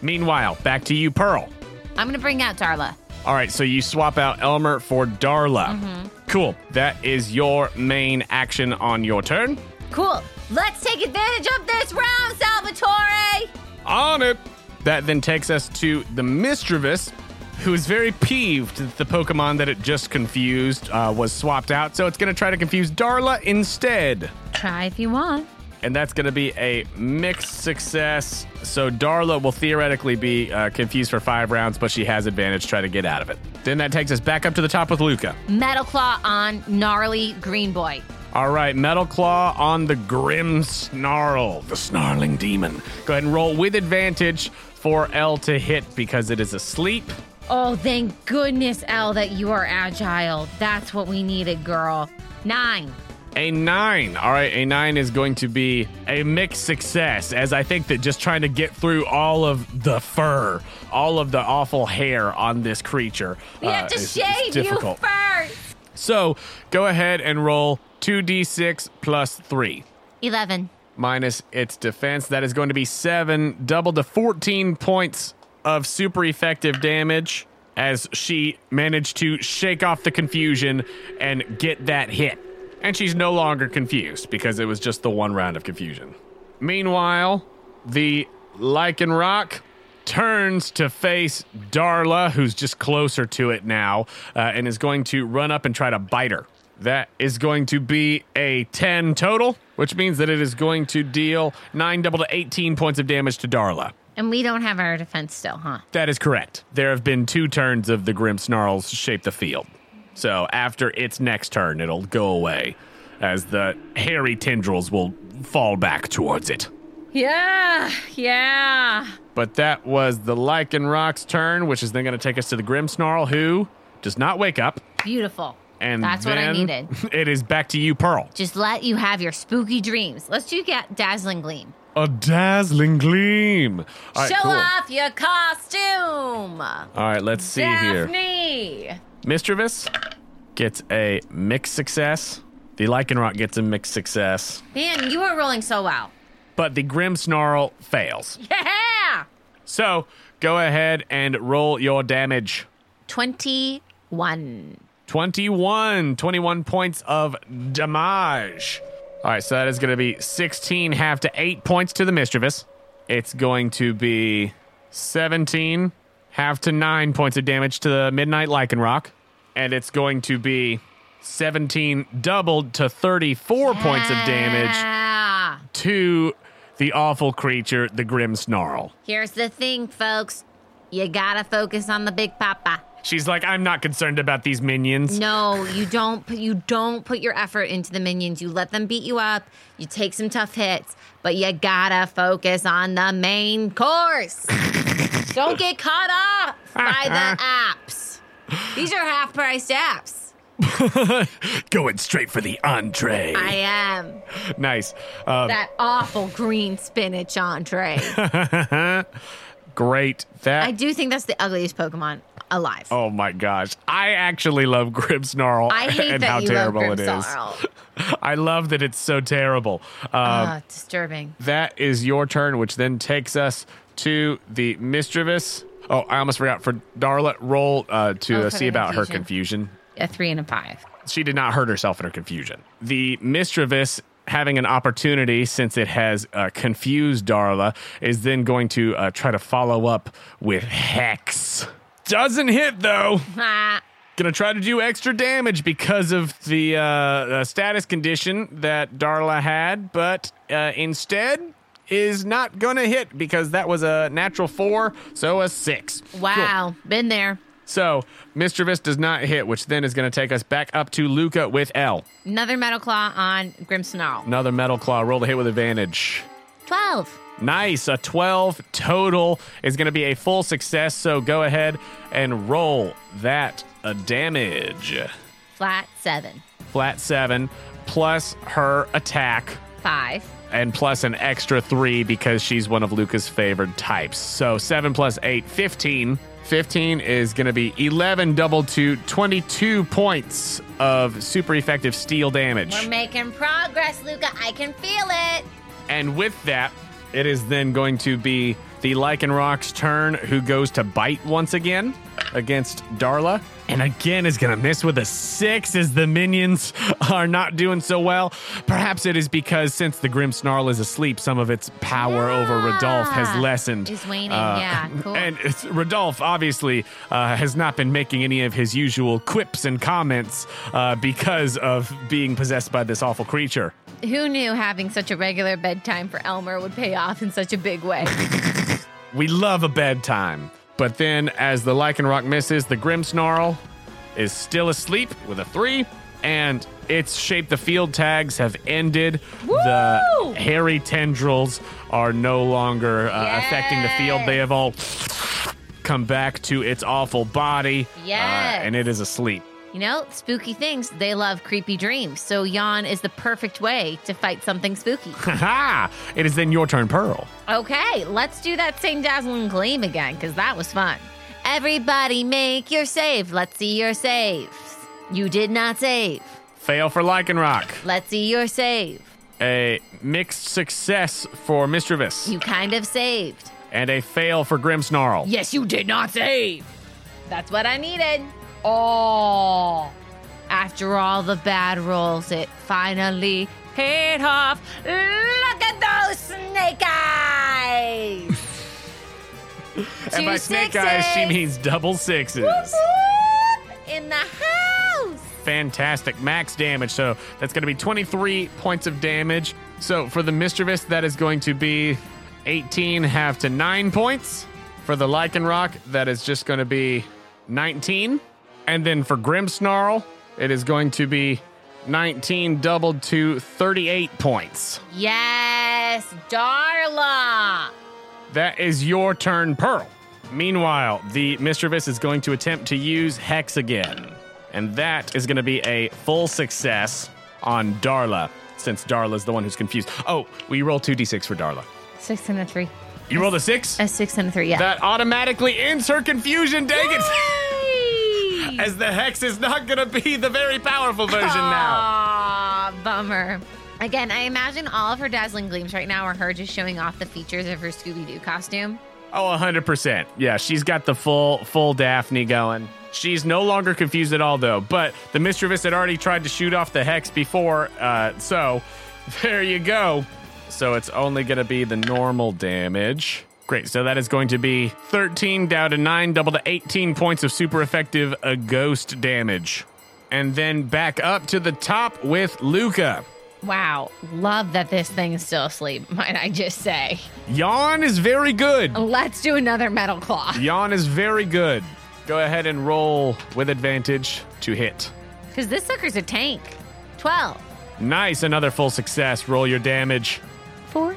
S5: Meanwhile, back to you, Pearl.
S3: I'm gonna bring out Darla.
S5: All right, so you swap out Elmer for Darla. Cool. That is your main action on your turn.
S3: Cool. Let's take advantage of this round, Salvatore.
S5: On it. That then takes us to the mischievous, who is very peeved that the Pokemon that it just confused uh, was swapped out. So it's going to try to confuse Darla instead.
S3: Try if you want.
S5: and that's going to be a mixed success. So Darla will theoretically be uh, confused for five rounds, but she has advantage to try to get out of it. Then that takes us back up to the top with Luca.
S3: Metal Claw on gnarly green boy.
S5: All right, Metal Claw on the Grim Snarl, the snarling demon. Go ahead and roll with advantage for L to hit because it is asleep.
S3: Oh, thank goodness, Elle, that you are agile. That's what we needed, girl. Nine.
S5: A nine. All right, a nine is going to be a mixed success, as I think that just trying to get through all of the fur, all of the awful hair on this creature. uh,
S3: We have to shave you first.
S5: So go ahead and roll 2d6 plus three.
S3: Eleven.
S5: Minus its defense. That is going to be seven, double to 14 points of super effective damage as she managed to shake off the confusion and get that hit. And she's no longer confused because it was just the one round of confusion. Meanwhile, the Lichen Rock turns to face Darla, who's just closer to it now, uh, and is going to run up and try to bite her. That is going to be a 10 total, which means that it is going to deal 9 double to 18 points of damage to Darla.
S3: And we don't have our defense still, huh?
S5: That is correct. There have been two turns of the Grim Snarls shape the field. So after its next turn, it'll go away as the hairy tendrils will fall back towards it.
S12: Yeah, yeah.
S5: But that was the Lichen Rock's turn, which is then going to take us to the Grim Snarl, who does not wake up.
S3: Beautiful.
S5: And
S3: that's what I
S5: then
S3: needed.
S5: [LAUGHS] It is back to you, Pearl.
S3: Just let you have your spooky dreams. Let's do get dazzling gleam.
S5: A dazzling gleam. All right,
S3: Show
S5: cool.
S3: off your costume.
S5: All right, let's see here.
S12: Daphne.
S5: Mischievous gets a mixed success. The Lichen Rock gets a mixed success.
S3: Man, you are rolling so well.
S5: But the Grim Snarl fails.
S3: Yeah.
S5: So go ahead and roll your damage.
S3: 21.
S5: 21 21 points of damage all right so that is going to be 16 half to 8 points to the mischievous it's going to be 17 half to 9 points of damage to the midnight lichen rock and it's going to be 17 doubled to 34 points of damage
S3: Yeah.
S5: to the awful creature the grim snarl
S3: Here's the thing, folks. You gotta focus on the big papa.
S5: she's like i'm not concerned about these minions
S3: No, you don't. Put, you don't put your effort into the minions. You let them beat you up. You take some tough hits, but you gotta focus on the main
S5: [LAUGHS]
S3: course. don't get caught up by the apps. These are half priced apps.
S5: going straight for the entree
S3: I am
S5: nice um,
S3: that awful green spinach
S5: [LAUGHS]
S3: entree.
S5: Great. That.
S3: I do think that's the ugliest Pokemon alive.
S5: oh my gosh. I actually love Grimmsnarl
S3: I hate
S5: and
S3: that
S5: how
S3: you love
S5: terrible it is.
S3: Grimmsnarl.
S5: [LAUGHS] I love that it's so terrible. Uh,
S3: Ah, disturbing.
S5: that is your turn, which then takes us to the mischievous. Oh, I almost forgot for Darla. Roll uh,
S3: Oh,
S5: to
S3: for
S5: uh, see
S3: the
S5: about her
S3: confusion.
S5: confusion.
S12: A three and a five.
S5: She did not hurt herself in her confusion. The mischievous. Having an opportunity since it has uh, confused Darla is then going to uh, try to follow up with Hex. Doesn't hit though.
S3: [LAUGHS] Ah,
S5: Gonna try to do extra damage because of the uh, uh, status condition that Darla had, but uh, instead is not gonna hit because that was a natural four, so a six.
S3: Wow, been there.
S5: So mischievous does not hit, which then is gonna take us back up to Luca with L.
S3: Another metal claw on Grim Snarl.
S5: Another metal claw. Roll to hit with advantage.
S3: 12.
S5: Nice. A 12 total is going to be a full success. So go ahead and roll that a damage.
S3: Flat 7.
S5: Flat seven plus her attack
S3: 5.
S5: and plus an extra three because she's one of Luca's favored types. So seven plus eight, 15. 15 is going to be 11 double to 22 points of super effective steel damage.
S3: We're making progress, Luca. I can feel it.
S5: And with that, it is then going to be the Lycanroc's turn, who goes to bite once again against Darla. And again is going to miss with a six as the minions [LAUGHS] are not doing so well. Perhaps it is because since the Grim Snarl is asleep, some of its power over Rodolph has
S3: Yeah.
S5: lessened.
S3: Is waning, yeah, cool.
S5: Uh, And it's, Rodolph obviously uh, has not been making any of his usual quips and comments uh, because of being possessed by this awful creature.
S3: Who knew having such a regular bedtime for Elmer would pay off in such a big way?
S5: We love a bedtime. But then, as the Lycanroc misses, the Grim Snarl is still asleep with a three, and its shape the field tags have ended. [LAUGHS] The hairy tendrils are no longer uh, affecting the field. They have all come back to its awful body, uh,
S3: Yes.
S5: and it is asleep. [LAUGHS]
S3: you know, spooky things, they love creepy dreams. So yawn is the perfect way to fight something spooky.
S5: Ha! It is then your turn, Pearl.
S3: Okay, let's do that same dazzling gleam again because that was fun. Everybody, make your save. Let's see your saves. You did not save.
S5: Fail for Lycanroc.
S3: Let's see your save.
S5: A mixed success for Mischievous,
S3: You kind of saved.
S5: and a fail for Grim Snarl.
S1: Yes, you did not save.
S3: That's what I needed. Oh. After all the bad rolls, it finally paid off. Look at those snake eyes.
S5: And
S3: Two
S5: by snake eyes, she
S3: sixes.
S5: means double sixes.
S3: Whoop, In the house.
S5: Fantastic. Max damage. So that's going to be 23 points of damage. So for the mischievous, that is going to be 18 half to 9 points. For the lichen rock, that is just going to be 19. And then for grim snarl, it is going to be 19 doubled to 38 points.
S3: Yes, Darla.
S5: That is your turn, Pearl. Meanwhile, the mischievous is going to attempt to use Hex again. And that is going to be a full success on Darla, since Darla's the one who's confused. Oh, we roll 2d6 for Darla.
S1: Six and a three.
S5: You rolled a six?
S3: A six and a three, yeah.
S5: That automatically ends her confusion, dang it!
S3: Yay!
S5: [LAUGHS] As the Hex is not going to be the very powerful version
S3: [LAUGHS]
S5: now.
S3: Aw, bummer. Again, I imagine all of her dazzling gleams right now are her just showing off the features of her Scooby Doo costume.
S5: Oh, 100%. Yeah, she's got the full full Daphne going. She's no longer confused at all, though. But the mischievous had already tried to shoot off the hex before, uh, so [LAUGHS] there you go. So it's only going to be the normal damage. Great. So that is going to be 13 down to 9, double to 18 points of super effective uh, ghost damage. And then back up to the top with Luca.
S1: Wow.
S3: Love that this thing is still asleep, [LAUGHS] might I just say.
S5: Yawn is very
S3: Oh.
S5: good.
S1: Let's do another metal claw.
S5: Yawn is very good. Go ahead and roll with advantage to hit.
S3: Because this sucker's a tank. 12.
S5: Nice, another full success. Roll your damage.
S1: Four.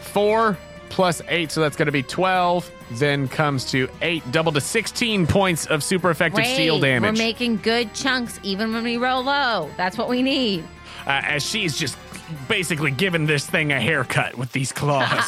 S5: Four plus eight, so that's going to be 12. Then comes to eight, double to 16 points of super effective steel
S3: Great.
S5: damage.
S3: We're making good chunks even when we roll low. That's what we need.
S5: uh, as she's just basically giving this thing a haircut with these claws,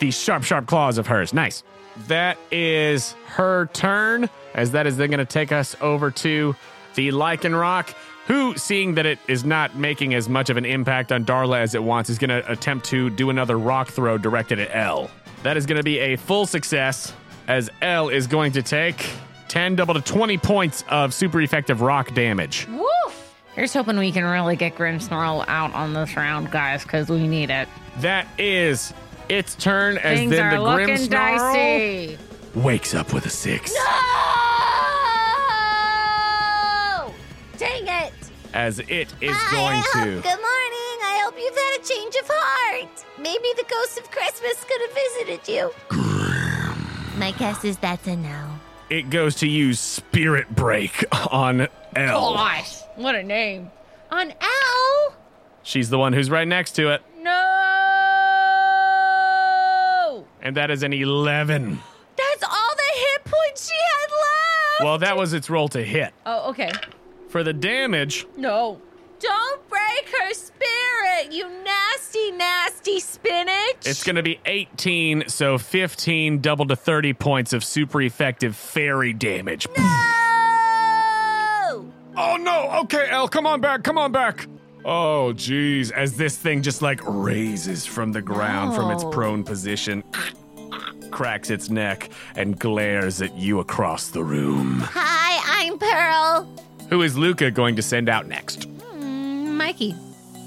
S5: these sharp, sharp claws of hers. Nice. That is her turn, as that is then going to take us over to the Lichen Rock, who, seeing that it is not making as much of an impact on Darla as it wants, is going to attempt to do another rock throw directed at L. That is going to be a full success, as L is going to take 10 double to 20 points of super effective rock damage.
S1: Woof. Here's hoping we can really get Grim Snarl out on this round, guys, because we need it.
S5: That is its turn as
S1: Things
S5: then
S1: are
S5: the Grim
S1: looking
S5: Snarl
S1: dicey.
S5: wakes up with a six.
S3: Ah!
S2: Oh!
S1: as it is
S2: Hi,
S1: going
S2: I hope,
S1: to.
S2: Good morning. I hope you've had a change of heart. Maybe the ghost of Christmas could have visited you.
S3: My guess is that's a no.
S1: It goes to use Spirit Break on L.
S13: Gosh, what a name. On L?
S1: She's the one who's right next to it,
S13: No!
S1: and that is an 11.
S13: That's all the hit points she had
S1: Well, that was its roll to hit.
S13: Oh, okay.
S1: For the damage,
S13: No.
S2: Don't break her spirit, you nasty, nasty spinach.
S1: it's going to be 18, so 15 double to 30 points of super effective fairy damage.
S2: Oh!
S1: Oh no! Okay, L, come on back, come on back. Oh jeez, as this thing just like raises from the ground from its
S3: No.
S1: prone position, cracks its neck and glares at you across the room.
S2: Hi, I'm Pearl.
S1: Who is Luca going to send out next?
S3: Mm, Mikey.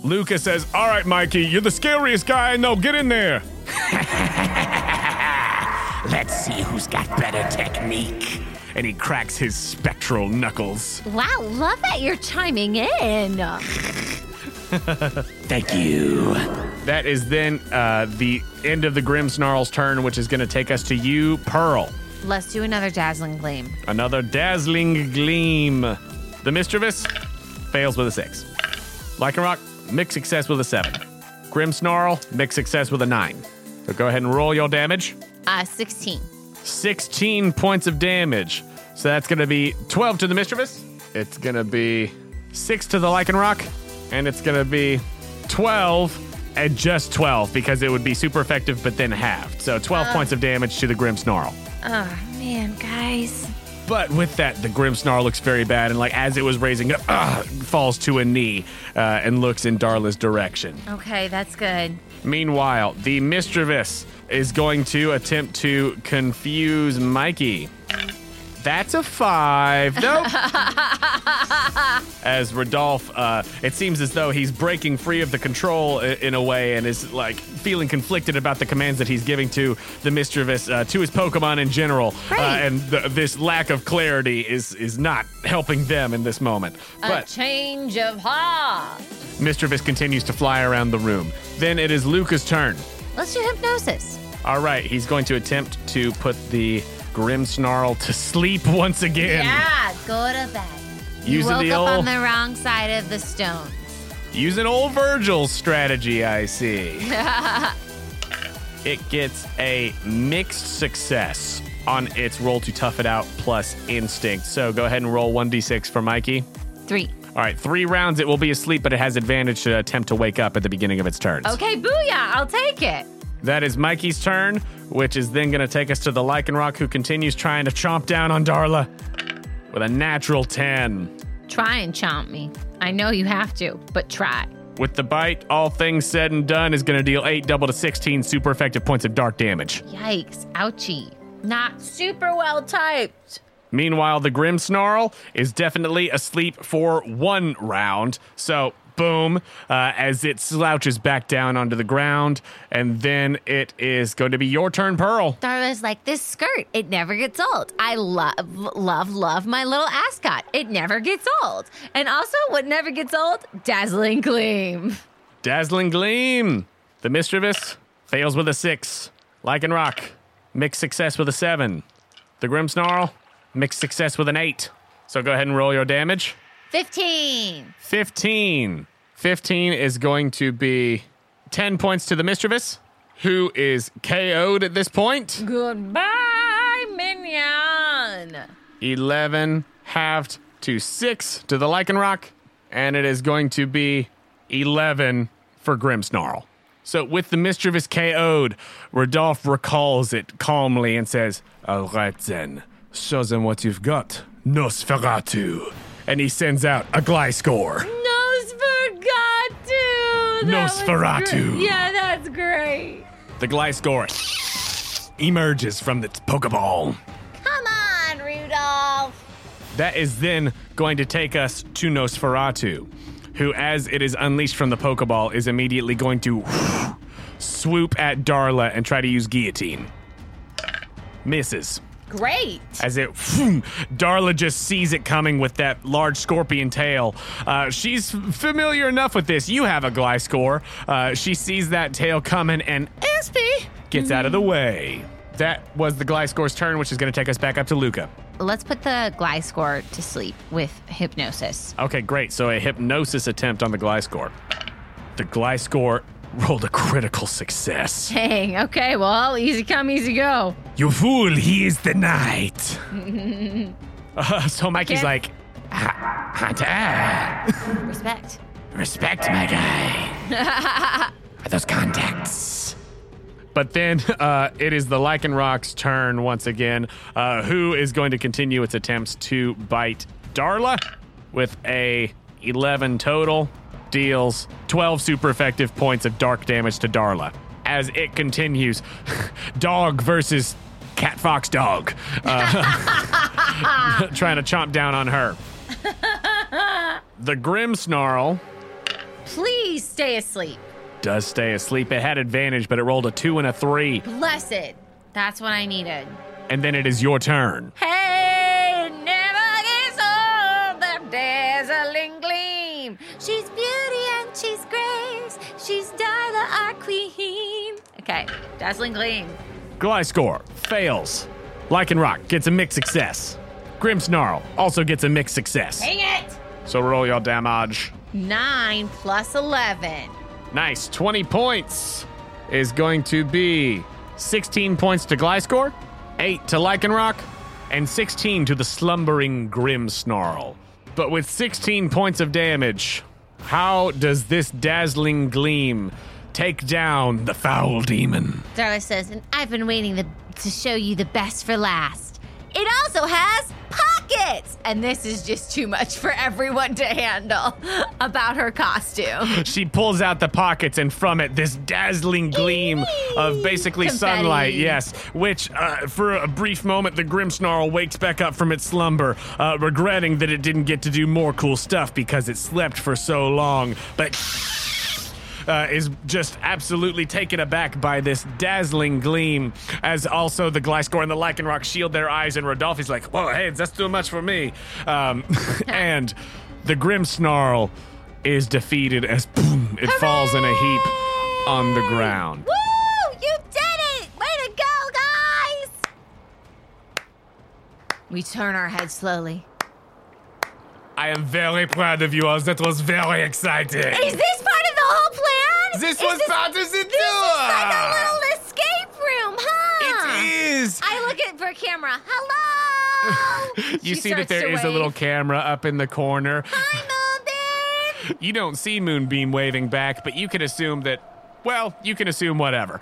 S1: Luca says, "All right, Mikey, you're the scariest guy I know. Get in there."
S5: [LAUGHS] Let's see who's got better technique.
S1: And he cracks his spectral knuckles.
S3: Wow, love that you're chiming in.
S5: Thank you.
S1: That is then uh, the end of the Grim Snarl's turn, which is going to take us to you, Pearl.
S3: Let's do another dazzling gleam.
S1: Another dazzling gleam. The mischievous fails with a six. Lycanroc, mixed success with a seven. Grim Snarl, mixed success with a nine. So go ahead and roll your damage.
S3: Uh, 16.
S1: 16 points of damage. So that's going to be 12 to the mischievous. It's going to be six to the Lycanroc. And it's going to be 12 and just 12 because it would be super effective but then halved. So 12 points of damage to the Grim Snarl.
S3: Oh, man, guys.
S1: But with that, the grim snarl looks very bad, and like as it was raising up, ah, falls to a knee uh, and looks in Darla's direction.
S3: Okay, that's good.
S1: Meanwhile, the mischievous is going to attempt to confuse Mikey. That's a five. Nope. as Rodolph, uh, it seems as though he's breaking free of the control i- in a way and is like feeling conflicted about the commands that he's giving to the mischievous, uh, to his Pokemon in general. Uh,
S3: Right.
S1: and th- this lack of clarity is is not helping them in this moment.
S3: Uh,
S13: A
S1: But
S13: change of heart.
S1: mischievous continues to fly around the room. Then it is Luca's turn.
S3: Let's do hypnosis.
S1: All right, he's going to attempt to put the Grim Snarl to sleep [LAUGHS] once again.
S3: Yeah, go to bed. you
S1: Using
S3: woke
S1: the
S3: up
S1: old-
S3: on the wrong side of the stone.
S1: Using old Virgil's strategy, I
S3: [LAUGHS]
S1: see. it gets a mixed success on its roll to tough it out plus instinct. So go ahead and roll 1d6 for Mikey.
S3: Three.
S1: All right, three rounds. It will be asleep, but it has advantage to attempt to wake up at the beginning of its turns.
S3: Okay, booyah, I'll take it.
S1: That is Mikey's turn, which is then going to take us to the Lycanroc, who continues trying to chomp down on Darla with a natural 10.
S3: Try and chomp me. I know you have to, but try.
S1: With the bite, all things said and done is going to deal 8 double to 16 super effective points of dark damage.
S3: Yikes, ouchie. Not super well typed.
S1: Meanwhile, the Grim Snarl is definitely asleep for one round. So, boom, uh, as it slouches back down onto the ground. And then it is going to be your turn, Pearl.
S3: Darla's like, this skirt, it never gets old. I love, love, love my little ascot. It never gets old. And also, what never gets old? Dazzling gleam.
S1: Dazzling Gleam. The Mischievous fails with a 6. Lycan Rock, mixed success with a 7. The Grim Snarl, mixed success with an 8. So, go ahead and roll your damage.
S3: 15.
S1: 15. 15 is going to be 10 points to the mischievous, who is KO'd at this point.
S13: Goodbye, Minion.
S1: 11 halved to 6 to the Lycanroc, and it is going to be 11 for Grimmsnarl. So, with the mischievous KO'd, Rodolph recalls it calmly and says, All right then, show them what you've got. Nosferatu. And he sends out a Gliscor.
S13: Nosferatu. That was
S1: Nosferatu.
S13: great. Yeah, that's great.
S1: The Gliscor emerges from its
S2: [LAUGHS]
S1: Pokeball.
S2: Come on, Rudolph.
S1: That is then going to take us to Nosferatu, who, as it is unleashed from the Pokeball, is immediately going to swoop at Darla and try to use Guillotine. Misses.
S3: Great.
S1: as it [LAUGHS] phoom, Darla just sees it coming with that large scorpion tail. Uh, she's f- familiar enough with this. You have a Gliscor. Uh, she sees that tail coming and Espy gets out of the way. That was the Gliscor's turn, which is going to take us back up to Luca.
S3: Let's put the Gliscor to sleep with hypnosis.
S1: Okay, great. So a hypnosis attempt on the Gliscor. The Gliscor [LAUGHS] rolled a critical success.
S3: Dang. Okay. Well, easy come, easy go.
S1: You fool, he is the knight. Uh, so Mikey's
S3: Can't-
S1: like,
S5: Ha- Hunter,
S3: Respect.
S5: respect my guy. Are those contacts?
S1: But then [LAUGHS] uh, it is the Lichen Rock's turn once again, uh, who is going to continue its attempts to bite Darla with a 11 total, deals 12 super effective points of dark damage to Darla. As it continues, [LAUGHS] dog versus cat fox dog, uh, [LAUGHS] trying to chomp down on her. The Grim Snarl
S3: Please stay asleep.
S1: does stay asleep. It had advantage, but it rolled a two and a three.
S3: Bless it. That's what I needed.
S1: and then it is your turn.
S3: Hey, never gets old, the dazzling gleam. She's beauty and she's grace. She's Darla, our queen. Okay, dazzling gleam.
S1: Glyscore fails. Lichen Rock gets a mixed success. Grim Snarl also gets a mixed success.
S3: Dang it!
S1: So roll your damage.
S3: Nine plus 11.
S1: Nice. 20 points is going to be 16 points to Glyscore, 8 to Lichen Rock, and 16 to the slumbering Grim Snarl. But with 16 points of damage, how does this dazzling gleam take down the foul demon?
S3: Darla says, and I've been waiting the, to show you the best for last. It also has pockets! And this is just too much for everyone to handle [LAUGHS] about
S1: [LAUGHS]
S3: her costume.
S1: She pulls out the pockets, and from it, this dazzling gleam of basically
S3: Confetti.
S1: sunlight. Yes, which uh, for a brief moment, the Grim Snarl wakes back up from its slumber, uh, regretting that it didn't get to do more cool stuff because it slept for so long. But [LAUGHS] uh, is just absolutely taken aback by this dazzling gleam. As also the Gliscor and the Lycanroc shield their eyes, and Rodolphe's like, "Whoa, hey, that's too much for me." Um, [LAUGHS] and the Grim Snarl is defeated as boom, it falls in a heap on the ground.
S2: Woo! You did it! Way to go, guys!
S3: We turn our heads slowly.
S1: I am very proud of you all. That was very exciting.
S2: Is this part of the whole plan?
S1: This
S2: Is
S1: was
S2: this
S1: part of the
S2: like a
S1: tour.
S2: little uh, Ah, escape room, huh?
S1: It is.
S2: I look at for
S1: [LAUGHS]
S2: camera. Hello!
S1: You
S3: She
S1: see that
S3: starts
S1: there
S3: to
S1: is a
S3: wave.
S1: little camera up in the
S2: [LAUGHS]
S1: corner.
S2: Hi, Moonbeam!
S1: You don't see Moonbeam waving back, but you can assume that. Well, you can assume whatever.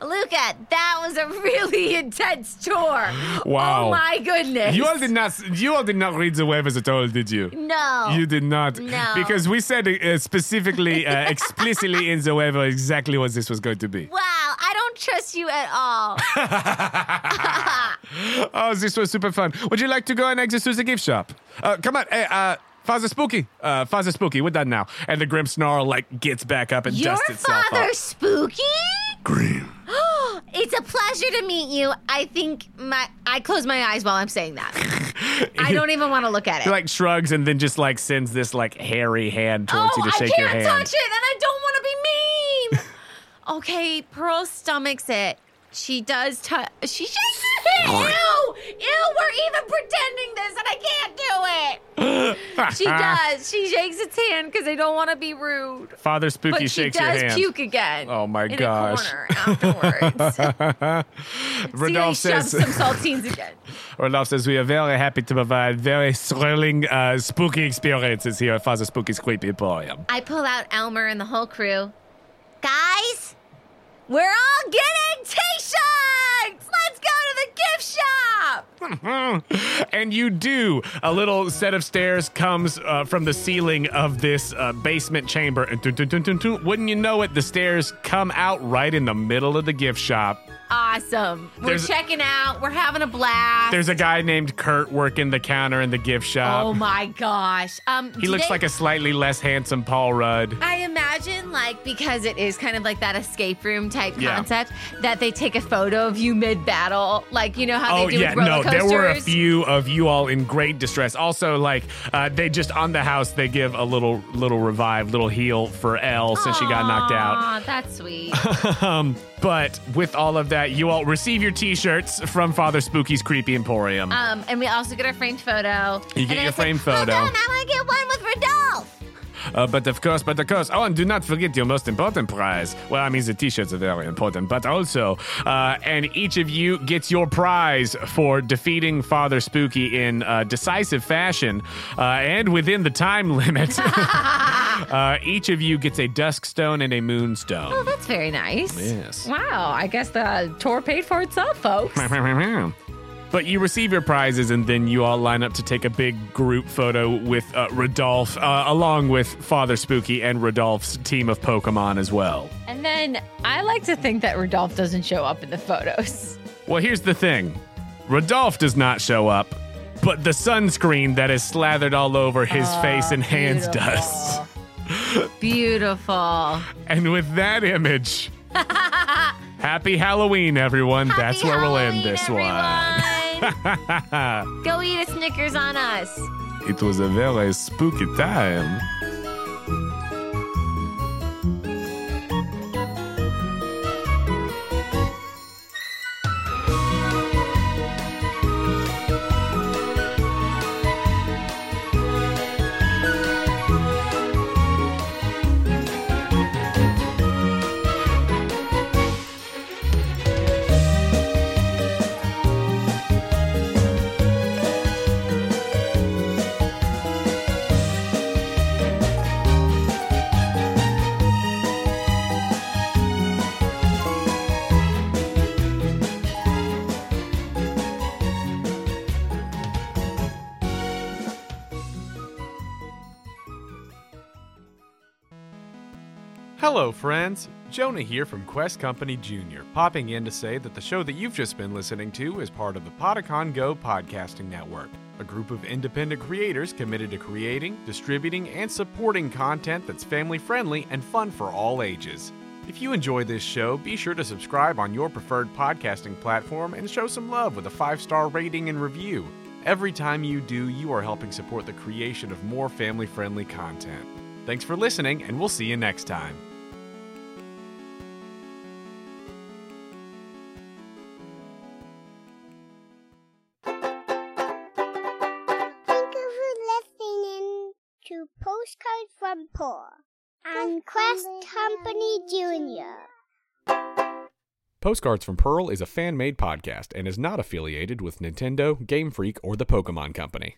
S3: Luca, that was a really intense tour.
S1: Wow.
S3: Oh my goodness.
S1: you all did not. You all did not read the waivers at all, did you?
S3: No.
S1: You did not.
S3: Oh, No.
S1: Because we said uh, specifically,
S3: [LAUGHS]
S1: uh, explicitly in the waiver exactly what this was going to be.
S2: Wow, I don't trust you at
S1: [LAUGHS]
S2: all.
S1: Oh, this was super fun. Would you like to go and exercise the gift shop? Uh, come on, hey, uh, Father Spooky, uh, Father Spooky, we're done now. And the Grim Snarl like gets back up and
S2: Your
S1: dusts itself
S2: father,
S1: off.
S2: Spooky?
S1: Grim.
S2: [GASPS] It's a pleasure to meet you. I think my I close my eyes while I'm saying that.
S1: [LAUGHS]
S3: I don't even want to look at
S1: He
S3: it.
S1: like shrugs and then just like sends this like hairy hand
S3: Oh,
S1: towards you to shake
S2: Oh, I can't
S1: your hand.
S2: touch it, and I don't want to be mean.
S3: [LAUGHS] okay, Pearl stomachs it. She does. T- she just. ew! Ew! We're even pretending this, and I can't do it.
S1: [LAUGHS]
S3: She does. She shakes its hand because I don't want to be rude.
S1: Father
S3: But
S1: Spooky
S3: she
S1: shakes your
S3: does
S1: hand.
S3: puke again.
S1: Oh my
S3: in
S1: gosh.
S3: A corner
S1: [LAUGHS]
S3: afterwards. [LAUGHS]
S1: Rodolphe
S3: Celia shoves
S1: says,
S3: some saltines again.
S1: Rodolphe says, we are very happy to provide very thrilling, uh, spooky experiences here at Father Spooky's Creepy Emporium.
S3: I pull out Elmer and the whole crew.
S2: Guys, we're all getting t-shirts. Let's go to the gift shop.
S1: and you do. A little set of stairs comes uh, from the ceiling of this uh, basement chamber. And dun- dun- dun- dun- dun. wouldn't you know it, the stairs come out right in the middle of the gift shop.
S3: awesome. We're
S5: There's-
S3: checking out. We're having a blast.
S5: There's a guy named Kurt working the counter in the gift shop.
S3: oh my gosh. Um,
S5: he looks like a slightly less handsome Paul Rudd.
S3: I imagine, like, because it is kind of like that escape room type
S5: Yeah.
S3: concept, that they take a photo of you mid battle. Like, you know how
S5: Oh
S3: they do
S5: yeah,
S3: with roller
S5: no, there were a
S3: coasters?
S5: few of you all in great distress. Also, like uh, they just on the house, they give a little little revive, little heal for Elle since she got knocked out.
S3: Aw, that's sweet.
S5: Um, but with all of that, you all receive your T-shirts from Father Spooky's Creepy Emporium.
S3: um, and we also get our framed photo.
S5: You
S3: And
S5: get
S3: then
S5: your
S3: it's like,
S5: framed
S3: "Hold
S5: photo."
S3: on, I want to get one with Rodolph.
S5: Uh, but of course, but of course. Oh, and do not forget your most important prize. Well, I mean, the T-shirts are very important, but also, uh, and each of you gets your prize for defeating Father Spooky in uh, decisive fashion uh, and within the time limit. [LAUGHS] uh, each of you gets a dusk stone and a moonstone.
S3: That's very nice.
S5: Yes.
S14: Wow, I guess the tour paid for itself, folks.
S5: But you receive your prizes, and then you all line up to take a big group photo with uh, Rodolph, uh, along with Father Spooky and Rodolph's team of Pokemon as well.
S14: And then I like to think that Rodolph doesn't show up in the
S5: [LAUGHS]
S14: photos.
S5: Well, here's the thing Rodolph does not show up, but the sunscreen that is slathered all over his face and hands does.
S3: Beautiful.
S5: And with that image, happy Halloween, everyone. That's
S3: Happy
S5: where we'll end
S3: Halloween,
S5: this
S3: everyone.
S5: one. [LAUGHS]
S3: Go eat a Snickers on us.
S5: it was a very spooky time. Hello, friends. Jonah here from Quest Company Jr., popping in to say that the show that you've just been listening to is part of the Podicon Go podcasting network, a group of independent creators committed to creating, distributing, and supporting content that's family friendly and fun for all ages. If you enjoy this show, be sure to subscribe on your preferred podcasting platform and show some love with a five star rating and review. Every time you do, you are helping support the creation of more family friendly content. Thanks for listening, and we'll see you next time.
S15: Thank you for listening to Postcard from Paul on Quest Company Junior.
S5: Postcards from Pearl is a fan made podcast and is not affiliated with Nintendo, Game Freak, or the Pokemon Company.